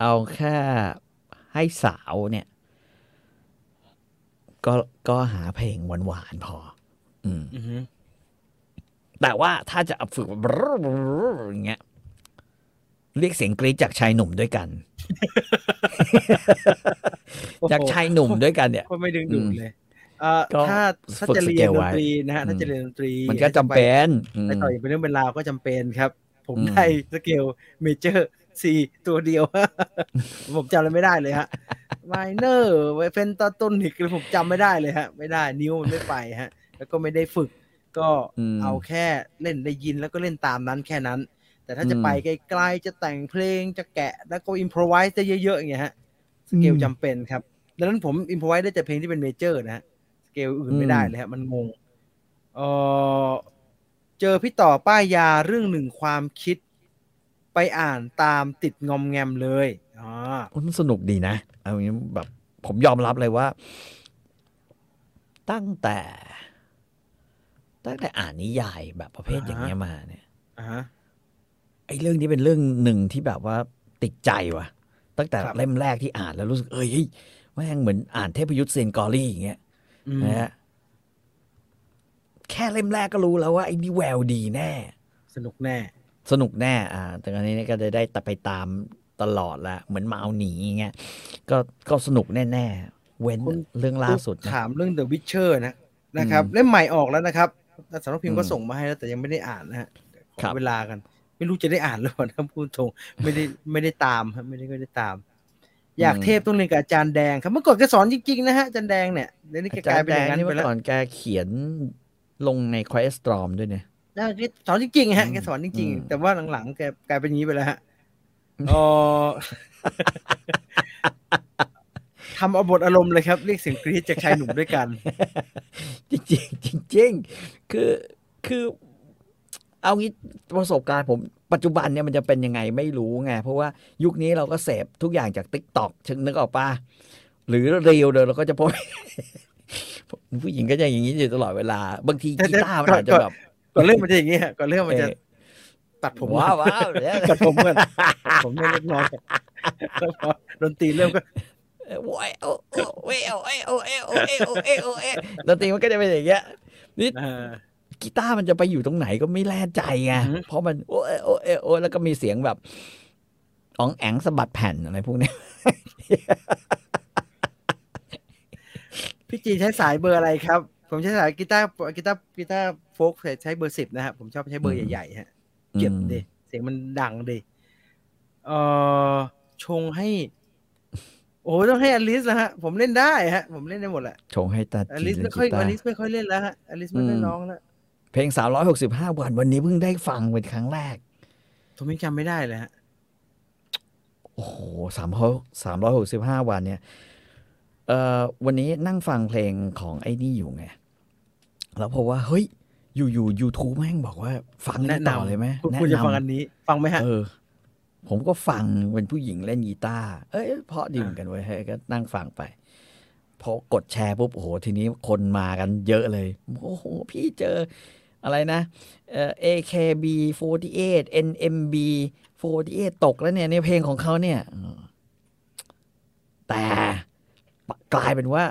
เอาแค่ให้สาวเนี่ย ก็ก็หาเพลงหวานๆพอ อืม
อือฮึ
แต่ว่าถ้าจะฝึกอย่างเงี้ยเรียกเสียงกรี๊ดจากชายหนุ่มด้วยกัน จากชายหนุ่มด้วยกันเนี่ย
ก็ไม่ดึงดูดเลยเอ่อ
ก็
ถ้าถ้า
ฝึก
จะ
ส
เรี
เก
ยน
ล
ด
ไว้
นตรีนะฮะถ้า
อืม
จะเรียนดนตรี
มันก็จำเป็นอืม
ไปต่ออยางเป็นเรื่องเป็นราวก็จำเป็นครับ ผม
อืม
ได้สเกลเมเจอร์ซีตัวเดียว [LAUGHS] ผมจำอะไรไม่ได้เลยฮะไมเนอร์เฟนตาต้นหิกผมจำไม่ได้เลยฮะ ไม่ได้นิ้วมันไม่ไปฮะ แล้วก็ไม่ได้ฝึกก็
ม
เอาแค่เล่นได้ยินแล้วก็เล่นตามนั้นแค่นั้น แต่ถ้าจะ
อืม
ไปไกลๆจะแต่งเพลงจะแกะแล้วก็อิมพรไวส์ได้เยอะๆอย่างเงี้ยฮะ สเกล
อืม
จำเป็นครับ ดังนั้นผมอิมพอไว้ได้แต่เพลงที่เป็นเมเจอร์นะฮะ สเกลอื่น
อืม
ไม่ได้เลยฮะ มันงง เออเจอพี่ต่อป้ายยาเรื่องหนึ่งความคิด ไปอ่านตามติดงอมแงมเลยอ๋อ
โอ้ยมันสนุกดีนะเอาอย่างนี้แบบ ผมยอมรับเลยว่า ตั้งแต่ ตั้งแต่อ่านนิยายแบบประเภทอย่างเงี้ยมาเนี่ย
อ่าฮะ
ไอ้เรื่องนี้เป็นเรื่องหนึ่งที่แบบว่าติดใจว่ะ ตั้งแต่
ครับ
เล่มแรกที่อ่านแล้วรู้สึกเอ้ยเฮ้ยแม่งเหมือนอ่านเทพยุทธเซยนกอรี่อย่างเงี้ย
อืม
นะฮะแค่เล่มแรกก็รู้แล้วว่าไอ้นี่แววดีแน่
สนุกแน่
สนุกแน่ อ่า แต่อันนี้ก็จะได้แต่ไปตามตลอดละเหมือนมาเอาหนีอย่างเงี้ยก็ก็สนุกแน่ๆ เว้น
คุณ
เรื่องล่าสุดนะ
ถามเรื่อง The Witcher นะนะครับ
อืม
เล่มใหม่ออกแล้วนะครับสำนักพิมพ์ก็
อืม
ส่งมาให้แล้วแต่ยังไม่ได้อ่านนะฮะขอ
ครับ
เวลากัน ไม่รู้จะได้อ่านหรือเปล่านะพูดตรงไม่ [LAUGHS] ได้ไม่ได้ตามครับไม่ได้ไม่ได้ตาม อยากเทพต้องเรียนกับอาจารย์แดงครับเมื่อก่อนแกสอนจริงๆนะฮะอาจารย์แดงเนี่ยเดี๋ยวนี้แก
อาก จา
ลารย
ย์
เป็น
แด
อย่าง งนั้น
นี่
ไป
เมื่อ
แล้ว
ก่อนแกเขียนลงในควายสตรอมด้วยเนี่ย
แล้วแกสอนจริงๆฮะ
อืม
แกสอนจริง
อืม
ๆ แต่ว่าหลังๆแกกลายเป็นอย่างนี้ไปแล้วฮะเอ่ [LAUGHS] อ ทำเอาบทอารมณ์เลยครับเรียกเสียงกรี๊ดจากชายหนุ่มด้วยกัน
จริงๆจริงๆคือคือ เอางี้ประสบการณ์ผมปัจจุบันเนี่ยมันจะเป็นยังไงไม่รู้ไง เพราะว่ายุคนี้เราก็เสพทุกอย่างจาก t ิ k t o k ชึงนึกออกปะหรือเรียวเดี๋ยวเราก็จะพบ ผู้หญิงก็จะอย่างนี้อยู่ตลอดเวลา บางทีกีตาร์มันอาจจะแบบ
ก่อนเรื่องมันจะอย่างนี้ฮะก่อนเรื่องมันจะ
เอ่อ
ตัดผม
ว้าว
ก่อน
ว้าวเนี่ย
กับผมเพื่อนผมเนี่ยเล็กน้อยแล้วพอ [LAUGHS] ดนตรีเริ่มก็
โอ้ยโอ้โอ้เอ้ยโอ้ยโอ้ยโอ้ยโอ้ยโอ้ยโอ้ยดนตรีมันก็จะเป็นอย่างเงี้ย
เออ
กีตาร์มันจะไปอยู่ตรงไหนก็ไม่แล่ใจไง
อือหือ
เพราะมันโอ้เอ้ยโอ้เอ้ยโอ้ยแล้วก็มีเสียงแบบอ๋องแองสะบัดแผ่นอะไรพวกเนี้ย
พี่จีนใช้สายเบอร์อะไรครับ ผมใช้สายกีตาร์กีตาร์กีตาร์โฟกใช้เบอร์สิบนะฮะผมชอบใช้เบอร์ใหญ่ๆฮะเก็บดิเสียงมันดังดิเออชงให้ โอ้โหต้องให้อลิสนะฮะ ผมเล่นได้ฮะ ผมเล่นได้หมดแหละ
ชงให้ตา
อ
จี
ลิส
น
ไม่
เล่น
ค่อย
กีตา
อ
ร์
ลิสไม่ค่อยเล่นแล้วฮะอลิสไม่ค่อย
อืม
ร้องแล้ว
เพลง 365 วันวันนี้เพิ่งได้ฟังเป็นครั้งแรก
ผมยังจำไม่ได้เลยฮะ
โอ้โหสามสามร้อยหกสิบห้าวันเนี่ย เอ่อ วันนี้นั่งฟังเพลงของไอ้นี่อยู่ไง แล้วพบว่า เฮ้ย อยู่อยู่ยูทูบแม่งบอกว่า ฟัง
แนะ
แนะ
นำ
นำเลยไหม
คุณ
แนะ
คุณจะฟัง
นำ
อันนี้ ฟังไหมฮะ
เออ ผมก็ฟังเป็นผู้หญิงเล่นกีตาร์เอ้ยเพราะดี
อ่า
เหมือนกันเว้ยเฮ้ยก็นั่งฟังไป พอกดแชร์ปุ๊บ โอ้โห ทีนี้คนมากันเยอะเลย โอ้โห พี่เจออะไรนะ เอ่อ AKB 48 NMB 48 ตกแล้วเนี่ยในเพลงของเขาเนี่ยเออแต่กลายเป็นว่า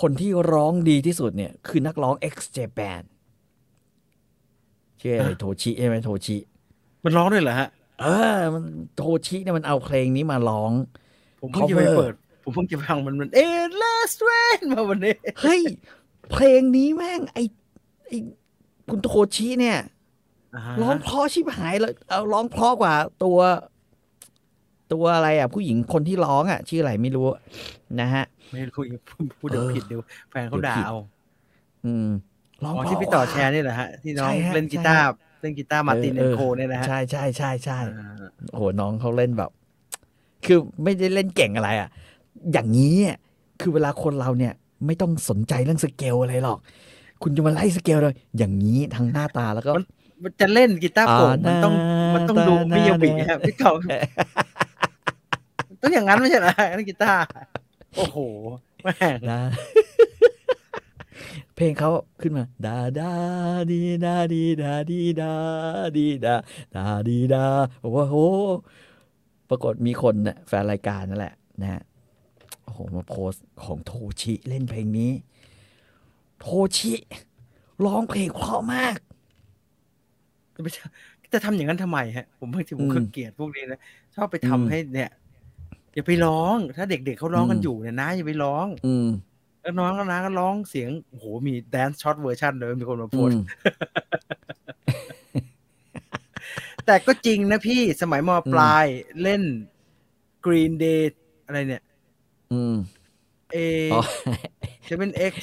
คนที่ร้องดีที่สุดเนี่ย คือนักร้อง X Japan ชื่ออะไรโทชิใช่ไหมโทชิ
มันร้องด้วยเหรอฮะ
เออ มันโทชิเนี่ยมันเอาเพลงนี้มาร้อง
ผมเพิ่งจะไป
cover
เปิด ผมเพิ่งจะฟังมันมันเอลสเวนมาวันนี้
เฮ้ย เพลงนี้แม่งไอไอคุณโทชิเนี่ย ร้องเพราะชิบหายเลยเอาร้องเพราะกว่าตัว ตัวอะไรอ่ะ ผู้หญิงคนที่ร้องอ่ะ ชื่ออะไรไม่รู้ นะฮะ
ไม่รู้อีกพูดพูดเดี๋ยว
เออ
ผิดเดี๋ยวแฟนเขา
เดี๋ยว
ด่า
ผิด
เอา
อืมร้
อ๋
อง
อ
เพราะ
ที่พี่ต่อแชร์นี่แหละฮะ ที่น้อง
ใช่ฮะ
เล่นกีตาร์เล่นกีตาร์มาร์ติน
เอ
เอน
อ
โคเนี่ยนะฮะ
ใช่ใช่ใช่ใช่
อ่า
โอ้โหน้องเขาเล่นแบบ คือไม่ได้เล่นเก่งอะไรอ่ะ อย่างนี้อ่ะคือเวลาคนเราเนี่ย ไม่ต้องสนใจเรื่องสเกลอะไรหรอก คุณจะมาไล่สเกลเลย อย่างนี้ทางหน้าตาแล้วก็
มันจะเล่นกีตาร์โปร่งมัน
อ่า
ต้องมันต้องดู
น่า
มิยาบิ
น่า
ครับพี่ [LAUGHS] ต่อต้องอย่างนั้นไม่ใช่เหรอเล่นกีตาร์โอ้โหแม่ง
นะ [LAUGHS] เพลงเขาขึ้นมาดาดาดีดาดีดาดีดาดีดาดาดีดาโอ้โหปรากฏมีคนน่ะแฟนรายการนั่นแหละนะฮะโอ้โหมาโพสต์ของโทชิเล่นเพลงนี้ โทชิร้องเพลงเพราะมาก
ไม่ใช่จะทำอย่างนั้นทำไมฮะ ผมเพิ่งถึงผม
อืม
เคยเกลียดพวกนี้นะชอบไปทำ
อืม
ให้เนี่ย อย่าไปร้อง ถ้าเด็กๆเขาร้องกัน
อืม
อยู่เนี่ยนะอย่าไปร้อง
อืม
แล้วน้องก็น้าก็ร้องเสียงโอ้โหมีแดนซ์ช็อตเวอร์ชันเลยมีคนมาโพสต์
อืม
แต่ก็จริงนะพี่สมัยมปลายเล่น Green Day อะไรเนี่ย
อืม
A
อ๋อ
Seven X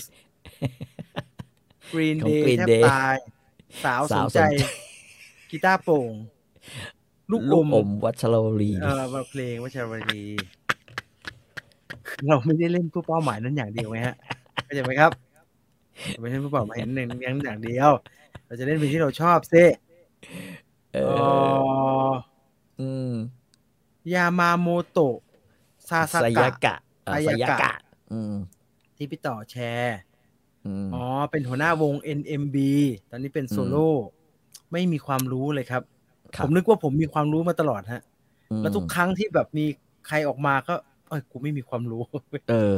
Green
ของ
Day
Green
แทบ
Day
ตาย สาวส
สาวน สน
ใจ
ใจ
กีตาร์โปร่ง ลูกอ
ลูก
ม
อมวัชรวรี
เออมาเพลงวัชรวดีเราไม่ได้เล่นเพื่อเป้าหมายนั้นอย่างเดียวไงฮะเข้าใจไหมครับเราไม่ใช่เพื่อเป้าหมายนั้นอย่างเดียว เราจะเล่นเพลงที่เราชอบซิ
เอ
เอ
อ
อ
อืม
ยามาโมโตะซาซา
สยา
ะ
กกะอ่ะส
สยา
าก
ยะ
กะ อืม
ที่พี่ต่อแชร์
อืม
อ๋อ เป็นหัวหน้าวง NMB ตอนนี้เป็นโซโล่ไม่มีความรู้เลยครับ
ครับ
ผมนึกว่าผมมีความรู้มาตลอดฮะ
อืม
แล้วทุกครั้งที่แบบมีใครออกมาก็เอ้ยกูไม่มีความรู้
เออ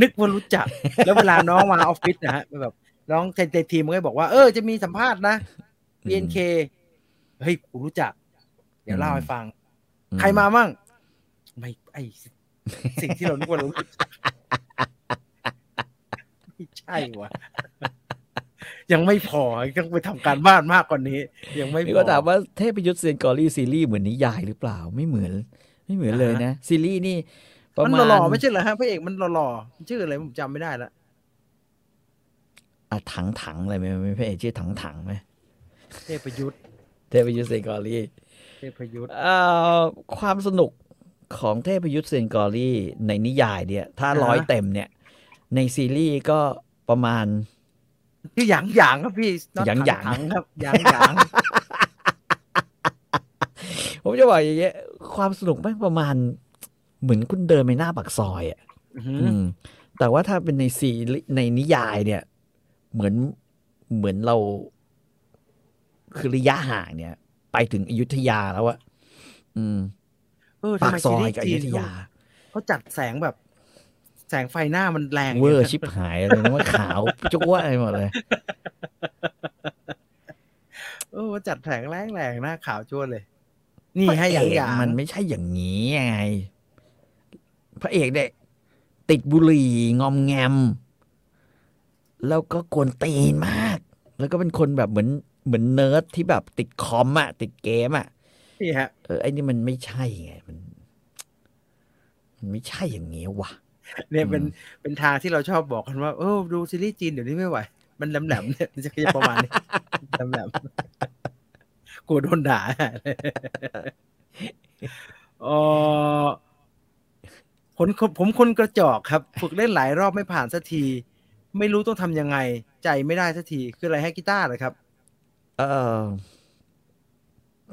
นึกว่ารู้จัก [LAUGHS] แล้วเวลาน้องมาออฟฟิศนะฮะแบบน้องในในทีมมันก็บอกว่า เออจะมีสัมภาษณ์นะ BNK เฮ้ยกูรู้จัก เดี๋ยวเล่าให้ฟัง
อื
ใครมามั่ง ไม่ไอสิสิ่งที่เรานึก [LAUGHS] ว่ารู้ ไม่ใช่วะยังไม่พอยังไปทำการบ้านมากกว่านี้ ยังไม่
นี่
พ
ก็
อ
ถามว่าเทพยุทธเซียนกอรี่ซีรีส์เหมือนนิยายหรือเปล่าไม่เหมือน ไม่เหมือนเลยนะ ซีรีส์นี่ประ
มัน
มาณ
หล่อๆไม่ใช่เหรอฮะพระเอกมันหล่อๆมันชื่ออะไรผมจำไม่ได้ละ
อ่ะถังถังอะไรไหมไม่พระเอกชื่อถังถังไหม
เทพยุทธ์
เทพยุทธเซียนกอรี่
เทพยุทธ์
เอ่อความสนุกของเทพยุทธเซียนกอรี่ในนิยายเนี่ย ถ้า
อ่าฮะ
ร้อยเต็มเนี่ย ในซีรีส์ก็ประมาณ
ชื่อหยางหยางครับพี่น็อต
หยางหยาง
ถัๆครับหยางหยาง
ผมจะบอกอย่างเงี้ยความสนุกไม่งประมาณ เหมือนคุณเดินไปหน้าปากซอยอ่ะ
อื้อหือ
อืมแต่ว่าถ้าเป็นในซีรีส์ในนิยายเนี่ย เหมือนเหมือนเรา คือระยะห่างเนี่ย ไปถึงอยุธยาแล้วอะอืม
เออ
ปา
ทำ
ก
ไม
ซ
ซี
อ
รี
ย
ส์
กับอ
จี
ยุ
น
ธยา
เขาจัดแสงแบบ แสงไฟหน้ามันแรง
เวอร์ชิบหายเลยนะว่าขาวจุ๊วอะไรหมดเลย
เออจัดแสงแรงแรงๆหน้าขาวจ้วนเลย นี่ให้หยางหยาง
มันไม่ใช่อย่างนี้ไงพระเอกเนี่ยติดบุหรี่งอมแงม แล้วก็กวนตีนมาก แล้วก็เป็นคนแบบเหมือนเหมือนเนิร์ดที่แบบติดคอมอะติดเกมอะ
นี่ฮะ
เออไอ้นี่มันไม่ใช่ไงมัน มันไม่ใช่อย่างนี้วะ
เนี่ย
อืม
เป็นเป็นทางที่เราชอบบอกกันว่าเออดูซีรีส์จีนเดี๋ยวนี้ไม่ไหว มันแหลมๆเนี่ยมันจะจะประมาณนี้ แหลมๆกลัวโดนด่า [LAUGHS] เออคนผมคนกระจอกครับ ฝึกเล่นหลายรอบไม่ผ่านสักที ไม่รู้ต้องทำยังไง ใจไม่ได้สักทีคืออะไรให้กีตาร์เหรอครับ
เออ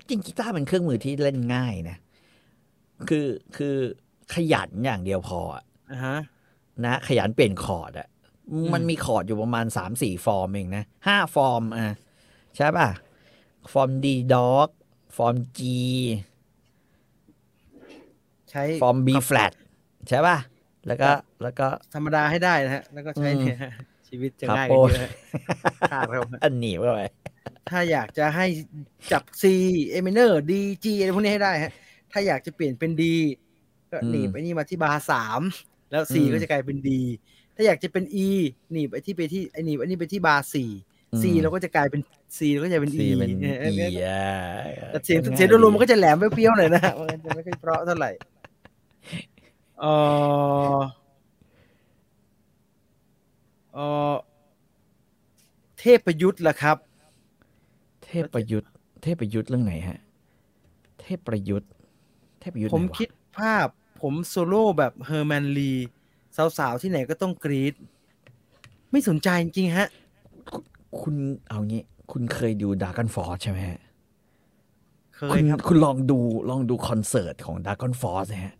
จริงกีตาร์เป็นเครื่องมือที่เล่นง่ายนะ คือคือขยันอย่างเดียวพออะ
อ่าฮะ
นะ ขยันเปลี่ยนคอร์ดอะ
ม
มันมีคอร์ดอยู่ประมาณสามสี่ฟอร์มเองนะห้าฟอร์มอ่ะใช่ป่ะ ฟอร์มดีด็อกฟอร์มจี
ใช้
ฟอร์มบีแฟลตใช่ป่ะ แล้วก็แล้วก็
ธรรมดาให้ได้นะฮะ แล้วก็ใช้
อืม
เนี่ยฮะชีวิตจะ
ครับ
ง่าย
โอ้
ขึ้นเย
ย
อะฮะขาดครับ
อันหนีบเข้าไป
ถ้าอยากจะให้จับ C เอมิเนอร์ดีจีอะไรพวกนี้ให้ได้ฮะ ถ้าอยากจะเปลี่ยนเป็นดีก็
อืม
หนีบไอ้นี่มาที่บาร์สามแล้ว C
อืม
ก็จะกลายเป็นดีถ้าอยากจะเป็น E หนีบไอ้ที่ไปที่ไอ้หนีบไอ้นี่ไปที่บาร์สี่ C เราก็จะกลายเป็น C เราก็จะเป็น
ซี
E
เป็น
เออ
อีอ่ะ
แต่เสียงเสียงโดยรวมมันก็จะแหลมเปรี้ยวๆหน่อยนะ [LAUGHS] มันก็จะไม่ค่อยเพราะเท่าไหร่เออเออเทพประยุทธ์ล่ะครับ
เทพประยุทธ์ เทพประยุทธ์เรื่องไหนฮะ เทพประยุทธ์ เทพประยุทธ์
ผม
ไหนวะ
คิดภาพผมโซโล่แบบเฮอร์แมนลีสาวๆ ที่ไหนก็ต้องกรีดไม่สนใจจริงๆฮะ
คุณเอางี้ คุณเคยดูดากอนฟอร์ใช่ไหมฮะ
เค
คุ
ย
ณ
ครับ
คุณลองดูลองดูคอนเสิร์ตของดากอนฟอร์นะฮะ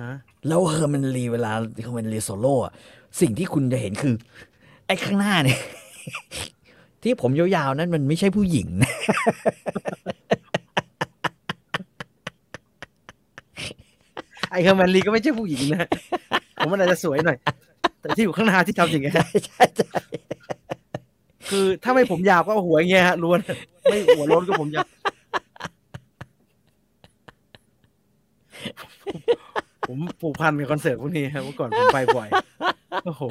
ฮะ
แล้วเฮอร์มันรีเวลาเฮอร์มันรีโซโล่อะสิ่งที่คุณจะเห็นคือ ไอ้ข้างหน้าเนี่ย [LAUGHS] ที่ผมยาวๆนั้นมันไม่ใช่ผู้หญิงนะ [LAUGHS]
ไอเฮอร์แมนลีก็ไม่ใช่ผู้หญิงนะ [LAUGHS] ผมมันอาจจะสวยหน่อย แต่ที่อยู่ข้างหน้าที่ทำอย่างเงี้ย
ใช่ใช่ใช่
คือถ้าไม่ผมยาวก็เอาหัวอย่างเงี้ยฮะล้วน ไม่หัวโล้นก็ผมยาวผมผมผูกพันกับคอนเสิร์ตพวกนี้ครับเมื่อก่อนผมไปบ่อยโอ้โห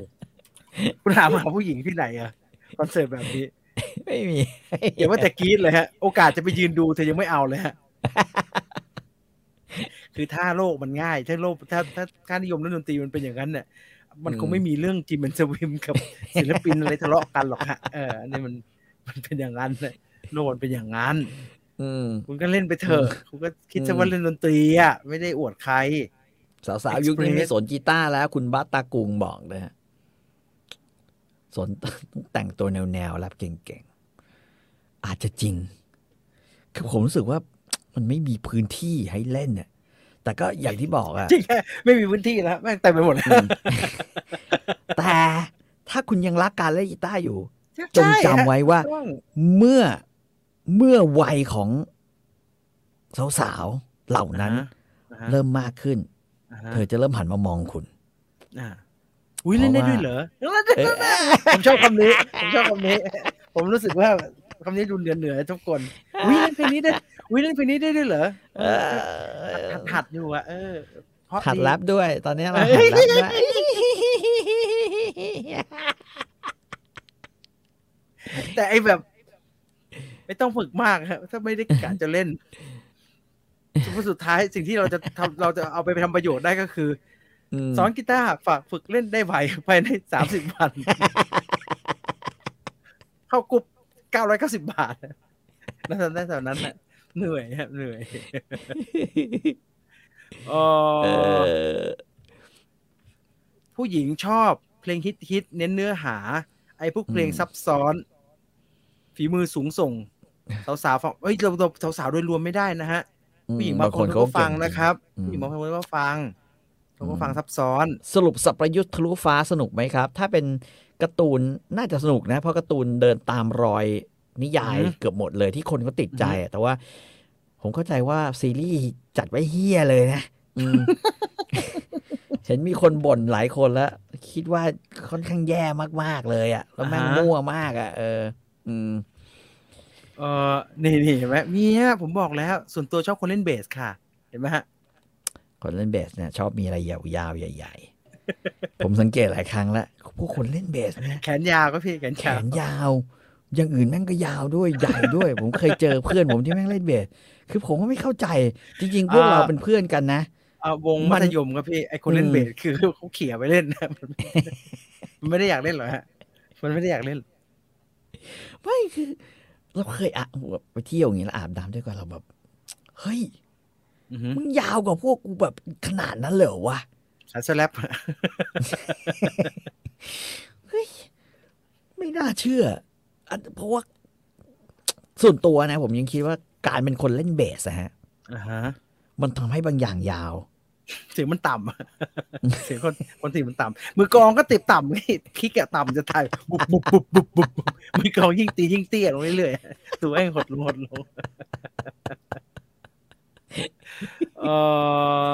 คุณถามหาผู้หญิงที่ไหนอะคอนเสิร์ตแบบนี้
ไม่มี
อย่าว่าแต่กรีดเลยฮะ โอกาสจะไปยืนดูเธอยังไม่เอาเลยฮ [LAUGHS] ะ คือถ้าโลกมันง่าย ถ้าโลกถ้าถ้าค่านิยมเรื่องดนตรีมันเป็นอย่างนั้นเนี่ยมันคงไม่มีเรื่องจิมเบนสวิมกับ [LAUGHS] ศิลปินอะไรทะเลาะกันหรอกฮะเอออันนี้มันมันเป็นอย่างนั้นนะโลกมันเป็นอย่างนั้น
อืม
คุณก็เล่นไปเถอะคุณก็คิดซะ
อืม
ว่าเล่นดนตรีอ่ะไม่ได้อวดใคร
สาวๆยุคนี้
Express
ไม่สนกีตาร์แล้ว คุณบัตตากุงบอกนะฮะสน แต่งตัวแนวๆรับเก่งๆ อาจจะจริง คือผมรู้สึกว่า มันไม่มีพื้นที่ให้เล่นเนี่ยแต่ก็อย่างที่บอกอะ
จริงฮะไม่มีพื้นที่แล้วแม่งเต็มไปหมดแล้ว
[LAUGHS] แต่ถ้าคุณยังรักการเล่นกีตาร์อยู่ จง
ใช่ฮะ
จำไว้ว่า
ต้อง
เมื่อเมื่อวัยของสาวๆเหล่านั้น
อ่าฮะ
เริ่มมากขึ้น
อ่าฮะ
เธอจะเริ่มหันมามองคุณ
อ่าอุ้ยเล่นได้ด้วยเหรอเล่นได้ด้วยเหรอ ผมชอบคำนี้ ผมชอบคำนี้ ผมรู้สึกว่าคำนี้ดูเหนือเหนือทุกคนวิเล่นเพลงนี้ได้วิเล่นเพลงนี้ได้ด้วยเหรอ
เออ
หัดหัดอยู่อะเออเพราะ
หัดแรปด้วย ตอนนี้เราหัดแรปด้วย
แต่ไอแบบ ไม่ต้องฝึกมากครับถ้าไม่ได้กะจะเล่นเพราะสุดท้ายสิ่งที่เราจะทำเราจะเอาไปทำประโยชน์ได้ก็คืออ
ม
สอนกีตาร์ฝากฝึกเล่นได้ไว [LAUGHS] ภายในสามสิบ [LAUGHS] วัน เข้ากรุ๊ปเก้าร้อยเก้าสิบบาทนั่นแหละแถวนั้นน่ะเหนื่อยครับเหนื่อย [LAUGHS] เอ
เอ
อ
อ
ผู้หญิงชอบเพลงฮิตฮิตๆเน้นเนื้อหา ไอ้พวกเพลง
อืม
ซับซ้อน ฝีมือสูงส่ง สาวๆฟังเอ้ยเราเราสาวๆโดยรวมไม่ได้นะฮะ ผู้หญิงบางคนเขาก็ฟังนะครับ
อืม
ผู้หญิงบางคนก็ฟังเขาก็ฟังซับซ้อน
สรุปสับประยุทธ์ทะลุฟ้าสนุกไหมครับ ถ้าเป็นการ์ตูนน่าจะสนุกนะ เพราะการ์ตูนเดินตามรอยนิยาย
อือฮึ
เกือบหมดเลยที่คนเขาติดใจอะแต่ว่า ผมเข้าใจว่าซีรีส์จัดไว้เฮี้ยเลยนะอืม [LAUGHS] เห็นมีคนบ่นหลายคนแล้ว คิดว่าค่อนข้างแย่มากๆเลยอะแล้วแม่ง
อ่าฮะ
มั่วมากอะเออ อืม
เออนี่นี่เห็นไหมมีฮะผมบอกแล้ว ส่วนตัวชอบคนเล่นเบสค่ะ เห็นไหมฮะ
คนเล่นเบสเนี่ยชอบมีอะไรยาวๆใหญ่ ๆ ผมสังเกตหลายครั้งแล้วพวกคนเล่นเบสเนี่ย
แขนยาวก็พี่แขน
แข
ยาวน
ยาว อย่างอื่นแม่งก็ยาวด้วย ใหญ่ด้วย [LAUGHS] ผมเคยเจอเพื่อนผมที่แม่งเล่นเบส คือผมก็ไม่เข้าใจ จริงๆ พวกเราเป็นเพื่อนกันนะ
เอาวง
มั
มัน ธยมครับพี่ไอคนเล่นเบสคือเขาเขี่ยไปเล่น [LAUGHS] นะมันไม่มันไม่ได้อยากเล่นหรอกฮะ มันไม่ได้อยากเล่น
ไม่คือ เราเคยอะแบบไปเที่ยวอย่างนี้แล้วอาบน้ำด้วยกันเราแบบ เฮ้ย
อือฮึ
มึงยาวกว่าพวกกูแบบขนาดนั้นเลยเหรอวะ
สายสแลป [LAUGHS]
เฮ้ย ไม่น่าเชื่ออันเพราะว่า ส่วนตัวนะ ผมยังคิดว่าการเป็นคนเล่นเบสอะฮะ
อ่าฮะ
มันทำให้บางอย่างยาว
เสียงมันต่ำอะ [LAUGHS] เสียงคนคนเสียงมันต่ำมือกลองก็ติดต่ำ [LAUGHS] นี่คิกอะต่ำจะตายบุบบุบบุบบุบ [LAUGHS] บุบบุบมือกลองยิ่งตียิ่งเตี้ยลงเรื่อยๆตัวเองหดลงหดลง [LAUGHS] เอ่อ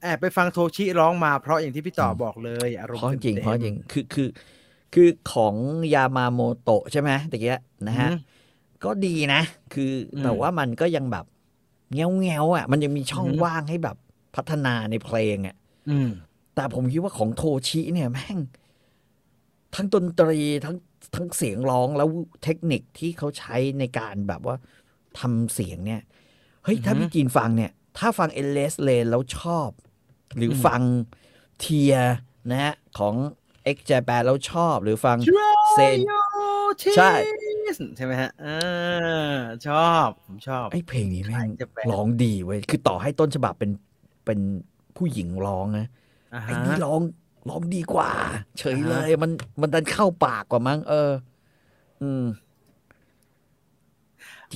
แอบไปฟังโทชิร้องมาเพราะอย่างที่พี่ต่อบอกเลยอารมณ์
เพราะจริง
ต็มๆ
เพราะจริงคือคือ คือของยามาโมโตะใช่ไหมตะเกียนะฮะ
อืม
ก็ดีนะ คืออ
ม
แต่ว่ามันก็ยังแบบเงี้ยวเงี้ยวๆอ่ะ มันยังมีช่อง
อือฮึ
ว่างให้แบบพัฒนาในเพลงอ่ะ
อืม
แต่ผมคิดว่าของโทชิเนี่ยแม่ง ทั้งดนตรีทั้งทั้งเสียงร้องแล้วเทคนิคที่เขาใช้ในการแบบว่าทำเสียงเนี่ย เฮ้ย ถ้า
อือฮึ
พี่จีนฟังเนี่ย ถ้าฟังเอเลสเลนแล้วชอบ หรืออ
ม
ฟังเทียนะฮะ ของเอ็กจแปแล้วชอบ หรือฟัง เซนใช่
ใช่ ใช่ไหมฮะเออชอบ ผมชอบ
ไอ้เพลงนี้แม่ง
ใช่จะแปล
ร้องดีเว้ย คือต่อให้ต้นฉบับเป็นเป็นผู้หญิงร้องนะ
อ่า
ไอ้
ฮะ
นี่ร้องร้องดีกว่า เฉยเลย มันมันดันเข้าปากกว่ามั้งเออ อืม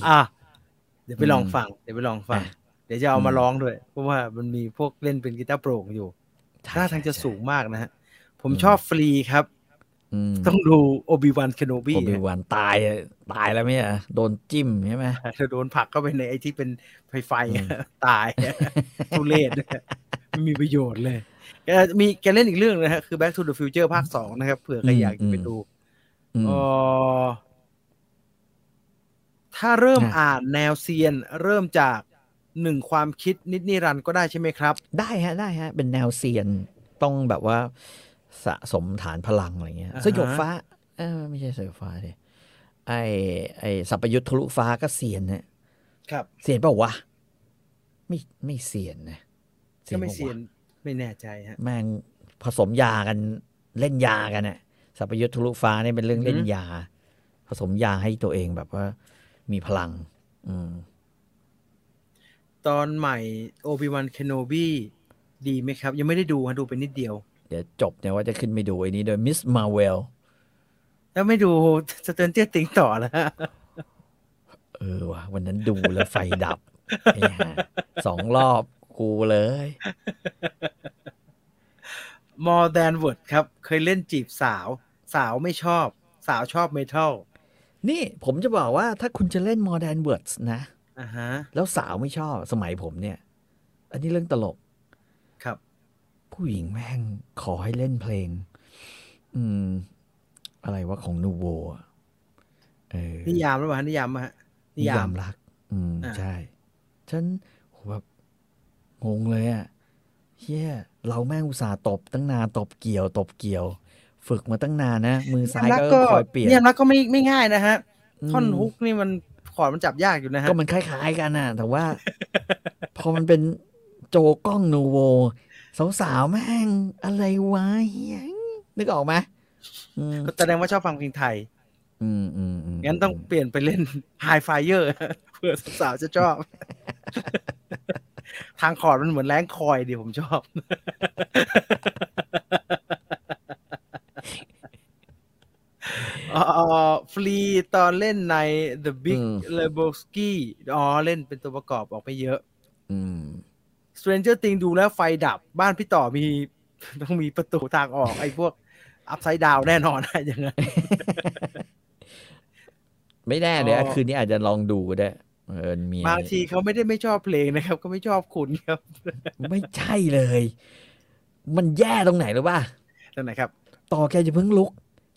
อ่ะเดี๋ยวไป
อืม
ลองฟัง เดี๋ยวไปลองฟัง
อ่ะ
เดี๋ยวจะเอามา
อืม
ร้องด้วย เพราะว่ามันมีพวกเล่นเป็นกีตาร์โปร่งอยู่
ใช่
ท่าทางจะ
ใช่
สูงมากนะฮะ ผมชอบฟรีครับ
อืม
ต้องดูโอบิวันเคโนบี
โอบิวันตายอะตายแล้วไหมอ่ะโดนจิ้มใช่ไหม
ถ้าโดนผลักเข้าไปในไอ้ที่เป็นไฟไฟ
อืม
ตาย ทุเรศไม่มีประโยชน์เลยแกมีแกเล่นอีกเรื่องนะฮะ คือ Back to the Future ภาคสองนะครับ เผื่อใครอยากจะไปดู
อืม
เอ่อถ้าเริ่ม
ฮะ
อ่านแนวเซียน เริ่มจากหนึ่งความคิดนิดนิรันดร์ก็ได้ใช่ไหมครับ
ได้ฮะได้ฮะ เป็นแนวเซียนต้องแบบว่า สะสมฐานพลังอะไรเงี้ย
อ่าฮะ
สยบฟ้า เออไม่ใช่สยบฟ้าดิไอไอสัพยุทธทะลุฟ้าก็เซียนเนี่ย
ครับ
เซียนเปล่าวะไม่ไม่เซียนนะ
ก็ไม่
ปล่าวะ
เซียนไม่แน่ใจฮะ
แม่งผสมยากันเล่นยากันน่ะสัพยุทธทะลุฟ้าเนี่ยเป็นเรื่อง
อือฮึ
เล่นยา ผสมยาให้ตัวเองแบบว่า มีพลัง อืม
ตอนใหม่โอบิวันเคโนบีดีไหมครับ ยังไม่ได้ดูฮะดูไปนิดเดียว
เดี๋ยวจบเนี่ยว่าจะขึ้นไปดูไอ้นี้โดยมิสมาเวล
แล้วไม่ดูสเตนเตียติงต่อแล้ว
เออว่ะวันนั้นดูแล้วไฟดับ [LAUGHS] ไอ้ห่าสองรอบกูเลย
มอ r e แดนเวิร์ดครับ เคยเล่นจีบสาว สาวไม่ชอบ สาวชอบเมทัล
นี่ผมจะบอกว่าถ้าคุณจะเล่น Modern Words นะ
อ่าฮะ
แล้วสาวไม่ชอบสมัยผมเนี่ย อันนี้เรื่องตลก
ครับ
ผู้หญิงแม่งขอให้เล่นเพลง อืม อะไรว่าของนูโวอะเออ
นิยามหรือเปล่าฮะนิยามมาฮะ
นิยามรัก อืม
อ่า
ใช่ ฉันโหแบบงงเลยอะเฮียเราแม่งอุตส่าห์ตบตั้งนานตบเกี่ยว ตบเกี่ยว ฝึกมาตั้งนานนะ มือซ้าย
รัก
ก็
ก็
คอยเปลี่ยน
เนี่ยรักก็ไม่ไม่ง่ายนะฮะ
ม
ท่อนฮุกนี่มันขอร์ดมันจับยากอยู่นะฮะ
ก็มันคล้ายๆกันน่ะ แต่ว่า พอมันเป็นโจกล้องนูโวสาวๆแม่งอะไรวะเฮียนึกออกไหมอืม
แสดงว่าชอบฟังเพลงไทย
อืมอืมอืม
งั้นต้องเปลี่ยนไปเล่นไฮไฟเ i อร์ เพื่อสาวๆจะช
[LAUGHS]
อบ ทางคอร์ดมันเหมือนแรงคอยดีผมชอ
[LAUGHS]
บ เอ่อฟรีตอนเล่นใน The Big Lebowski อ๋อ เล่นเป็นตัวประกอบออกไปเยอะ
อืม
Stranger Things ดูแล้วไฟดับบ้านพี่ต่อมี [LAUGHS] ต้องมีประตูทางออก ไอ้พวกอัพไซด์ดาวแน่น [LAUGHS] อนนะอย่างนั้น
ไม่แน่เดี๋ยว
อ๋อ
คืนนี้อาจจะลองดูก็ได้เออมี
บางทีเขาไม่ได้ไม่ชอบเพลงนะครับเขาไม่ชอบคุณครับ
ไม่ใช่เลย มันแย่ตรงไหนหรือว่า
ตรงไหนครับ
ต่อแกจะเพิ่งลุก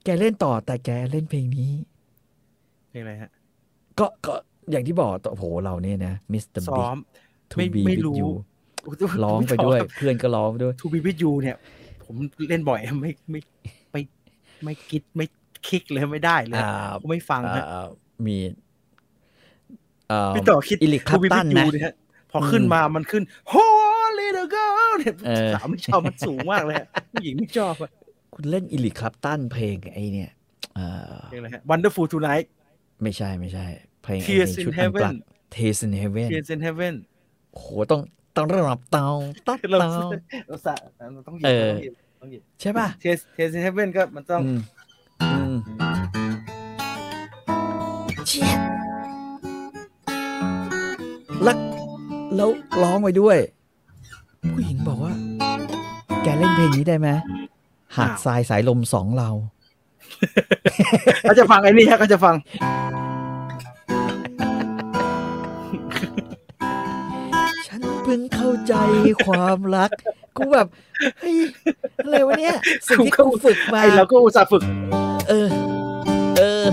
แกเล่นต่อแต่แกเล่นเพลงนี้
เพลงอะไรฮะ
ก็ก็อย่างที่บอกต่อโหเราเนี่ยนะมิสเตอร์
ซ้อ
บิ๊
ก ม [LAUGHS]
ทู
ไม่
บี
ไม่
บิ๊
รู้
กยู
อุ๊ยแต่ว่า
ร้องไป
[LAUGHS]
ด้วย เพื่อนก็ร้องไปด้วย
ทูบีวิดยูเนี่ย ผมเล่นบ่อย [LAUGHS] ไม่ไม่ไม่ไม่ไม่คิดไม่คลิกเลยไม่ได้เลย
อ่า
ผมไม่ฟังฮะ
เอ่อมีเอ่อ
พี่ต่อคิด
Eric
ทูบีวิด
Clapton
ยู
นะ
เนี่ยฮะพอขึ้น
อืม
มามันขึ้น Holy the girl เนี่ย
เออ
สาวไม่ชอบมันสูงมากเลยฮะผู้หญิงไม่ชอบอะ
คุณเล่นอิลิคลับตันเพลงไอเนี่ยเอ่อ
เพลงอะไรฮะ Wonderful Tonight
ไม่ใช่ไม่ใช่ เพลงไอ้เพล
Tears
ง
in
ชุดอันปลัก
Heaven
Tears in Heaven
Tears in Heaven
โหต้องต้องระดับเตาตัด
เรา
เตา
เราสะเราต้องหยิบ
เออ
เราต้องหยิบต้องหยิบ
ใช่ป่ะ
Tears Tears in Heaven ก็มันต้อง
อืมอืมเชี่ยแล้วแล้วร้องไปด้วย ผู้หญิงบอกว่า แกเล่นเพลงนี้ได้ไหมหาดทรายสายลมสองเรา
เขาจะฟังไอ้นี่ฮะเขาจะฟัง
ฉันเพิ่งเข้าใจความรัก กูแบบเฮ้ยอะไรวะเนี่ยสิ่งที่กูฝึกมา
ไอเราก็อุตส่าห์ฝึก
เออ เออ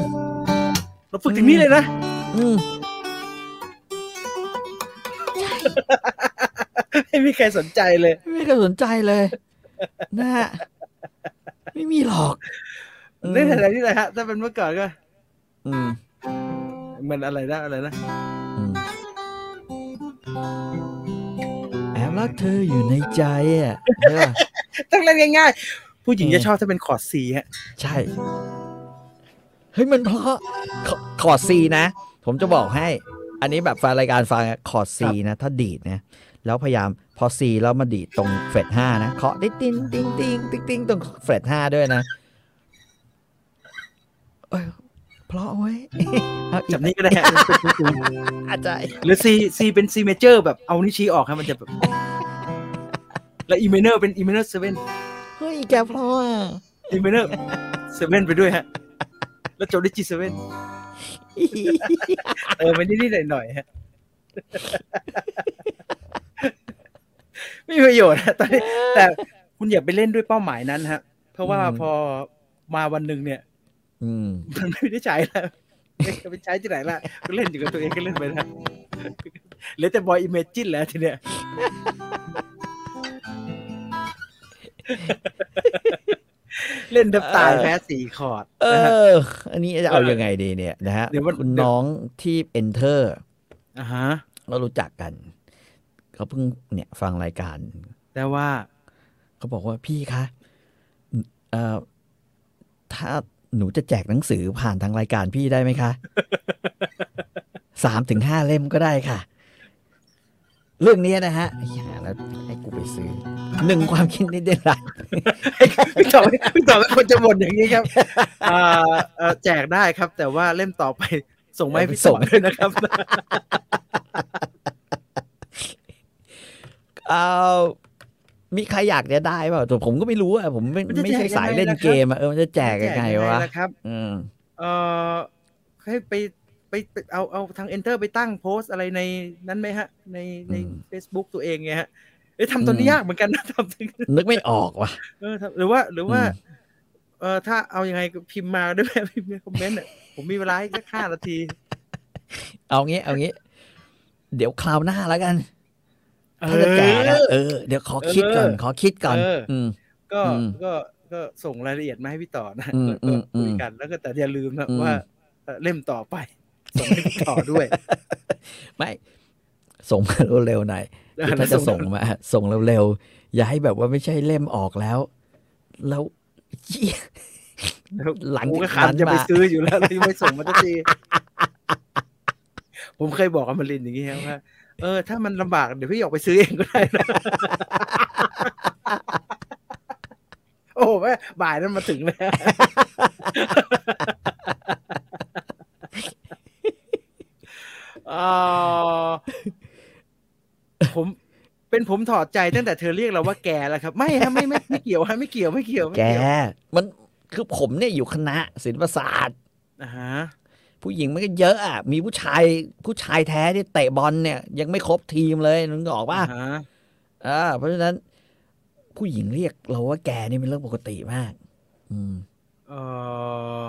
เราฝึกถึงนี่เลยนะ
อืม
ไม่มีใครสนใจเลย
ไม่มีใครสนใจเลย นะฮะไม่มีหรอก
ในฐานะที่ไหนฮะถ้าเป็นเมื่อก่อนก็
อืม
เหมือนอะไรนะอะไรนะ
อืมแอบรักเธออยู่ในใจอ่ะใช่ป่ะ
ต้องเล่นง่ายๆ ผู้หญิง
เออ
จะชอบถ้าเป็นคอร์ดซีฮะ
ใช่ เฮ้ยมันเพราะขอขอร์ดซีนะ ผมจะบอกให้ อันนี้แบบแฟนรายการฟังอะขอร์ดซีนะ ถ้าดีดนะ แล้วพยายามพอซีแล้วมาดีดตรงเฟดห้านะเคาะติ๊งติ๊งติ๊งติ๊งติ๊งติ๊งตรงเฟดห้าด้วยนะเอ้ยเพราะเว้ยเอาอีก
จำนี้ก็ได้ฮะ [LAUGHS]
อาจารย์
หรือซีซีเป็นซีเมเจอร์แบบเอานิ้วชี้ออกฮะมันจะแบบและอีเมเนอร์เป็นอีเมเนอร์เซเว่น
เฮ้ยแกเพราะอ่ะ [LAUGHS]
อีเมเนอร์เซเว่นไปด้วยฮะ แล้วจบด้วยจีเซเว่นเออมันนิดๆหน่อยๆฮะ [LAUGHS] ไม่มีประโยชน์ฮะตอนนี้ แต่คุณอย่าไปเล่นด้วยเป้าหมายนั้นฮะ เพราะว่าพอมาวันหนึ่งเนี่ย
อืม
มันไม่ได้ใช้แล้วจะไปใช้ที่ไหนล่ะก็เล่นอยู่กับตัวเองก็เล่นไปนะเหลือแต่บอยอิมเมจินแล้วทีเนี้ย [LAUGHS] เล่นดับตายแพ้สี่คอร์ด
เอ
นะฮะ
อ อันนี้จะเอายังไงดีเนี่ยนะฮะ
เดี๋ยวมัน
คุณน้องที่ enter
อ่าฮะ
ก็รู้จักกัน เขาเพิ่งเนี่ยฟังรายการ
แต่ว่า
เขาบอกว่าพี่คะเอ่อถ้าหนูจะแจกหนังสือผ่านทางรายการพี่ได้ไหมคะ สามถึงห้าเล่มก็ได้ค่ะ เรื่องนี้นะฮะไอ้ห่าแล้วให้กูไปซื้อหนึ่งความคิดนิดเดียวละ
พี่ต่อพี่ต่อเป็นคนจะบ่นอย่างนี้ครับอ่าเอ่อแจกได้ครับ แต่ว่าเล่มต่อไปส่งมาให้พี่ส่งด้วยนะครับ
เอามีใครอยากจะได้เปล่าแต่ผมก็ไม่รู้อ่ะผมไม่ไม่ใช่สายเล่นเกมอ่ะเออมันจะแจกยังไงวะ
นะครับ
อืม
เออให้ไปไปไปเอาเอาทาง enter ไปตั้งโพสต์อะไรในนั้นไหมฮะ ในใน
อืม
Facebook ตัวเองไงฮะเอ้ยทำตอนนี้
อืม
ยากเหมือนกันนะทำถึง
นึกไม่ออกว่ะ
เออทำหรือว่าหรือว่า
อืม
เออถ้าเอายังไงก็พิมพ์มาได้ไหมพิมพ์ในคอมเมนต์อ่ะผมมีเวลาให้แค่ห้านาที
เอางี้ เอางี้ เดี๋ยวคราวหน้าแล้วกัน ถ้าจะแจกอะ
เออ
เออ เดี๋ยวขอคิดก่อน ขอคิดก่อน
เอออื
อืม
ก็
อืม
ก็ก็ส่งรายละเอียดมาให้พี่ต่อนะ
อืม
ก็
อื
ก็
ม
คุยกันแล้วก็แต่อย่าลืมนะ
อืม
ว่าเอ่อเล่มต่อไปส่งให้พี่ต่อด้วย
ไม่ ส่งมาเร็วๆห
[LAUGHS]
น่อยคือถ้าจะส่งมา ส่งเร็วๆ อย่าให้แบบว่าไม่ใช่เล่มออกแล้ว แล้วเหี้ย หลัง
ผม
จาก
ก็ขัน
นั้น
จะไป
มา
ซื้ออยู่แล้วแล้วยังไม่ส่งมาสักที ผมเคยบอกอมรินทร์อย่างนี้ครับว่า เออ ถ้ามันลำบากเดี๋ยวพี่หยกไปซื้อเองก็ได้นะ [LAUGHS] โอ้โหแม่บ่ายนั้นมาถึงแล้ว เอ่อผมเป็นผมถอดใจตั้งแต่เธอเรียกเราว่าแกแล้วครับ ไม่ฮะไม่ไม่ไม่เกี่ยวฮะไม่เกี่ยวไม่เกี่ยวไม่
แก
เกี่ยว
มันคือผมเนี่ยอยู่คณะศิลปศาสตร์
อ่าฮะ
ผู้หญิงมันก็เยอะอ่ะ มีผู้ชายผู้ชายแท้ที่เตะบอลเนี่ย ยังไม่ครบทีมเลยนึกออกป่ะ
อ่าฮะ
อ่าเพราะฉะนั้น ผู้หญิงเรียกเราว่าแกนี่เป็นเรื่องปกติมาก อืม
เอ่อ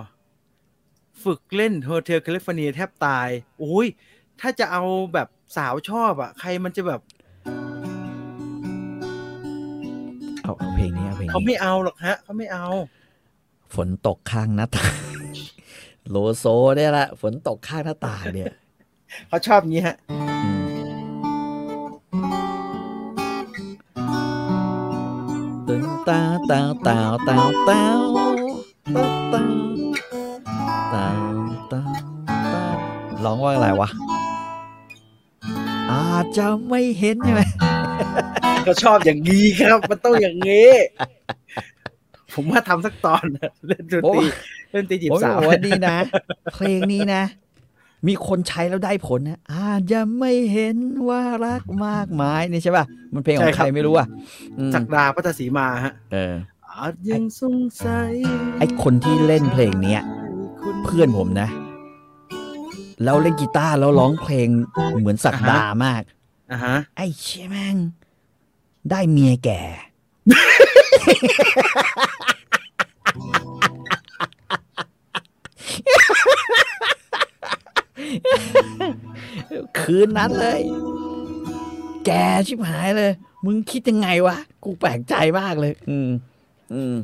ฝึกเล่น Hotel California แทบตาย โอ้ย ถ้าจะเอาแบบสาวชอบอ่ะ ใครมันจะแบบ
เอาเอาเพลงนี้เอาเพลง
เขา
นี้
ไม่เอาหรอกฮะ เขาไม่เอา
ฝนตกข้างหน้าต่าง โลโซเนี่ยแหละฝนตกข้างหน้าต่างเนี่ย
เขาชอบงี้ฮะ
อืมตึงตาตาตาตาตาตาตาตาตาตาร้องว่าอะไรวะ อาจจะไม่เห็นใช่ไหม
เขาชอบอย่างนี้ครับ [LAUGHS] มันต้องอย่างงี้ ผมว่าทำสักตอน [LAUGHS] นะเล่นดนตรีเล่นดนตรีจีบ
โอ้ย
สาว
บอกว่าดีนะ เพลงนี้นะ มีคนใช้แล้วได้ผลนะ อาจจะไม่เห็นว่ารักมากมายนี่ใช่ป่ะ มันเพลงของใครไม่รู้อ่ะอืม
จากดาพัทสีมาฮะ
เออ
อาจยังสงสัย
ไอคนที่เล่นเพลงเนี้ย
คุณ
เพื่อนผมนะ แล้วเล่นกีตาร์แล้วร้องเพลงเหมือนสักดามาก
อ่าฮะ
ไอ้เชี่ยแม่ง ได้เมียแก่ คืนนั้นเลย แกชิบหายเลย มึงคิดยังไงวะ กูแปลกใจมากเลย อืม อืม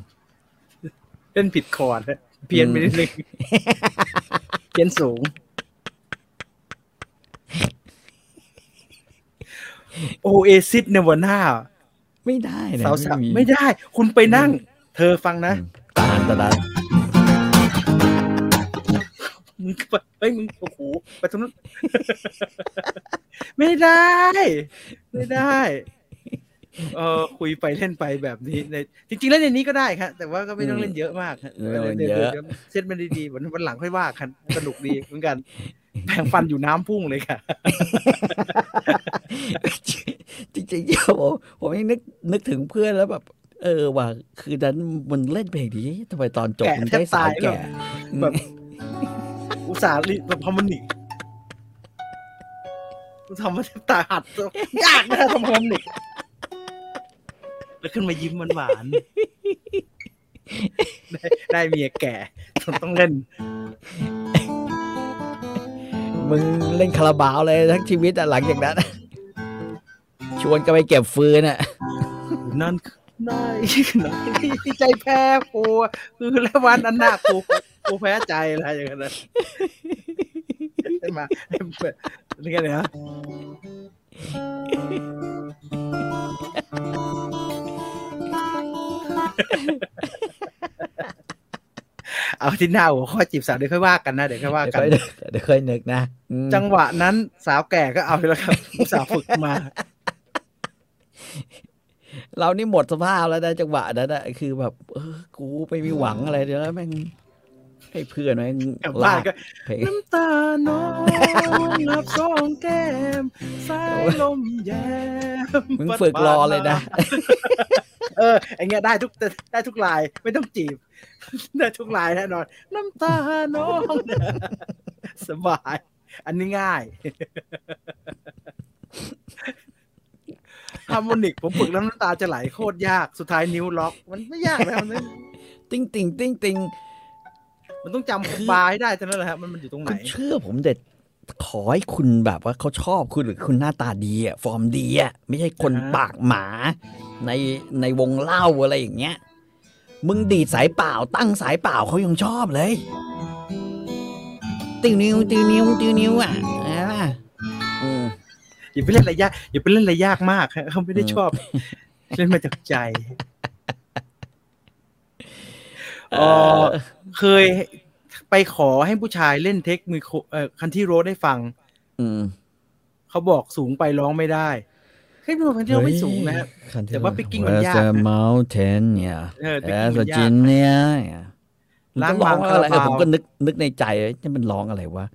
เล่นผิดคอร์ดฮะเพี้ยนไปนิดนึงเพี้ยนสูง โอเอซิสเนวาน่า
ไม่ได้นะ
สาวสาว
มี
ไม่ได้ คุณไปนั่ง เธอฟังนะ
ตานตะดัน
มึงไปเฮ้ยมึงโอ้โหไปตรงนั้น [LAUGHS] ไม่ได้ ไม่ได้เออคุยไปเล่นไปแบบนี้ในจริงๆแล้วในนี้ก็ได้ครับแต่ว่าก็ไม่ต้องเล่นเยอะมากฮะดี๋วดี๋วดี๋วเซ็ตมันดีๆวันวันหลังค่อยว่ากันสนุกดีเหมือนกันแปรงฟันอยู่น้ำพุ่งเลยค่ะ
จริงๆเดี๋ยวผมผมยังนึกนึกถึงเพื่อนแล้วแบบ เออว่ะคือนั้นมันเล่นเพลงดีทำไมตอนจบ
แกะ
มัน
แทบ
ได้สา
ตาย ย
แก่
แบบอุตส่าห์รีบแบบพอมันหนีทำมาแทบตาหัดยากนะทำพอมันหนีแล้วขึ้นมายิ้มหวานๆได้ได้เมียแก่ต้องต้องเล่น
มึงเล่นคาราบาวเลยทั้งชีวิตอะหลังจากนั้น ชวนกันไปเก็บฟืนอะ
นั่นนายนาย [LAUGHS] ใจแพ้กูคือแล้ววันนั้นหน้ากูกูแพ้ใจอะไร [LAUGHS] อย่างเงี้ยมานี่กันเลยฮะเอาที่หน้าหัวข้อจีบสาวเดี๋ยวค่อยว่ากันนะ เดี๋ยวค่อยว่า
เดี๋ยว
กัน
ค่อยนึกเดี๋ยวค่อยนึกนะอืม
จังหวะนั้นสาวแก่ก็เอาไปแล้วครับสาวฝึกมา
เรานี่หมดสภาพแล้วนะจังหวะนั้นอะคือแบบ เออกูไม่มีหวังอะไรเดี๋ยวแล้วแม่งให้เพื่อนแม่ง
กลับบ้านก็
เพลง
น้ำตาน้องนับสองแก้มสายลมแย้ม
มึงฝึกรอเลยนะ
เออไอเงี้ยได้ทุกได้ทุกลายไม่ต้องจีบ [LAUGHS] ได้ทุกลายแน่นอน น้ำตาน้องสบาย อันนี้ง่าย [LAUGHS] ฮาร์โมนิกผมฝึกแล้วน้ำตาจะไหลโคตรยากสุดท้ายนิ้วล็อก มันไม่ยากแล้วมัน
ติ้งติงติ้งติง
มันต้องจำบาร์ให้ได้เท่านั้นแหละฮะมันมันอยู่ตรงไหน
คุณเชื่อผมเด็ดขอให้คุณแบบว่าเขาชอบคุณหรือคุณหน้าตาดีอะฟอร์มดีอะไม่ใช่คน
อ่า
ปากหมาในในวงเล่าอะไรอย่างเงี้ย มึงดีดสายเปล่าตั้งสายเปล่าเขายังชอบเลย ติวนิ้วติวนิ้วติวนิ้วอ่ะเห็นปะอืม
อย่าไปเล่นอะไรยากอย่าไปเล่นอะไรยากมากฮะเขาไม่ได้
อืม
ชอบ เล่นมาจากใจ
เอ
เอ่อ
อ
เคยไปขอให้ผู้ชายเล่นเทคมือโคเอ่อคันที่โรดได้ฟัง
อืม
เขาบอกสูงไปร้องไม่ได้เฮ้ยมันคันที่โรดไม่สูงนะฮะ
คันที่
แต่ว่า picking มันยากนะ
เ mountain เนี่ย
เออ
แอ
Picking
ส
มันยาก
จินเนี่ย
ล้าง
ร้
บา
อง งอะไรเอ
คาราบาว
อผมก็นึกนึกในใจเอ้ยนี่มันร้องอะไรวะ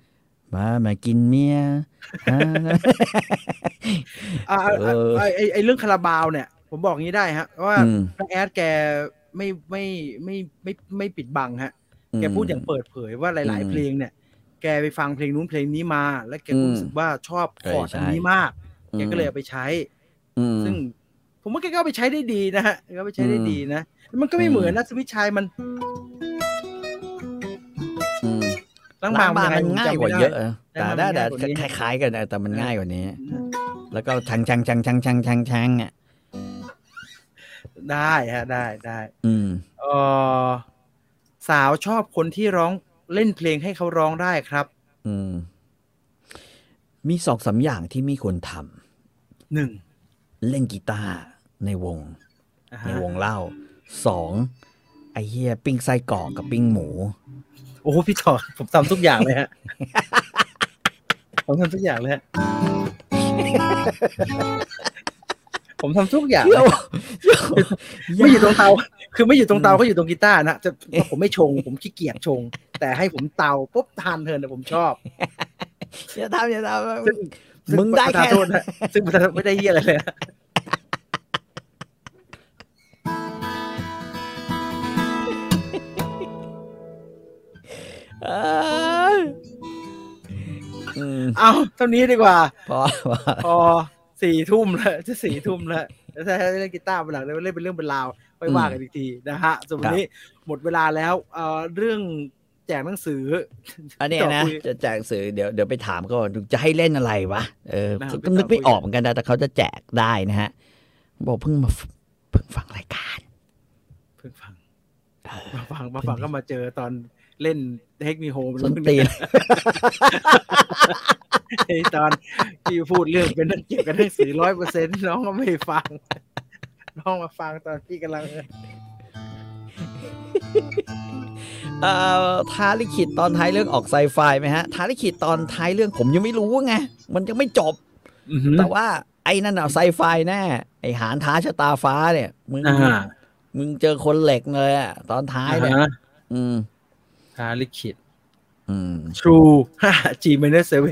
มามากินเมีย
[LAUGHS]
อ่า
อ่ะอ่ะอ่ะ
เออ
ไอ้ไอ้ไอ้เรื่องคาราบาวเนี่ย ผมบอกงี้ได้ฮะว่า
อืม
น้องแอดแกไม่ไม่ไม่ไม่ไม่ไม่ปิดบังฮะ
ม
แกพูดอย่างเปิดเผยว่าหลาย
อืม
ๆ เพลงเนี่ย แกไปฟังเพลงนู้นเพลงนี้มา แล้วแกก็
อืม
รู้สึกว่าชอบคอร์ด
ใช่
อันนี้มาก แกก็เลยเอาไปใช้
อืม
ซึ่ง ผมว่าแกก็เอาไปใช้ได้ดีนะฮะแกก็เอาไปใช้ได้
อืม
ดีนะแล้วมันก็ไม่เหมือน
อืม
นะสวิตช์ชายมัน
อืม
ล้าง
ล้า
บาง งไ
บางมันง่ายกว่าเยอะ
ผมจำไม่ได้
อะ
ล้า
แต่
งบางมัน
ได้
ง่ายก
แต่
ว่านี้
คล้ายๆกันนะแต่มันง่ายกว่านี้ แล้วก็ชังชังชังชังชังชังชังอ่ะ
ได้ฮะได้ได้
อืม
เออสาวชอบคนที่ร้องเล่นเพลงให้เขาร้องได้ครับ
อืม มีสองสามอย่างที่ไม่ควรท
หนึ่ง
ำเล่นกีตาร์ในวง
อ่า
ใน
ฮะ
วงเล่าสองไอเฮียปิ้งไส้กรอกกับปิ้งหมู
โอ้โหพี่ต่อผมทำทุกอย่างเลยฮะ ผมทำทุกอย่างเลยฮะ ผมทำทุกอย่าง ไม่อยู่ตรงเตา คือไม่อยู่ตรงเตาก็อยู่ตรงกีตาร์นะจะผมไม่ชง ผมขี้เกียจชง แต่ให้ผมเตาปุ๊บทานเทินแต่ผมชอบ
อย่าทำอย่าท
ซึ่ง
ำมึงได้
ประธาน
แค่
โทษนะซึ่งประธานไม่ได้เยี่ยอะไรเลยนะ
เอออืม
เอาเท่านี้ดีกว่า
พอพอ
[LAUGHS] พอสี่ทุ่มแล้วจะสี่ทุ่มแล้ว แล้วถ้าเล่นกีตาร์เป็นหลักเลยเล่นเป็นเรื่องเป็นราวค่อยว่ากันอีกทีนะฮะส่วนวันนี้หมดเวลาแล้วเอ่อเรื่องแจกหนังสือ
อันเนี้ยนะ
ต่คุย
จะแจกหนังสือเดี๋ยวเดี๋ยวไปถามก่อนจะให้เล่นอะไรวะเออ
นะครับ
ก็นึกไม่ออกเหมือนกันนะแต่เขาจะแจกได้นะฮะบอกเพิ่งมาเพิ่งฟังรายการ
เพิ่งฟัง
เออ
มาฟังมาฟังก็มาเจอตอนเล่นเทคมีโฮม
สนตีน
ตอนที่พูดเรื่องเป็นเกี่ยวกับหนังสือร้อยเปอร์เซ็นต์น้องก็ไม่ฟัง น้องมาฟังตอนพี่กำลัง
เอ่อท้าลิขิตตอนท้ายเรื่องออกไซไฟไหมฮะท้าลิขิตตอนท้ายเรื่องผมยังไม่รู้ไงมันยังไม่จบ แต่ว่าไอ้นั่นอะไซไฟแน่ไอ้หานท้าชะตาฟ้าเนี่ยมึง
อ่า
มึงเจอคนเหล็กเลยอะตอนท้ายเนี่ยอืม
ทาลิขิต
อืม
True [LAUGHS] 5G minus
[LAUGHS]
7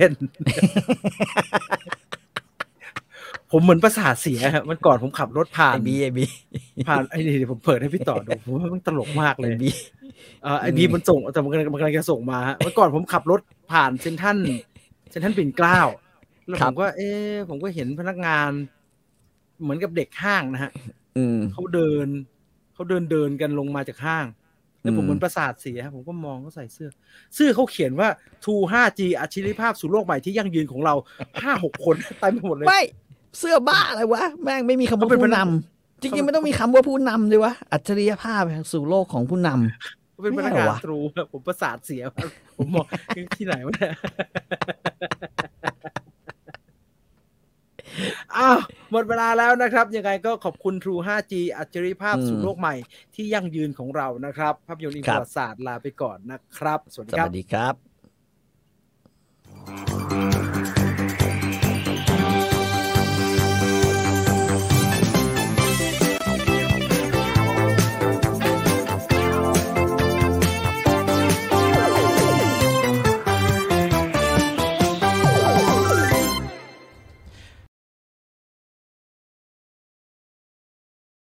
ผมเหมือนประสาทเสียฮะมันก่อนผมขับรถผ่าน
ไอบีไอบี
ผ่านไอ้นี่เดี๋ยวผมเปิดให้พี่ต่อดูผมว่ามันตลกมาก
ไอ
เลย
บี
เอ่อไอ
อืม
บีมันส่งแต่มันกำลังมันกำลังจะส่งมาฮะเมื่อก่อนผมขับรถผ่านเซนทรันเซนทรันปิ่นเกล้าแล้วผมก็ เอ๊ะผมก็เห็นพนักงาน เหมือนกับเด็กห้างนะฮะ
อืม
เขาเดินเขาเดินเดินกันลงมาจากห้าง แล้วผม
อืม
เหมือนประสาทเสียฮะผมก็มองเขาใส่เสื้อ เสื้อเขาเขียนว่า True 5G อัจฉริภาพสู่โลกใหม่ที่ยั่งยืนของเรา 5-6 คนเต็มไปหมดเลย
ไม่เสื้อบ้าอะไรวะ แม่งไม่มีคำว่า
เขาเป็น
ผู้
พนั
น
ก
ำจริง
เขา
ๆไม่ต้องมีคำว่าผู้นำเลยวะอัจฉริยภาพสู่โลกของผู้น
เป็นพนัก
ไม่
งาน
เอาวะ
ตรูครับผมประสาทเสียครับผมมองที่ไหนวะเนี่ย [LAUGHS] อ้าวหมดเวลาแล้วนะครับ ยังไงก็ขอบคุณ True 5G อัจฉริภาพสู่
อืม
โลกใหม่ที่ยั่งยืนของเรานะครับ ภาพยนตร์อิงประวัติศาสตร์ลาไปก่อนนะครับ สวัส
ำ
ดีค
ส
รั
วั
บ
สดีครับ